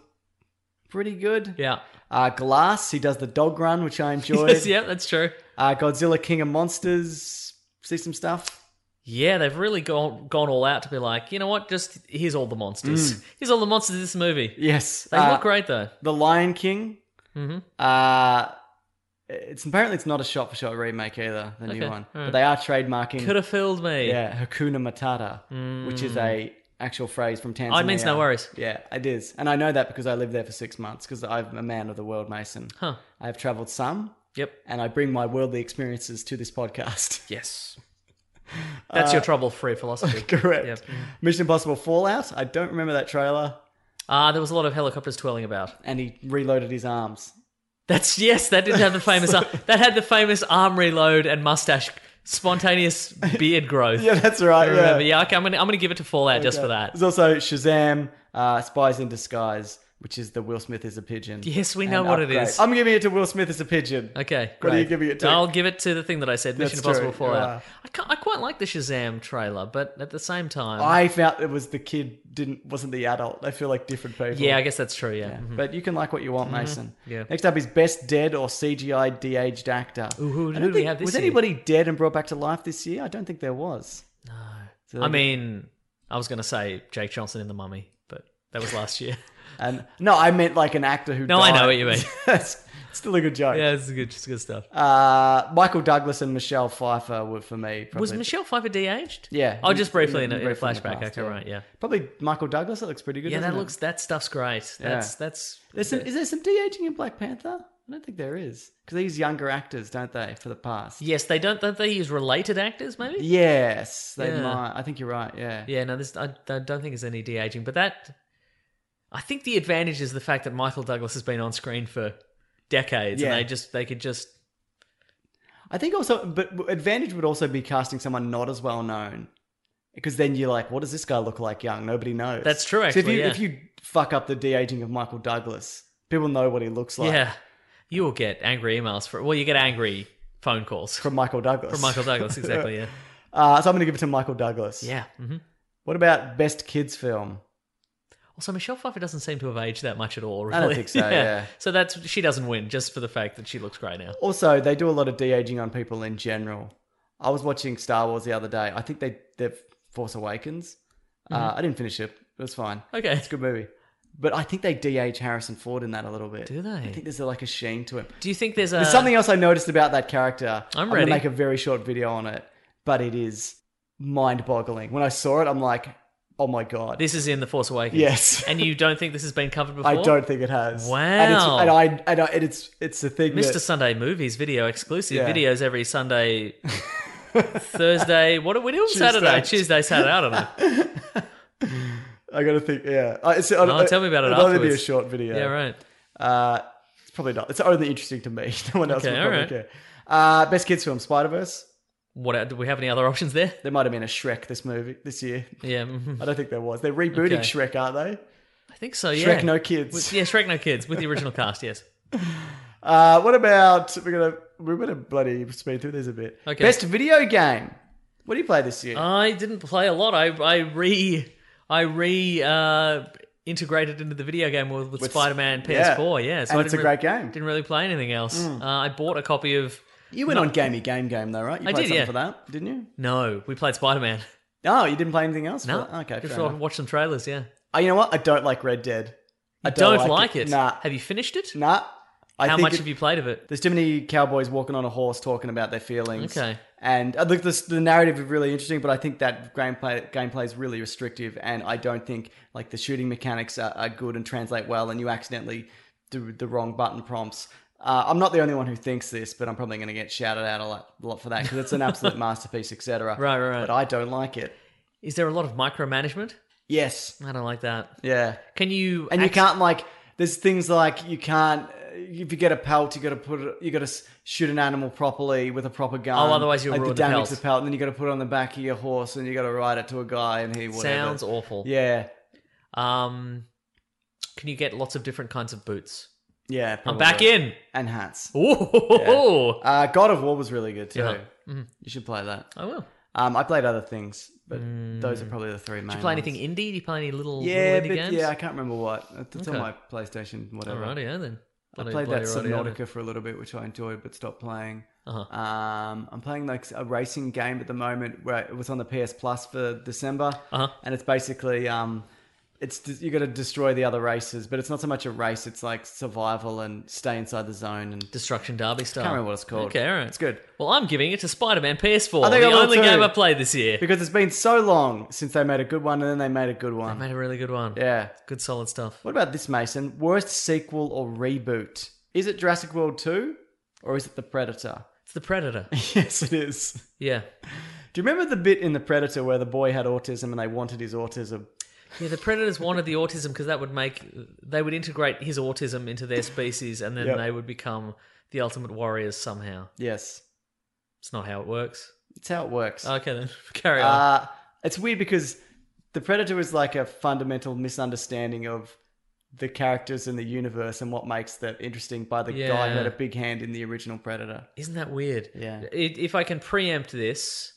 pretty good. yeah. Uh, Glass, he does the dog run, which I enjoyed. (laughs) Yes, yeah, that's true. uh, Godzilla King of Monsters, see some stuff. Yeah, they've really gone gone all out to be like, you know what? Just here's all the monsters. Here's all the monsters in this movie. Yes, They Mm. uh, look great though. The Lion King. Mhm. Uh, it's apparently it's not a shot for shot remake either, the new Okay, one. But alright. they are trademarking. Could have fooled me. Yeah, Hakuna Matata, which is a actual phrase from Tanzania. Mm. Oh, it means no worries. Yeah, it is, and I know that because I lived there for six months. Because I'm a man of the world, Mason. Huh. I have travelled some, Yep. and I bring my worldly experiences to this podcast. (laughs) Yes. That's your trouble-free philosophy. Uh, Correct. Yep. Mm. Mission Impossible Fallout. I don't remember that trailer, Ah, there was a lot of helicopters twirling about. and he reloaded his arms. (laughs) That's yes, that did have the famous ar- that had the famous arm reload and mustache spontaneous beard (laughs) growth. Yeah, that's right. I Yeah. remember. Yeah, okay, I'm gonna I'm gonna give it to Fallout just for that. There's also Shazam, uh, Spies in Disguise, which is the Will Smith is a pigeon. Yes, we and know what it Upgrade. is. I'm giving it to Will Smith is a pigeon. Okay, What are you great. giving it to? I'll give it to the thing that I said, Mission That's Impossible true, yeah. Fallout. I, can I quite like the Shazam trailer, but at the same time, I felt it was the kid didn't wasn't the adult. They feel like different people. yeah, I guess that's true. Yeah, Mhm. But you can like what you want, Mason. Yeah. Next up is best dead or CGI de-aged actor. Ooh, who- I don't who do we think- have this Was year? anybody dead and brought back to life this year? I don't think there was. No. I mean, I was gonna say Jake Johnson in the Mummy, but that was (laughs) last year. and no, I meant like an actor who. No, I died. know (laughs) what you mean. That's still a good joke. yeah, it's good, it's good stuff. Uh, Michael Douglas and Michelle Pfeiffer were for me. Probably. was Michelle Pfeiffer de-aged? Yeah. Oh, just briefly in, a, in a Briefly in the flashback. past, okay, yeah. right. Yeah. probably Michael Douglas? That looks pretty good. yeah, doesn't that it? looks that stuff's great. That's that's There's some, is there some de aging in Black Panther? I don't think there is because they use younger actors, don't they, for the past? yes. They don't don't they use related actors maybe? Yes, they Yeah. might. I think you're right. Yeah. Yeah, no, this I, I don't think there's any de aging, but that I think the advantage is the fact that Michael Douglas has been on screen for decades, Yeah. and they just they could just I think also, but advantage would also be casting someone not as well known because then you're like, what does this guy look like young? Nobody knows. That's true, So actually, if you yeah. if you fuck up the de aging of Michael Douglas, people know what he looks like. yeah. You will get angry emails for well, you get angry phone calls (laughs) from, From Michael Douglas. Michael Douglas exactly. Yeah, (laughs) Uh, so I'm going to give it to Michael Douglas. yeah. hmm What about best kids film? Also, Michelle Pfeiffer doesn't seem to have aged that much at all. Really. don't think (laughs) so, yeah. So that's she doesn't win just for the fact that she looks great now. Also, they do a lot of de aging on people in general. I was watching Star Wars the other day. I think they they Force Awakens. Uh, I didn't finish it. It was fine. Mm-hmm. Okay. it's a good movie. But I think they de-age Harrison Ford in that a little bit. Do they? I think there's like a sheen to him. Do you think there's a There's something else I noticed about that character. I'm gonna ready. make a very short video on it, but it is mind-boggling. When I saw it, I'm like, oh my god. This is in the Force Awakens. Yes. (laughs) and you don't think this has been covered before? I don't think it has. Wow. And, it's, and I and, I, and it's it's a thing. Mr. that- Sunday Movies video exclusive Yeah. videos (laughs) every Sunday, Thursday. What are we doing? Saturday, Tuesday, Saturday. I don't (laughs) know. I gotta think. Yeah. I, it's, I, Oh, tell me about it It'll only be a afterwards. short video. Yeah, right. Uh, it's probably not. It's only interesting to me. (laughs) No one else Okay, would probably alright. care. Uh, best kids film: Spider Verse. What do we have any other options there? There might have been a Shrek this movie this year. Yeah, mhm. I don't think there was. They're rebooting Okay. Shrek, aren't they? I think so. Yeah, Shrek No Kids. With- yeah, Shrek No Kids with the original cast. Yes, Uh, what about we're gonna we're gonna bloody speed through these a bit. Okay. Oh, Best video game. What do you play this year? I didn't play a lot. I I re I re uh, integrated into the video game with, with, With- Spider-Man yeah. PS4. Yeah, And I it's didn't a re- great Mm. game. Didn't really play anything else. Uh, I bought a copy of you went on Gamey Game Game though, right? You I played did, something yeah. for that, didn't you? No, we played Spider-Man. No, you didn't play anything else. No, for that? okay. Just Fair enough. watch some trailers. Yeah, Oh, you know what? I don't like Red Dead. I don't, like, it. Nah, Have you finished it? nah. I How think much it- have you played of it? There's too many cowboys walking on a horse talking about their feelings. Okay. And uh, look, this, the narrative is really interesting, but I think that gameplay gameplay is really restrictive, and I don't think like the shooting mechanics are, are good and translate well, and you accidentally do the wrong button prompts. Uh, I'm not the only one who thinks this, but I'm probably going to get shouted out a lot, a lot for that because it's an (laughs) absolute masterpiece, etc. Right, right, right. But I don't like it. Is there a lot of micromanagement? Yes. I don't like that. Yeah. Can you and you act- can't like there's things like you can't uh, if you get a pelt you got to put it you got to shoot an animal properly with a proper gun Oh, otherwise you'll like ruin the the damage pelt. to the pelt and then you got to put it on the back of your horse and you got to ride it to a guy and he whatever Sounds awful. yeah Um, can you get lots of different kinds of boots? yeah I'm back in. and hats Ooh. uh, God of War was really good too Yeah. Mm-hmm. you should play that I will. um, I played other things but those are probably the three main Mm. Did you play anything ones. indie? Did you play any little, yeah little indie but games? yeah I can't remember what it's on Okay. my PlayStation whatever Alrighty, yeah, then. I Bloody- played that bloody righty, Subnautica righty. for a little bit, which I enjoyed, but stopped playing. Uh-huh. Um, I'm playing like a racing game at the moment where it was on the PS Plus for December, Uh-huh. and it's basically um, it's you got to destroy the other races, but it's not so much a race; it's like survival and stay inside the zone. (laughs) And Destruction Derby style. remember what it's called. Okay, all right. It's good. Well, I'm giving it to Spider-Man PS4. I think the I will only too. game I played this year. because it's been so long since they made a good one, and then they made a good one. I made a really good one. yeah. Good solid stuff. What about this, Mason? Worst sequel or reboot? Is it Jurassic World Two, or is it The Predator? It's The Predator. (laughs) yes, it is. yeah. Do you remember the bit in The Predator where the boy had autism and they wanted his autism? Yeah, the Predators wanted the autism because that would make... They would integrate his autism into their species and then Yep. they would become the ultimate warriors somehow. Yes. It's not how it works. It's how it works. Okay, then. (laughs) Carry on. Uh, it's weird because The Predator is like a fundamental misunderstanding of the characters in the universe and what makes that interesting by the guy who Yeah. had a big hand in the original Predator. Isn't that weird? Yeah. It, if I can preempt this,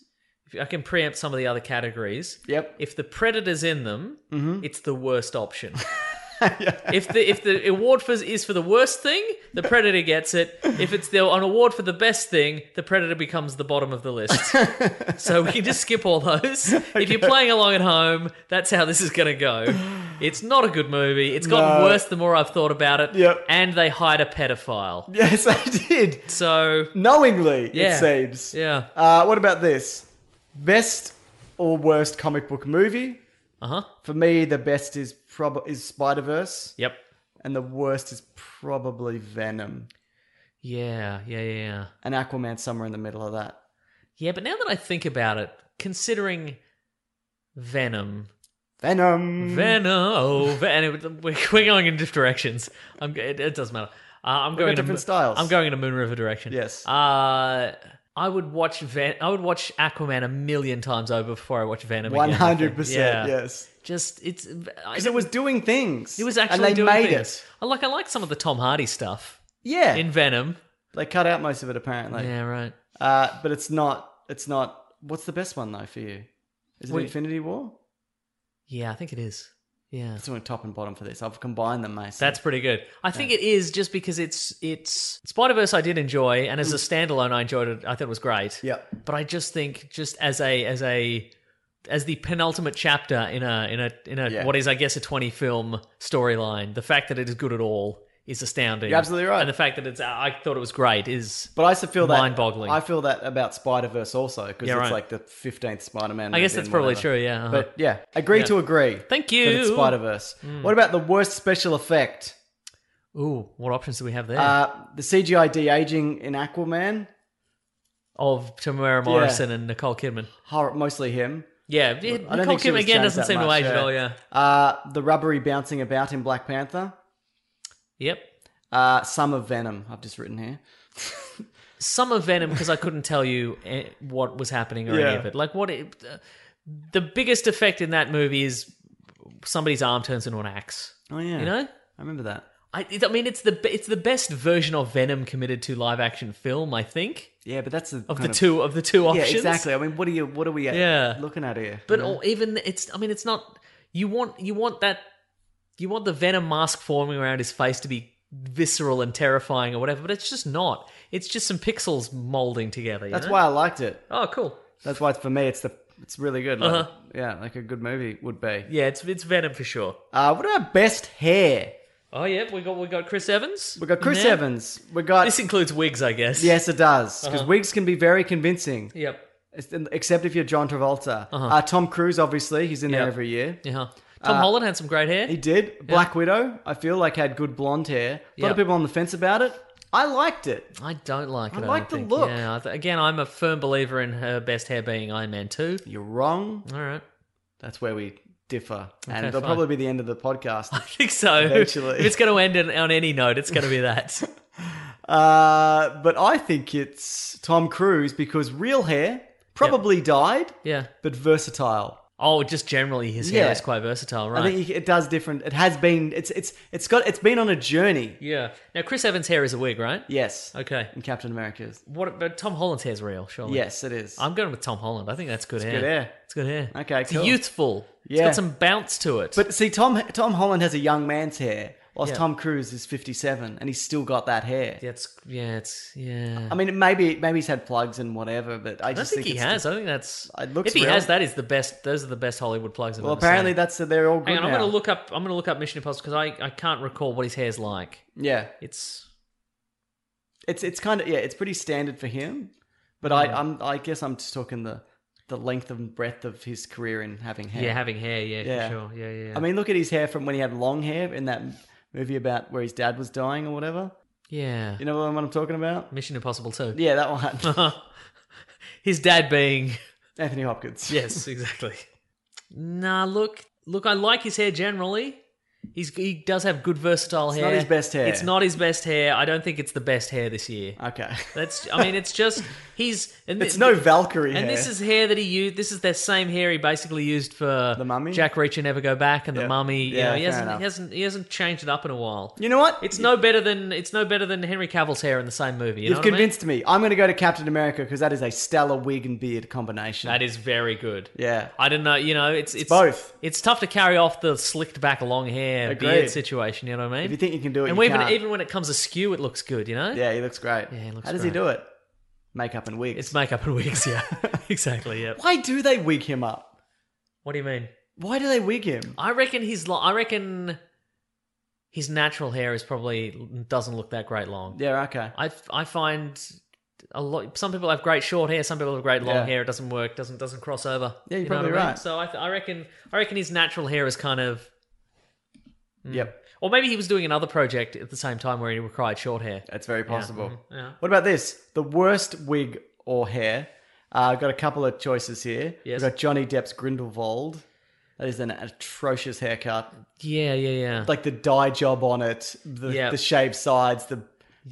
if I can preempt some of the other categories. Yep. Mm-hmm. If the predator's in them, it's the worst (laughs) option. If the if the award for is for the worst thing, the predator gets it. If it's the an award for the best thing, the predator becomes the bottom of (laughs) the list. so we can just skip all those. If you're playing along at home, that's how this is going to go. It's not a good movie. It's gotten No. worse the more I've thought about it. Yep. And they hide a pedophile. (laughs) Yes, I did. So Knowingly, Yeah. it seems. yeah. Uh, what about this? Best or worst comic book movie? Uh huh. For me, the best is prob- is Spider Verse. Yep. and the worst is probably Venom. Yeah, yeah, yeah, yeah. And Aquaman somewhere in the middle of that. Yeah, but now that I think about it, considering Venom, Venom. Venom, oh, Venom, we're (laughs) we're going in different directions. I'm, it, it doesn't matter. Uh, I'm going in a different Mo- styles. I'm going in a Moon River direction. Yes. Uh, I would watch Ven- I would watch Aquaman a million times over before I watch Venom. again, I One think. hundred (laughs) Yeah. percent. Yes. Just it's I, Because it was doing things. it was actually and they doing made things. it. I like I like some of the Tom Hardy stuff Yeah. in Venom. they cut out most of it apparently. Yeah, right. Uh, but it's not. It's not. What's the best one though for you? Is it Wait. Infinity War? Yeah, I think it is. Yeah. It's doing top and bottom for this. I've combined them, Mason. That's pretty good. I think it is just because it's it's Spider Verse. I did enjoy, and as a Mm. standalone, I enjoyed it. I thought it was great. Yep. But I just think just as a as a as the penultimate chapter in a in a in a Yeah. what is I guess a twenty film storyline, the fact that it is good at all is astounding. You're absolutely right. And the fact that it's I thought it was great is. But I still feel that Mind-boggling. I feel that about Spider Verse also because Yeah, it's right. like the fifteenth Spider Man. I guess that's probably true. Yeah. uh-huh. But yeah, agree to agree. Thank that it's you. Mm. Spider Verse. What about the worst special effect? Ooh, what options do we have there? Uh, the CGI de aging in Aquaman, of Tamara Morrison and Nicole Kidman. hor- mostly him. Yeah, yeah, I don't Nicole think she Kidman was again changed doesn't that seem to much, age at yeah. all. Yeah. Uh, the rubbery bouncing about in Black Panther. Yep. Uh, some of Venom, I've just written here. some of Venom because I couldn't tell you eh, what was happening or any Yeah. of it. Like what it, uh, the biggest effect in that movie is somebody's arm turns into an axe. Oh yeah, You know, I remember that. I, I mean, it's the be- it's the best version of Venom committed to live action film. I think Yeah, but that's the of the kind two of the two options. Yeah, exactly. I mean, what are you? What are we? At, Yeah. looking at here. But you know? or even it's I mean it's not you want you want that you want the venom mask forming around his face to be visceral and terrifying or whatever, but it's just not. It's just some pixels molding together. you that's know? why I liked it. Oh, cool. That's why for me, it's the it's really good. Like, Uh-huh. Yeah, like a good movie would be. Yeah, it's it's venom for sure. Uh, what about best hair? Oh yeah, we got we got Chris Evans. We got in Chris there. Evans. We got This Uh-huh. includes wigs, I guess. yes, it does because wigs can be very convincing, Yep. It's- except if you're John Travolta. uh Tom Cruise, obviously, he's in there Uh-huh. Yeah. every year. Yeah. Tom Holland had some great hair. Uh, He did. Black Widow, I feel like had good blonde hair. A lot of Yeah. people on the fence about it. I liked it. I don't like it. I I like don't the think. look. Yeah. I th- again, I'm a firm believer in her best hair being Iron Man two. You're wrong. All right. That's where we differ, and Okay, it'll fine. probably be the end of the podcast. (laughs) (laughs) I think so. Eventually. If it's going to end on, on any note, it's going to be that. Uh, but I think it's Tom Cruise because real hair probably dyed, (laughs) yeah. but versatile. Oh, just generally, his hair Yeah. is quite versatile, right? I think it does different. It has been. It's it's it's got. It's been on a journey. yeah. Now, Chris Evans' hair is a wig, right? Yes. Okay. And Captain America's. What? But Tom Holland's hair's real, surely. Yes, it is. I'm going with Tom Holland. I think that's good hair. good hair. It's good hair. Okay, It's cool. youthful. It's Yeah. got some bounce to it. but see, Tom Tom Holland has a young man's hair, whilst Yeah. Tom Cruise is 57, and he's still got that hair. yeah, it's yeah, it's yeah. I mean, maybe maybe he's had plugs and whatever, but I I don't just think, he it's- has. I think that's It looks if he real. has, that is the best. Those are the best Hollywood plugs. I've Well, ever apparently seen. that's they're all good Hang on, I'm now. going to look up. I'm going to look up Mission Impossible because I I can't recall what his hair's like. Yeah, It's it's it's kind of yeah, it's pretty standard for him. But I I'm I guess I'm just talking the the length and breadth of his career in having hair. yeah, having hair. Yeah, Yeah. for sure. Yeah, yeah. yeah. I mean, look at his hair from when he had long hair in that movie about where his dad was dying or whatever. yeah. You know what I'm talking about? Mission Impossible 2. Yeah, that one. (laughs) (laughs) His dad being Anthony Hopkins. (laughs) yes, exactly. Nah, look, look, I like his hair generally. He's he does have good versatile It's hair. not his best hair. It's not his best hair. I don't think it's the best hair this year. (laughs) Okay. That's I mean it's just he's and It's thi- no Valkyrie and hair. this is hair that he used. This is the same hair he basically used for The Mummy? Jack Reacher, Never Go Back, and Yeah. the Mummy. You Yeah, know, he fair hasn't enough. he hasn't he hasn't changed it up in a while. You know what? It's no better than it's no better than Henry Cavill's hair in the same movie. You You've know what I mean? convinced me. I'm going to go to Captain America because that is a stellar wig and beard combination. That is very good. Yeah. I don't know. You know, it's it's, both. It's tough to carry off the slicked back long hair Agreed. beard situation. You know what I mean? If you think you can do it, and you even can't. even when it comes askew, it looks good. You know? Yeah, he looks great. Yeah, he looks How does he great. do it? Makeup and wigs. It's makeup and (laughs) wigs. Yeah, (laughs) exactly. Yeah. Why do they wig him up? What do you mean? Why do they wig him? I reckon his. Lo- I reckon his natural hair is probably doesn't look that great long. Yeah, okay. I I find a lot. Some people have great short hair. Some people have great long Yeah. hair. It doesn't work. Doesn't doesn't cross over. Yeah, you're know probably what I mean? right. So I, th- I reckon I reckon his natural hair is kind of, Hmm. Yep. or maybe he was doing another project at the same time where he required short hair. Mm-hmm. That's very possible. yeah. hmm. What about this? The worst wig or hair. Uh, I've got a couple of choices here. Yes. We've got Johnny Depp's Grindelwald. That is an atrocious haircut. Yeah, yeah, yeah. Like the dye job on it, the, Yeah. the shaved sides, the,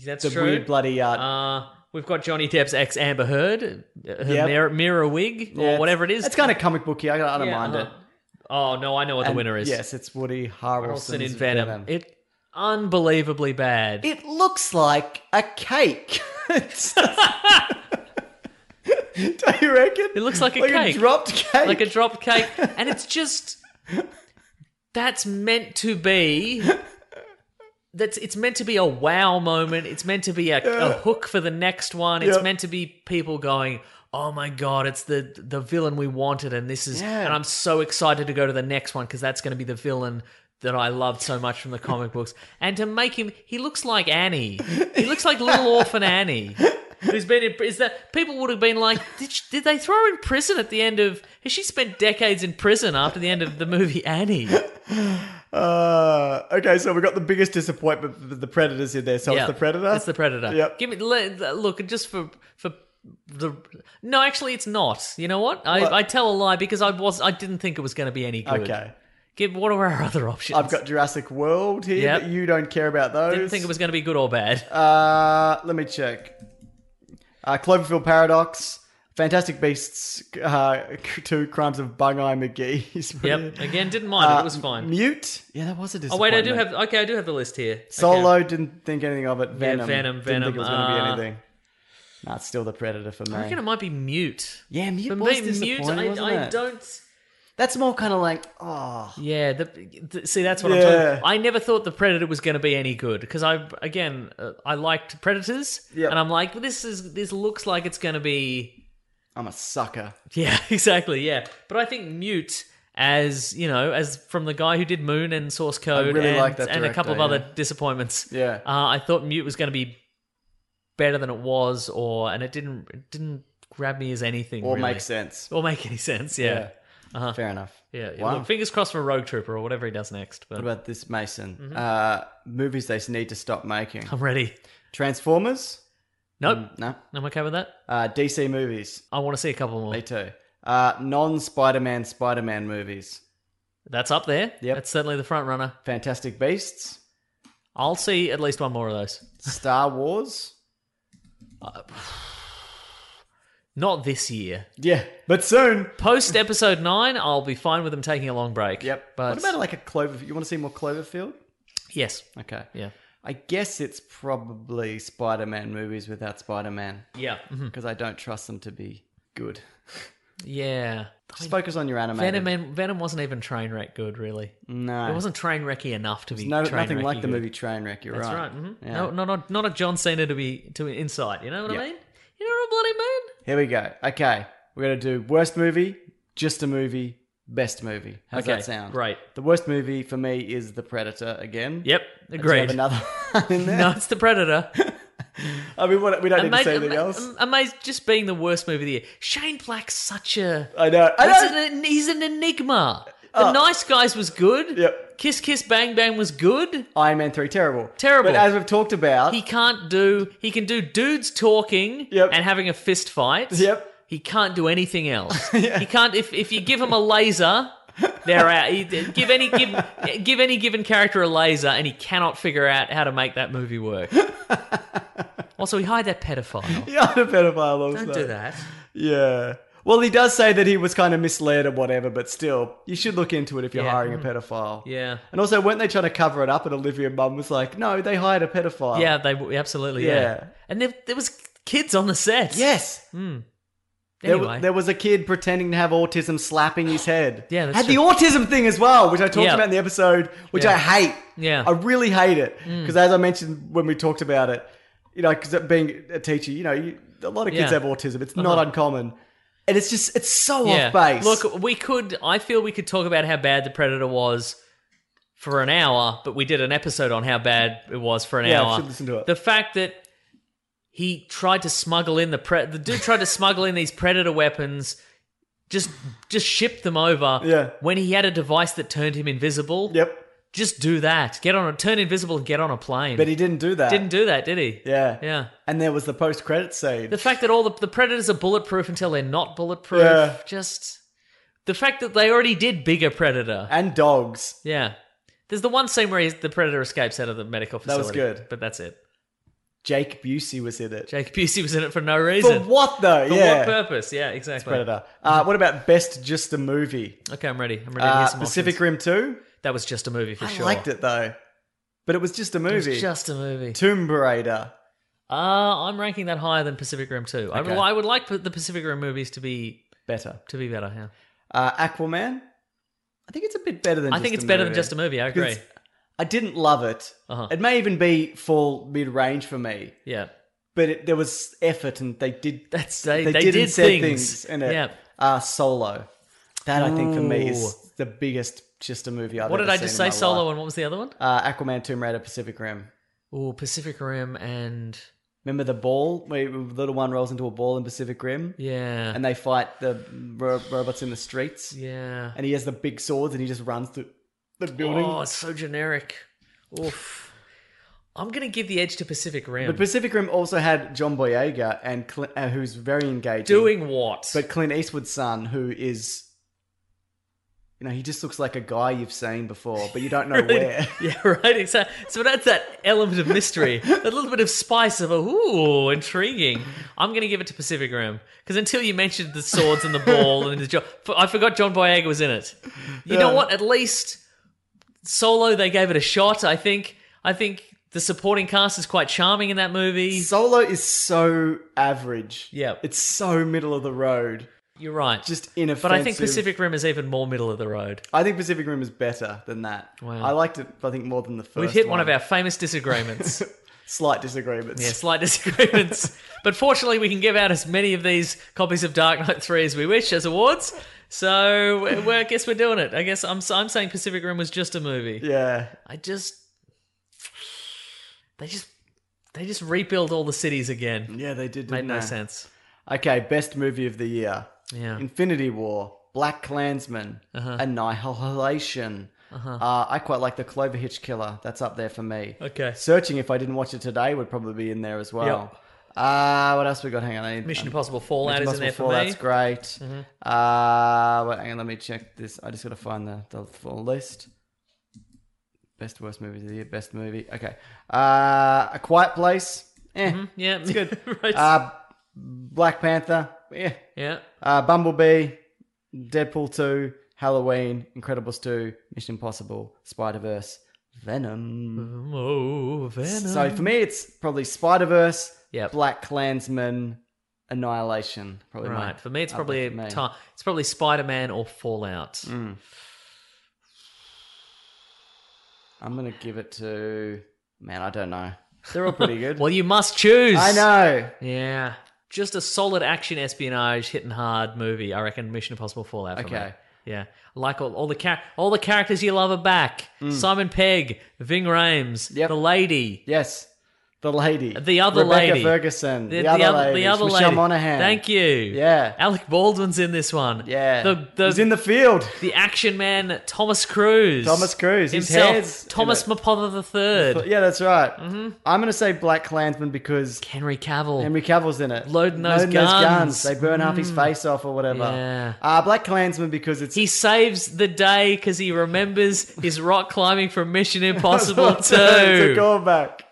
That's the true. weird bloody uh, uh, we've got Johnny Depp's ex Amber Heard, uh, her Yep. mirror, mirror wig yeah, or whatever it is. It's kind of comic booky. I, I don't Yeah, mind uh-huh. it. Oh no, I know what the And winner is. Yes, it's Woody Wilson Harrelson in Venom. It unbelievably bad. It looks like a cake. (laughs) It's just- Don't you reckon? It looks like a cake. a dropped cake. like a dropped cake, and it's just that's meant to be. That's it's meant to be a wow moment. It's meant to be a, a hook for the next one. It's Yeah. meant to be people going, "Oh my god, it's the the villain we wanted," and this is, Yeah. and I'm so excited to go to the next one because that's going to be the villain. That I loved so much from the comic books, and to make him, he looks like Annie. He looks (laughs) like little orphan Annie who's been in is that people would have been like did, she, did they throw her in prison at the end of has she spent decades in prison after the end of the movie annie Uh, okay, so we got the biggest disappointment. The, the Predators in there, so it's the Predator. it's the predator Yep. give me le- look just for for the no actually it's not you know what i, What? I tell a lie because i was i didn't think it was going to be any good Okay, give what are our other options I've got Jurassic World here. Yep. but you don't care about those. didn't think it was going to be (laughs) good or bad Uh, let me check. Uh, Cloverfield Paradox. Fantastic Beasts uh, (laughs) 2 Crimes of Bung Eye McGee. (laughs) is really- Yep. Again, didn't mind it. It was fine. Mute? Yeah, that was a oh Uh, disappointment. wait, I do have. Okay, I do have the list here. Okay. Solo, didn't think anything of it. Venom. Venom, Didn't Venom, think it was going to uh, be anything. Nah, it's still the Predator for me. I reckon it might be mute. Yeah, Mute For was me, mute. disappointing, I, wasn't I it? don't. That's more kind of like, oh. Yeah, the, th see that's what I'm Yeah. talking. About. I never thought the Predator was going to be any good because I again uh, I liked Predators Yep. and I'm like this is this looks like it's going to be I'm a sucker. yeah (laughs) exactly yeah but I think Mute as you know as from the guy who did Moon and Source Code really and, like that and a couple of director, other disappointments Yeah. uh, I thought Mute was going to be better than it was or and it didn't it didn't grab me as anything Or really. makes sense. or make any sense yeah Fair enough. yeah, yeah. Wow. Look, fingers crossed for Rogue Trooper or whatever he does next but What about this, Mason? Mm-hmm. Uh, movies they need to stop (laughs) making. I'm ready. Transformers? Nope. No. I'm okay with that. Uh, DC movies? I want to see a couple more. Me too. Uh, non Spider Man Spider Man movies? That's up there. Yep. That's certainly the front runner. Fantastic Beasts? I'll see at least one more of those. Star Wars? Not this year. Yeah, but soon. Post episode nine, I'll be fine with them taking a long break. Yep. But what about like a Clover? You want to see more Cloverfield? yes. Okay. Yeah. I guess it's probably Spider-Man movies without Spider-Man Yeah. Mhm. because I don't trust them to be good. Yeah. Just focus on your animated. Venom. Venom wasn't even train wreck good, really. No, It wasn't train wrecky enough to be no, train nothing like wrecky the good. movie Trainwreck. You're That's right. right. Mm-hmm. Yeah. No, no, not not a John Cena to be to insight. You know what Yeah. I mean? You know what I bloody mean? Here we go. Okay, we're gonna do worst movie, just a movie, best movie. How's Okay, that sound? great. The worst movie for me is The Predator again. Yep. Do you have Agreed. another (laughs) one in there. (laughs) no, it's the Predator. (laughs) I mean, what, we don't need Ama- to say anything ama- else. am- amazed just being the worst movie of the year. Shane Black's such a. I know. I That's know. an, he's an enigma. The Nice Guys was good. Yep. Kiss Kiss Bang Bang was good. Iron Man three terrible. Terrible. But as we've talked about, He can't do. He can do dudes talking Uh. Yep. and having a fist (laughs) fight. Yep. He can't do anything (laughs) else. He can't. If if you give him a laser, they're out. He- Give any give give any given character a laser, and he cannot figure out how to make that movie work. (laughs) also, he hired that pedophile. yeah, I'm a pedophile. Also. Don't do that. Yeah. Well, he does say that he was kind of misled or whatever, but still, you should look into it if you're Yeah. hiring a pedophile. Yeah. And also, weren't they trying to cover it up? And Olivia Munn was like, no, they hired a pedophile. Yeah, they w- absolutely. Yeah, "Oh." Yeah. and there, there was kids on the set. Yes. There, wa- Anyway, there was a kid pretending to have autism slapping his head. (gasps) Yeah, that's Had true. the autism thing as well, which I talked Yeah. about in the episode, which Yeah. I hate. Yeah. Mm. I really hate it. Because as I mentioned when we talked about it, you know, because being a teacher, you know, you, a lot of kids Yeah. Uh-huh. have autism. It's not uncommon. And it's just, it's so yeah. off base. Look, we could. I feel we could talk about how bad the Predator was for an hour, but we did an episode on how bad it was for an Yeah, I hour. should listen to it. The fact that he tried to smuggle in the pre- the dude tried to smuggle in these Predator weapons. Just, just ship them over. Yeah. When he had a device that turned him invisible. Yep. Just do that. Get on a turn invisible and get on a plane. But he didn't do that. didn't do that, did he? Yeah. Yeah. And there was the post credit scene. The fact that all the, the predators are bulletproof until they're not bulletproof. Yeah. Just the fact that they already did bigger predator. and dogs. yeah. There's the one scene where he's, the predator escapes out of the medical That was facility. good. But that's it. Jake Busey was in it. Jake Busey was in it for no For reason. what though? For yeah. what purpose? Yeah, exactly. Predator. Uh, what about best just a movie? Okay, I'm ready. I'm ready to Uh, hear some Pacific options. Rim 2? That was just a movie for I sure. liked it though. But it was just a It was movie. just a movie. Tomb Raider. Uh, I'm ranking that higher than Pacific Rim 2. I, Okay. I would like the Pacific Rim movies to be Better. to be better. Yeah. Uh, Aquaman? I think it's a bit better than I just a think it's better than movie. just a movie. I agree. Because I didn't love it. Uh-huh. It may even be full mid range for me, Yeah. but it, there was effort and they did That's (laughs) they, they, they did, did and said things. things, in it. Yeah. Uh, solo. That I think for me is Ooh. the biggest just a movie I've What ever did I seen just in my say? Solo life. and what was the other one? uh, Aquaman, Tomb Raider, Pacific Rim. Oh, Pacific Rim and Remember the ball? Where the little one rolls into a ball in Pacific Rim, (laughs) yeah, and they fight the ro- robots in the streets. yeah. And he has the big swords, and he just runs through the building. Oh, it's so generic. Oof. I'm gonna give the edge to Pacific Rim. but Pacific Rim also had John Boyega, and Cl- uh, who's very engaging, Doing what? but Clint Eastwood's son, who is you know, he just looks like a guy you've seen before, but you (laughs) don't know Right. (laughs) where. Yeah, right. Exactly. So that's that element of mystery, a little bit of spice of a ooh, intriguing. I'm going to give it to Pacific Rim because until you mentioned the swords and the ball and the jo- f- I forgot John Boyega was in it. You know Yeah. what? At least Solo, they gave it a shot. I think. I think the supporting cast is quite charming in that movie. Solo is so average. Yeah. It's so middle of the road. You're right. Just But I think inoffensive. Pacific Rim is even more middle of the road. I think Pacific Rim is better than that. Wow. I liked it, I think, more than the first We've hit one of our famous disagreements. (laughs) slight disagreements. Yeah, slight (laughs) disagreements. but fortunately, we can give out as many of these copies of Dark Knight 3 as we wish as awards. So we we- I guess we're doing it. I guess I'm, I'm saying Pacific Rim was just a movie. Yeah. I just. They just. They just rebuild all the cities again. Yeah, they did. Made didn't no they? sense. Okay, best movie of the year: Yeah. Infinity War, Black Klansman, Uh-huh. Annihilation. uh I quite like the Clover Hitch Killer. That's up there for me. Okay. Searching if I didn't watch it today would probably be in there as well. Uh, what else we got? Hang on, I need um, Mission Impossible Fallout Mission is in there Impossible for me. Mm-hmm. Fallout's great. Uh, wait, hang on, let me check this. I just got to find the, the full list. Best worst movies of the year. Best movie. Okay. Uh, A Quiet Place. Eh. Yeah, It's good. (laughs) right. Uh, Black Panther. Yeah. yeah. Uh, Bumblebee, Deadpool 2, Halloween, Incredibles 2, Mission Impossible, Spider Verse, Venom. Oh, Venom. So for me, it's probably Spider Verse, Yep. Black Klansman, Annihilation. Probably my- Right. For me, it's up probably there for me. Mm. Hmm. ti- it's probably Spider Man or Fallout. I'm gonna give it to man. I don't know. They're all pretty good. (laughs) Well, you must choose. I know. Yeah. Just a solid action espionage hitting hard movie. I reckon Mission Impossible Fallout. For Okay. Me. Yeah. Like all, all the char- all the characters you love are back. Simon Pegg, Ving Rhames, Mm. Yep. the lady. Yes, the lady, The other Rebecca lady. Ferguson, the, other lady, the other Michelle lady. Monaghan. Thank you. Yeah. Alec Baldwin's in this one. Yeah, The the he's in the field. the action man Thomas Cruise. Thomas Cruise, his himself. hair's in Thomas it. Mapother the (laughs) Third. Yeah, that's right. Mm-hmm. I'm gonna say Black Klansman because Henry Cavill. Henry Cavill's in it, Loading those guns. Mm. They burn half his face off or whatever. Yeah. Uh, Black Klansman because it's He saves the day because he remembers his rock climbing from Mission (laughs) (laughs) Impossible it's a 2. callback.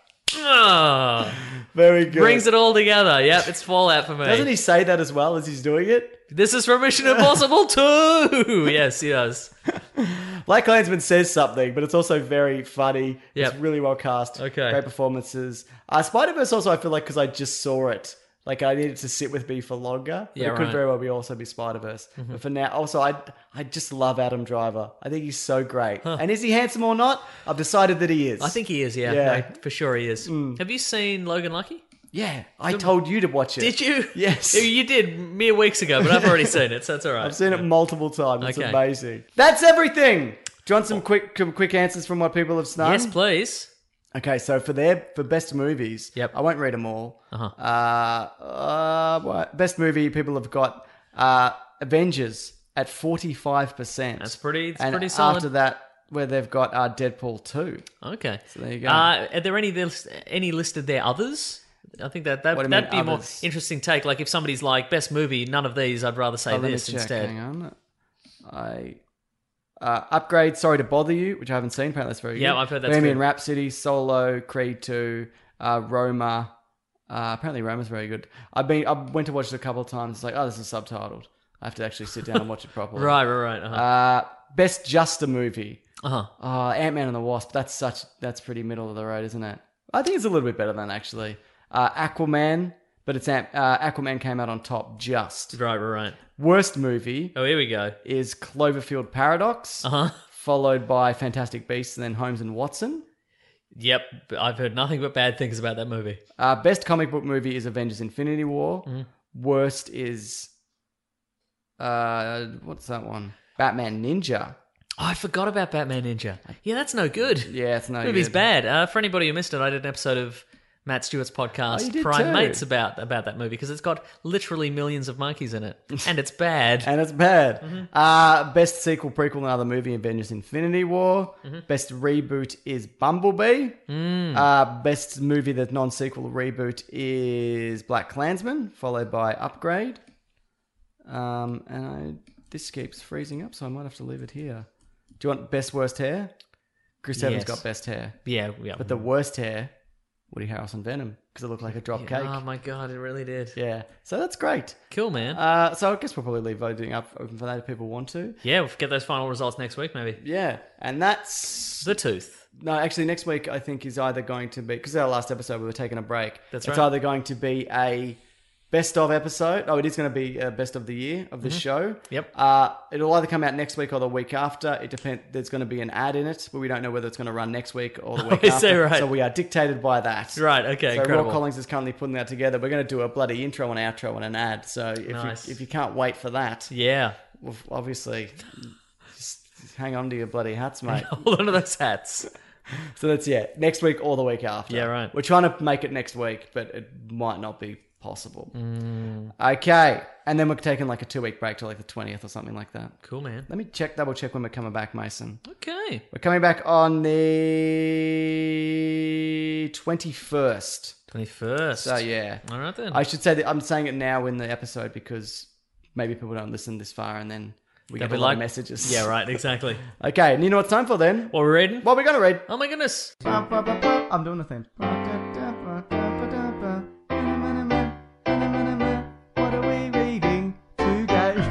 Ah, Very good. brings it all together. Yep, it's Fallout for me. Doesn't he say that as well as he's doing it? This is from Mission Impossible (laughs) 2. Yes, he does. Black Klansman says something, but it's also very funny. Yep. It's really well cast. Okay. Great performances. Uh, Spider Verse also, I feel like, because I just saw it, like I needed to sit with me for longer. But Yeah, it could right. Mm-hmm. very well be also be Spider Verse. But for now, also, I I just love Adam Driver. I think he's so great. And is he handsome or not? I've decided that he is. I think he is, yeah. Mm. Yeah. No, for sure he is. Have you seen Logan Lucky? Yeah. I told you to watch it. Did you? Yes. (laughs) You did mere weeks ago, but I've already seen it, so that's all right. I've seen it multiple times. It's Okay. amazing. That's everything. Do you want some quick quick answers from what people have snubbed? Yes, please. Okay, so for their for best movies, Yep. I won't read them all. Uh-huh. Uh, what- best movie people have got uh, Avengers at forty five percent. That's pretty- it's and pretty solid. after that, where they've got uh, Deadpool two. Okay. So there you go. Uh, are there any list- any listed there others? I think that that What do you that'd be mean, more others? interesting take. Like if somebody's like best movie, none of these. I'd rather say Oh, let me this check. Hang instead. on, I uh, upgrade. Sorry to bother you, which I haven't seen. Apparently, that's very Yeah, good. I've heard that's Bohemian good. Rhapsody, Solo, Creed two, uh, Roma. Uh, apparently, Roma's very good. I've been I went to watch it a couple of times. It's like, oh, this is subtitled. I have to actually sit down and watch it properly. (laughs) Right, right, right. Uh-huh. Uh, best just a movie. Uh-huh. Uh, Ant Man and the Wasp. That's such. That's pretty middle of the road, isn't it? I think it's a little bit better than actually. Uh, Aquaman, but it's Ant- uh, Aquaman came out on top. Just Right, right, right. worst movie Oh, here we go. is Cloverfield Paradox, Uh huh. followed by Fantastic Beasts, and then Holmes and Watson. Yep, I've heard nothing but bad things about that movie. Uh, best comic book movie is Avengers: Infinity War. Mm-hmm. Worst is uh, what's that one? Batman Ninja. Oh, I forgot about Batman Ninja. Yeah, that's no good. Yeah, it's no movie's good. bad. Uh, for anybody who missed it, I did an episode of Matt Stewart's Oh, you podcast did Prime too. Mates about about that movie because it's got literally millions of (laughs) monkeys in it and it's bad. and it's bad. Mm-hmm. Uh, best sequel, prequel, and other movie: Avengers: Infinity War. Mm-hmm. Best reboot is Bumblebee. Mm. Hmm. Uh, best movie that's non-sequel reboot is Black Klansman, followed by Upgrade. Um, and I This keeps freezing up, so I might have to leave it here. Do you want best worst hair? Chris Evans Yes. Hmm. got best hair, Yeah, yeah. but the worst hair, Woody Harrelson Venom, because it looked like a drop Yeah, Oh cake. my god, it really did. Yeah, so that's great. Cool, man. Uh, so I guess we'll probably leave voting up open for that if people want to. yeah, we'll get those final results next week, maybe. Yeah, and that's The tooth. no. Actually, next week I think is either going to be because our last episode we were taking a break. That's It's right. either going to be a best of episode. Oh, it is going to be a best of the year of this show. Mm-hmm. Yep. Uh, it'll either come out next week or the week after. It depends. There's going to be an ad in it, but we don't know whether it's going to run next week or (laughs) the week is after. that right? So we are dictated by that. Right, okay, So incredible. Rob Collins is currently putting that together. We're going to do a bloody intro and outro and an ad. So if Nice. you if you can't wait for that, Yeah. (laughs) well, obviously, just hang on to your bloody hats, mate. Hold on to those hats. So that's yeah, next week or the week after. Yeah, right. We're trying to make it next week, but it might not be possible. Mm. Okay, and then we're taking like a two week break to like the twentieth or something like that. Cool, man. Let me check, double check when we're coming back, Mason. Okay. We're coming back on the twenty first. 21st. So yeah, All right then. I should say that I'm saying it now in the episode because maybe people don't listen this far, and then we They'll get a be lot like- of messages. yeah, right, exactly. (laughs) Okay, and you know what it's time for then? What we're reading? What we're gonna read? Oh my goodness. I'm doing the thing. What are we reading today?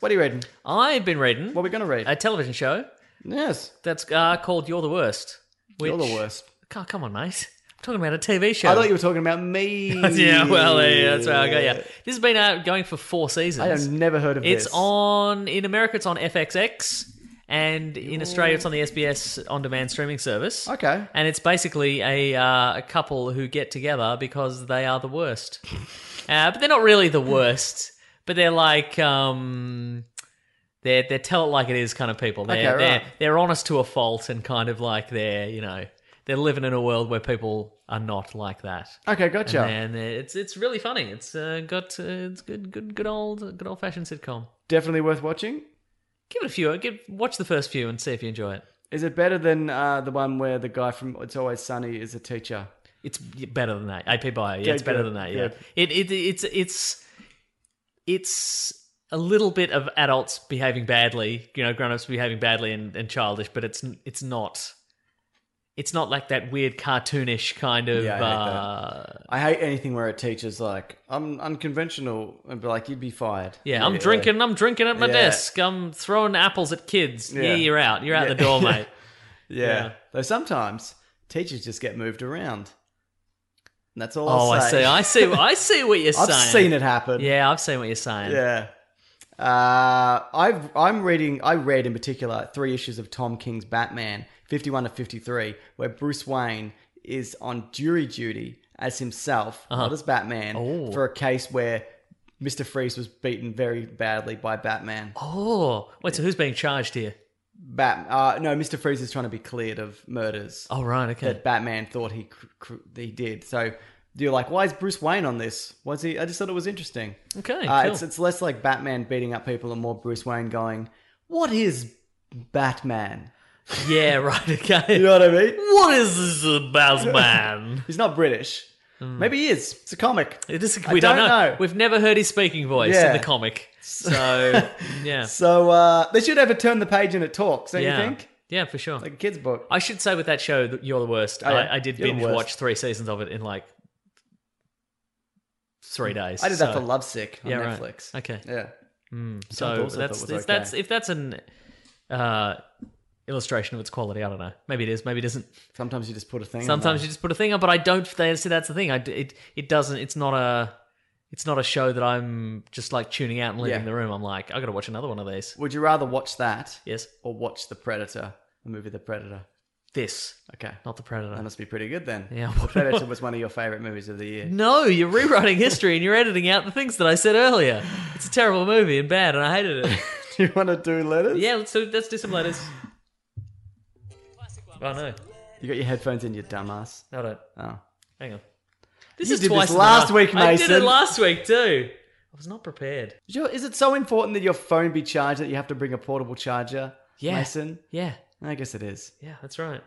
What are you reading? I've been reading What are we gonna read? a television show yes, that's uh, called You're the Worst. you're the which- worst. Oh, come on, mate. (laughs) I'm talking about a TV show. I thought you were talking about me. (laughs) yeah, well, yeah, that's where I got you. This has been uh, going for four seasons. I have never heard of It's this. on in America. It's on FXX, and in Australia, it's on the SBS on-demand streaming service. Okay. and it's basically a uh, a couple who get together because they are (laughs) the worst. uh, but they're not really the worst. But they're like um, they're they're tell it like it is kind of people. They're Okay, they're right. they're honest to a fault and kind of like they're you know they're living in a world where people are not like that. Okay, And gotcha. then it's it's really funny. It's uh, got uh, it's good good good old good old fashioned sitcom. Definitely worth watching. Give it a few. Give watch the first few and see if you enjoy it. Is it better than uh, the one where the guy from It's Always Sunny is a teacher? It's better than that. AP Bio. Yeah, Yeah, it's better good, than that. Yeah. good. It, it it's it's it's a little bit of adults behaving badly, you know, grown-ups behaving badly and, and childish, but it's it's not it's not like that weird cartoonish kind of Yeah, I hate uh I hate anything where it teaches like I'm unconventional and be like you'd be fired. yeah, I'm drinking, I'm drinking at my Yeah. desk. I'm throwing apples at kids. Yeah, Yeah. you're out. You're out (laughs) Yeah. the door, mate. Yeah. Yeah. Though sometimes teachers just get moved around. And that's all I'll oh, I see. say. I see. I see what you're (laughs) I've saying. seen it happen. Yeah, I've seen what you're saying. Yeah. Uh, I've, I'm reading, I read in particular three issues of Tom King's Batman, 51 to 53, where Bruce Wayne is on jury duty as himself, not as Batman, Uh-huh. Oh. for a case where Mr. Freeze was beaten very badly by Batman. Oh, wait. So who's being charged here? Bat, uh, no, Mr. Freeze is trying to be cleared of murders. Oh, right. Okay. that Batman thought he cr- cr- he did. So you're like, why is Bruce Wayne on this? Was he? I just thought it was interesting. Okay, uh, cool. it's it's less like Batman beating up people and more Bruce Wayne going, "What is Batman?" (laughs) Yeah, right. Okay. You know what I mean? What is this about, (laughs) man? He's not British. Mm. Maybe he is. It's a comic. (laughs) It is, we I don't, don't know. know. We've never heard his speaking voice Yeah. in the comic. So, (laughs) yeah. So uh, they should ever turn the page and it talks. Don't yeah. you think? Yeah, for sure. Like a kid's book. I should say with that show that you're the worst. Oh, yeah. I, I did You're the binge worst. watch three seasons of it in like three days. I did that so- for Lovesick on yeah, right. Netflix. Okay. Yeah. John So Dawson that's thought if it was that's okay. if that's an uh, illustration of its quality. I don't know. Maybe it is. Maybe it isn't. Sometimes you just put a thing. Sometimes you just put a thing up, but I don't. They see that's the thing. I d- it it doesn't. It's not a. It's not a show that I'm just like tuning out and leaving Yeah. the room. I'm like, I got to watch another one of these. Would you rather watch that Yes, or watch The Predator, the movie The Predator? this, Okay. not the Predator. That must be pretty good then. Yeah. The Predator was one of your favorite movies of the (laughs) year. no, you're rewriting history and you're editing out the things that I said earlier. It's a terrible movie and bad, and I (laughs) hated it. Do you want to do letters? yeah, let's do, let's do some letters. Oh no, You got your headphones in, you dumbass. no, don't. Oh. Hang on. This You is did twice this in a last row. week, I did it Mason. last week too. I was not prepared. Is your- Is it so important that your phone be charged that you have to bring a portable charger? Yeah. Mason? Yeah, I guess it is. yeah, that's right.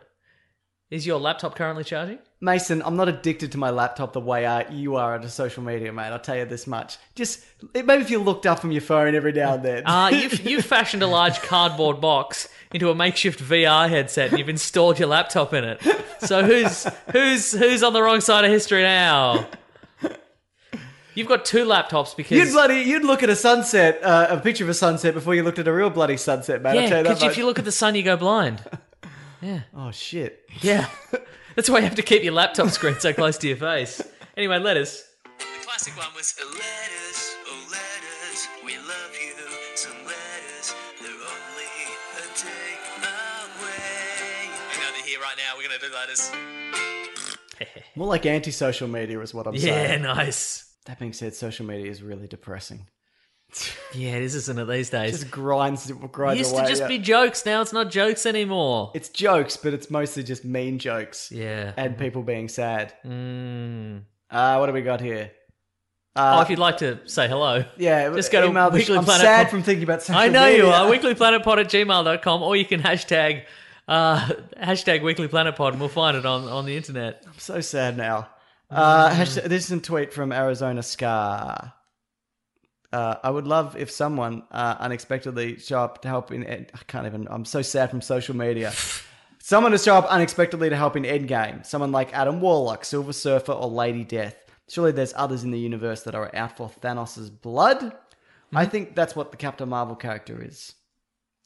Is your laptop currently charging? Mason, I'm not addicted to my laptop the way uh, you are to social media, mate. I'll tell you this much. Just maybe if you looked up from your phone every now and then. (laughs) Uh, you've, you've fashioned a large cardboard box into a makeshift VR headset and you've installed your laptop in it. So who's who's who's on the wrong side of history now? You've got two laptops (laughs) because You'd bloody you'd look at a sunset, uh, a picture of a sunset before you looked at a real bloody sunset, mate. I'll tell yeah, you that because much. if you look at the sun, you go blind. oh shit. Yeah, that's why you have to keep your laptop screen so close to your face. Anyway, letters. The classic one was uh, letters, oh letters, we love you. Some letters, they're only a day away. Hang on to here right now. We're gonna do letters. (laughs) More like anti-social media is what I'm Yeah, saying. nice. That being said, social media is really depressing. Yeah, this isn't it these It days. just grinds It grinds used away. to just yeah. be jokes. Now it's not jokes anymore. it's jokes, but it's mostly just mean jokes yeah. and people being sad. Mm. Uh, what do we got here? Uh, oh, if you'd like to say hello. (laughs) yeah, just go to email the- Weekly I'm Planet sad Pod- from thinking about social (laughs) I know you media. are. WeeklyPlanetPod at gmail.com or you can hashtag uh, hashtag WeeklyPlanetPod and we'll find it on, on the internet. I'm so sad now. Uh, hashtag- this is a tweet from Arizona Scar. Uh, I would love if someone uh, unexpectedly show up to help in. Ed- I can't even. I'm so sad from social media. Someone to show up unexpectedly to help in Endgame. Someone like Adam Warlock, Silver Surfer, or Lady Death. Surely there's others in the universe that are out for Thanos' blood. I think that's what the Captain Marvel character is.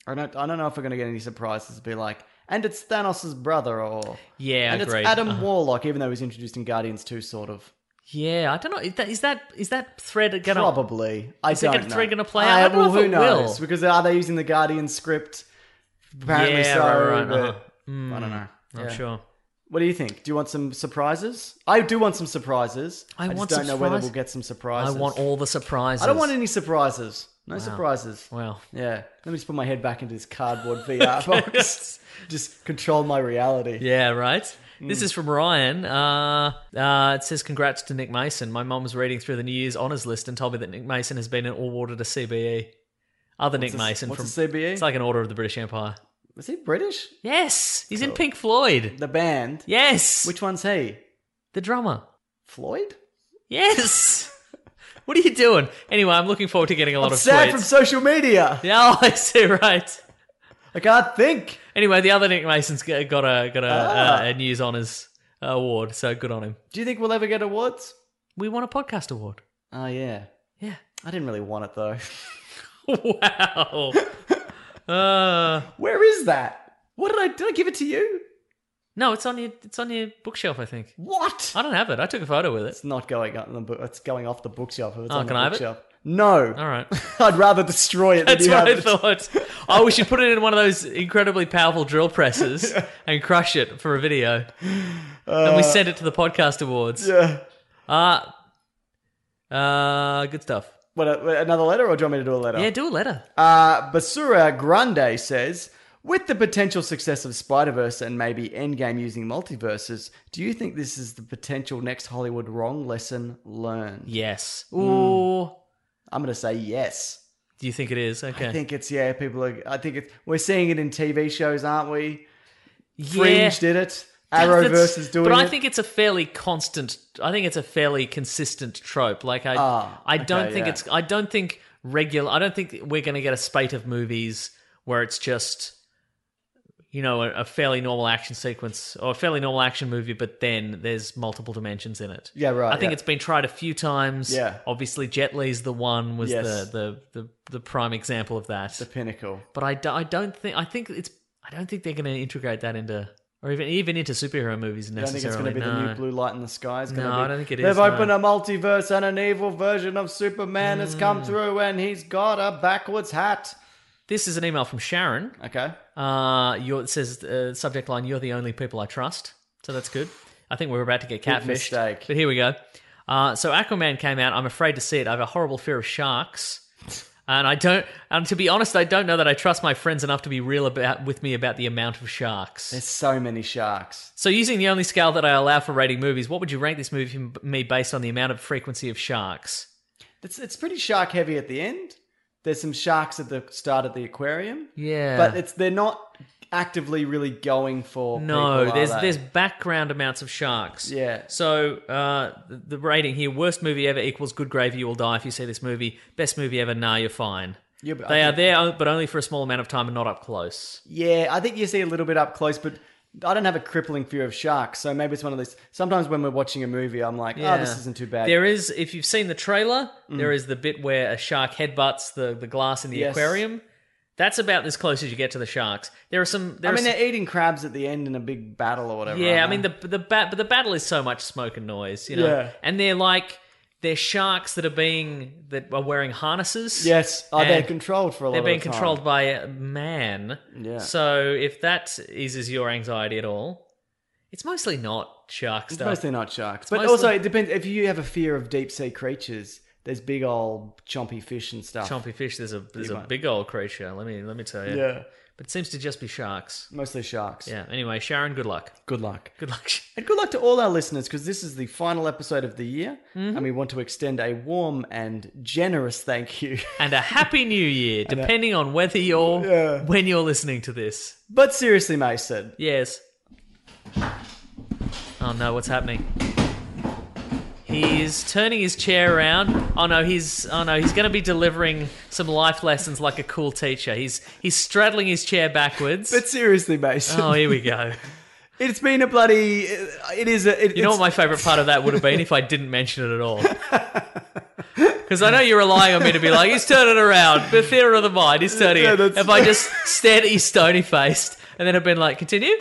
I don't. I don't know if we're going to get any surprises. Be like, and it's Thanos' brother, or Yeah, and agreed. it's Adam Uh-huh. Warlock, even though he was introduced in Guardians 2, sort of. Yeah, I don't know. Is that is that, is that thread going to Probably. I Is it don't gonna- know. thread gonna play out? I don't well, know if who it will. knows? Because are they using the Guardian script? Apparently Yeah, so. right, right, but uh-huh. I don't know. I'm sure. What do you think? Do you want some surprises? I do want some surprises. I just want don't know whether surprise- we'll get some I surprises. want all the surprises. I don't want any surprises. No surprises. Well, Yeah. Let me just put my head back into this cardboard (laughs) VR (laughs) box. just control my reality. yeah, right. This Hmm. is from Ryan. Uh, uh, it says, "Congrats to Nick Mason." My mom was reading through the New Year's honors list and told me that Nick Mason has been awarded a CBE. Other Nick a- Mason what's from a E? CBE? It's like an Order of the British Empire. Is he British? Yes, he's in Pink Floyd. The band? Yes, Which one's he? the drummer. Floyd? (laughs) Yes. what are you doing? Anyway, I'm looking forward to getting a lot I'm of sad tweets. from social media. yeah, (laughs) oh, I see. Right. I can't think. Anyway, the other Nick Mason's got a got a, got a, Ah. a, a News Honours award, so good on him. Do you think we'll ever get awards? We won a podcast award. Oh yeah. Yeah. I didn't really want it though. (laughs) wow. Uh, (laughs) Where is that? What did I did I give it to you? no, it's on your it's on your bookshelf, I think. What? I don't have it. I took a photo with it. It's not going on the book. It's going off the bookshelf. If it's Oh, on can the I have it? bookshelf. No. All right. (laughs) (laughs) I'd rather destroy it than That's you what have I it. thought. Oh, we should put it in one of those incredibly powerful (laughs) drill presses and crush it for a video. and we send it to the podcast (laughs) awards. Uh, Yeah. Uh, uh, good stuff. What, uh, another letter, or do you want me to do a letter? Yeah, do a letter. Uh, Basura Grande says, with the potential success of Spider Verse and maybe Endgame using multiverses, do you think this is the potential next Hollywood wrong lesson learned? Yes. Hmm. Ooh. I'm going to say yes. Do you think it is? Okay. I think it's yeah. People are. I think it's, we're seeing it in TV shows, aren't we? yeah. Fringe did it. Arrow That's- versus doing But I it. think it's a fairly constant. I think it's a fairly consistent trope. Like I, Ah, I don't okay, think yeah. it's. I don't think regular. I don't think we're going to get a spate of movies where it's just, you know, a, a fairly normal action sequence or a fairly normal action movie, but then there's multiple dimensions in it. Yeah, right, I think yeah. it's been tried a few times. Yeah. Obviously, Jet Li's the one was Yes. the, the the the prime example of that the pinnacle. but I, do, I don't think I think it's I don't think they're going to integrate that into or even even into superhero movies I don't think it's necessarily. going to be the new no. blue light in the sky. It's gonna No, be, I don't think it They've is, no. opened a multiverse and an evil version of Superman has come Mm. through, and he's got a backwards hat. This is an email from Sharon. Okay. Uh, your, it says uh, subject line: "You're the only people I trust," so that's good. I think we're about to get catfished, mistake. but here we go. Uh, so Aquaman came out. I'm afraid to see it. I have a horrible fear of sharks, and I don't. And to be honest, I don't know that I trust my friends enough to be real about with me about the amount of sharks. There's so many sharks. So, using the only scale that I allow for rating movies, what would you rank this movie for me based on the amount of frequency of sharks? It's it's pretty shark heavy at the end, There's some sharks at the start of the aquarium. Yeah. But it's they're not actively really going for No, people, are there's they? there's background amounts of sharks. Yeah. So uh, the- the rating here: worst movie ever equals good gravy. You will die if you see this movie. Best movie ever. Nah, you're fine. Yeah, but I they are think- there, but only for a small amount of time and not up close. Yeah, I think you see a little bit up close, but I don't have a crippling fear of sharks, so maybe it's one of these. Sometimes when we're watching a movie, I'm like, oh, this Yeah. isn't too bad. Mm. There is, if you've seen the trailer, there is the bit where a shark headbutts the, the glass in the Yes. aquarium. That's about as close as you get to the sharks. There are some. There I are mean, some- they're eating crabs at the end in a big battle or whatever. yeah, I aren't mean they? the the bat, but the battle is so much smoke and noise, you know. Yeah. And they're like they're sharks that are being that are wearing harnesses. yes, oh, they're and controlled for a lot. They're of being the time. controlled by a man. Yeah. So if that eases your anxiety at all, it's mostly not shark It's stuff. mostly not sharks, but mostly- also it depends. If you have a fear of deep sea creatures, there's big old chompy fish and stuff. Chompy fish. There's a there's You a might- big old creature. Let me let me tell you. Yeah. But it seems to just be sharks. mostly sharks. Yeah. Anyway, Sharon, good luck. Good luck. Good luck. (laughs) And good luck to all our listeners because this is the final episode of the year, Mm-hmm. and we want to extend a warm and generous thank you. (laughs) And a happy new year, depending on whether you're Yeah. when you're listening to this. but seriously, Mason, Yes. Oh no, what's happening? He's turning his chair around. Oh no, he's oh no, he's going to be delivering some life lessons like a cool teacher. He's he's straddling his chair backwards. but seriously, Mason, oh, here we go. it's been a bloody. It is. A, it, You know it's- what my favorite part of that would have been if I didn't mention it (laughs) at all. Because I know you're relying on me to be like, he's turning around, the theater of the mind, he's turning Yeah, it. that's- If (laughs) I just stared at you stony faced and then I've been like, continue?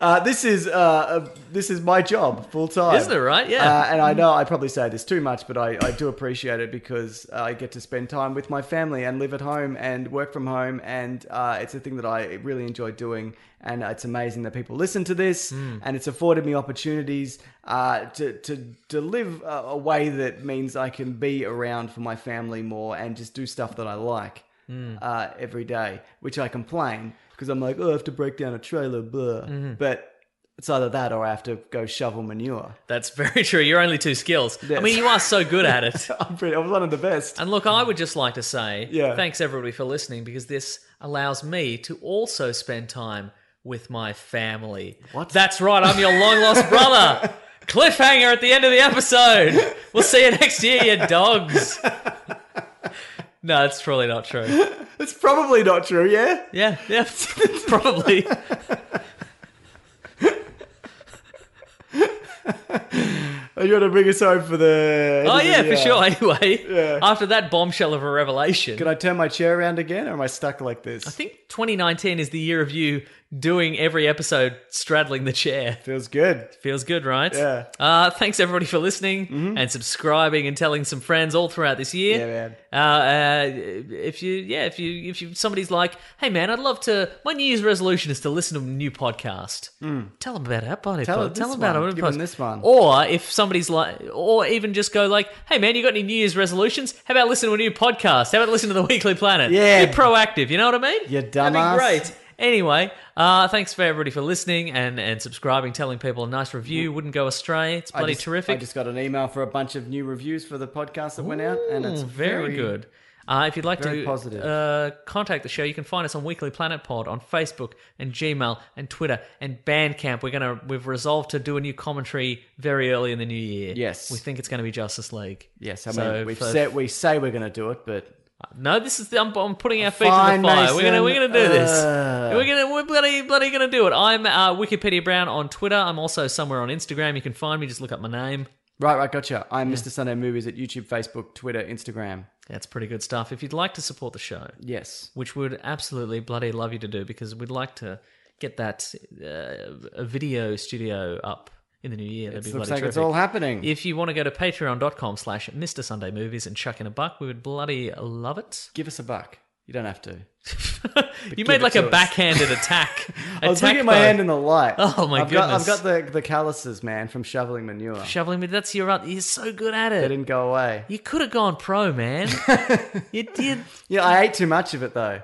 Uh, this is uh, uh, this is my job full time, Isn't it right? Yeah. Uh, and I know I probably say this too much, but I, I do appreciate it because I get to spend time with my family and live at home and work from home, and uh, it's a thing that I really enjoy doing. And it's amazing that people listen to this, Hmm. and it's afforded me opportunities uh, to to to live a, a way that means I can be around for my family more and just do stuff that I like Mm. uh, every day, which I complain because I'm like, oh, I have to break down a trailer, blah. Mm-hmm. But it's either that or I have to go shovel (laughs) manure. That's very true. You're only two skills. I Yes. mean, you are so good at (laughs) it. I'm pretty, I was one of the best. And look, I would just like to say Yeah. thanks everybody for listening because this allows me to also spend time with my family. What? That's right, I'm your long lost (laughs) brother. Cliffhanger at the end of the episode. We'll see you next year, you (laughs) dogs. No, it's probably not true. It's probably not true, yeah? Yeah, yeah, (laughs) (laughs) probably. Are you going to bring us home for the. end Oh of the yeah, for year? sure. Anyway, after that bombshell of a revelation, Can I turn my chair around again or am I stuck like this? I think 2019 is the year of you doing every episode straddling the chair. Feels good. Feels good, right? Yeah. Mm-hmm. Uh, thanks everybody for listening and subscribing and telling some friends all throughout this year. Yeah, man. Uh, uh, if you, yeah, if you, if you, somebody's like, hey man, I'd love to. My New Year's resolution is to listen to a new podcast. Tell them about our body. Hmm. Tell pod. them tell this them about one. our Give them podcast. this one. Or if somebody's like, or even just go like, hey man, you got any New Year's resolutions? How about listen to a new podcast? How about listen to the (laughs) Weekly Planet? Yeah. Be proactive. You know what I mean? You dumbass. That'd be great. Anyway, uh, thanks for everybody for listening and, and subscribing, telling people a nice review wouldn't go astray. It's Mm-hmm. I bloody just, I terrific. just got an email for a bunch of new reviews for the podcast that went out, and it's Ooh, Mm, very, good. Uh, if you'd like very to positive. Uh, contact the show, you can find us on Weekly Planet Pod on Facebook and Gmail and Twitter and Bandcamp. We're gonna we've resolved to do a new commentary very early in the new year. Yes. we think it's going to be Justice League. Yes, I mean, So we've for- said, we say we're going to do it, but No, this is the, I'm, I'm putting our feet Fine, to the fire. We're gonna we're Mason. Uh. gonna do this. Ugh. We're gonna we're bloody bloody gonna do it. I'm uh, Wikipedia Brown on Twitter. I'm also somewhere on Instagram. You can find me. Just look up my name. Right, right, gotcha. I'm Mr. Sunday Movies at YouTube, Facebook, Twitter, Instagram. That's pretty good stuff. If you'd like to support the show, Yes. which would absolutely bloody love you to do because we'd like to get that uh, a video studio up in the new year. That'd It be looks bloody like it's terrific. all happening. If you want to go to patreon.com slash Mr. Sunday Movies and chuck in a buck, we would bloody love it. (laughs) Give us a buck. You don't have to. you give made it like to a us. backhanded attack. (laughs) I was attack looking at my mode. hand in the light. (laughs) Oh, my I've got- goodness. I've got the, the calluses, man, from shoveling manure. shoveling with that's your other. You're so good at they it. didn't go away. (laughs) You could have gone pro, man. you did. Yeah, I ate too much of it, though.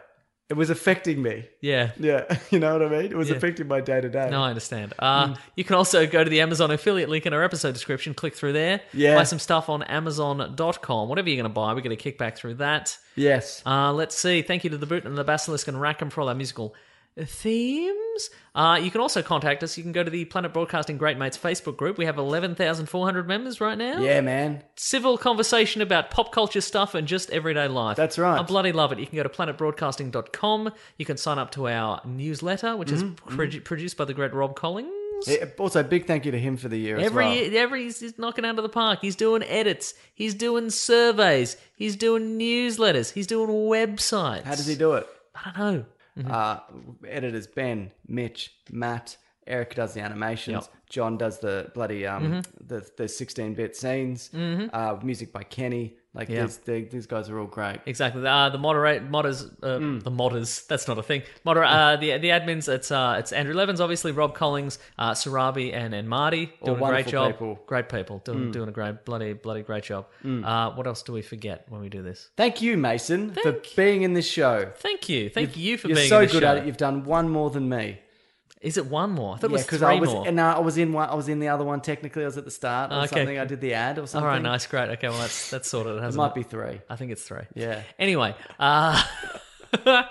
it was affecting me. Yeah. Yeah, (laughs) you know what I mean? It was Yeah. affecting my day to day. No, I understand. Uh, You can also go to the Amazon affiliate link in our episode description. Click through there. Yeah. Buy some stuff on Amazon.com. Whatever you're going to buy, we get a kickback through that. Yes. Uh, let's see. Thank you to the Boot and the Basilisk and Rackham for all our musical themes. Uh, you can also contact us. You can go to the Planet Broadcasting Great Mates Facebook group. We have 11,400 members right now. Yeah, man. Civil conversation about pop culture stuff and just everyday life. That's right. I bloody love it. You can go to planetbroadcasting.com. You can sign up to our newsletter, which Mm-hmm. is produ- produced by the great Rob Collins. Yeah, Also, big thank you to him for the year as Every well. year, every he's, he's knocking out of the park. He's doing edits. He's doing surveys. He's doing newsletters. He's doing websites. How does he do it? I don't know. Uh, editors Ben, Mitch, Matt, Eric does the animations. John does the bloody um Mm-hmm. the the sixteen bit scenes. Uh, music by Kenny. Like Yeah. these they, these guys are all great. Exactly. Uh, the moderate modders, uh, Hmm. the modders. That's not a thing. Moder- uh, the the admins. It's uh, it's Andrew Levins, obviously Rob Collings, uh, Sarabi, and and Marty All doing a great wonderful job. people. Hmm. Great people doing doing a great bloody bloody great job. Uh, what else do we forget when we do this? Thank you, Mason, for Thank- being in this show. Thank you, thank you for You're being so in the good show. at it. You've done one more than me. Is it one more? I thought it was three I was more. and no, I was in one. I was in the other one. Technically, I was at the start or Okay. something. I did the ad or All something. right, nice, great. Okay, well that's that's sorted. It hasn't might be three. I think it's three. Yeah. Anyway, uh, (laughs) uh,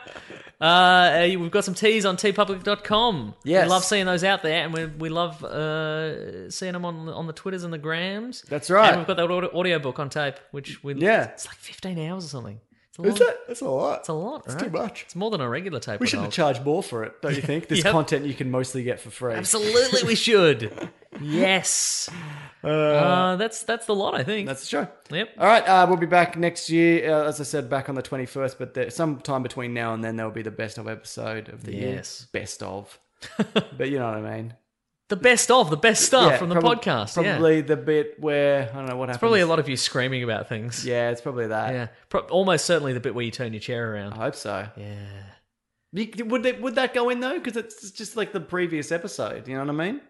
uh, we've got some teas on tpublic.com. Yes. We love seeing those out there, and we, we love uh, seeing them on on the Twitters and the Grams. That's right. And we've got that audio, audio book on tape, which we Yeah. it's like 15 hours or something. It's a Is long- it? That's a lot. It's a lot. It's right? too much. It's more than a regular tape. We would should have hold. charged more for it, don't you (laughs) think? This Yep. content you can mostly get for free. Absolutely, (laughs) we should. yes. Uh, that's that's the lot, I think. That's the show. Yep. All right, uh, we'll be back next year, uh, as I said, back on the 21st, but there, sometime between now and then, there'll be the best of episode of the year. Yes. Best (laughs) of. but you know what I mean. the best of the best stuff Yeah, from the prob- podcast. yeah. Probably the bit where, I don't know what happens. Probably a lot of you screaming about things. Yeah, it's probably that. Yeah. Pro- almost certainly the bit where you turn your chair around. I hope so. Yeah. You- Would, it, would that go in, though? Because it's just like the previous episode, you know what I mean?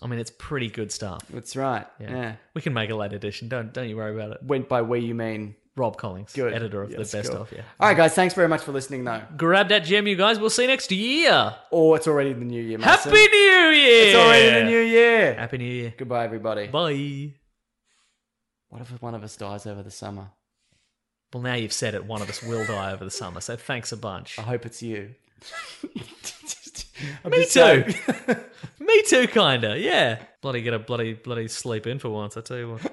I mean, it's pretty good stuff. That's right. Yeah. We can make a late edition. Don't don't you worry about it. Went by where you mean. Rob Collings, Good. editor of Yeah, the that's best cool. of. Yeah. All right, guys, thanks very much for listening, though. Grab that gem, you guys. We'll see you next year. Or it's already the new year, Mason. Happy New Year. eh? It's already the new year. Happy New Year. Goodbye, everybody. Bye. What if one of us dies over the summer? Well, now you've said it. One of us will die over the summer, so thanks a bunch. I hope it's (laughs) you. (laughs) I'm Me just saying. too. Me too, kinda. Yeah. Bloody get a bloody bloody sleep in for once. I tell you what.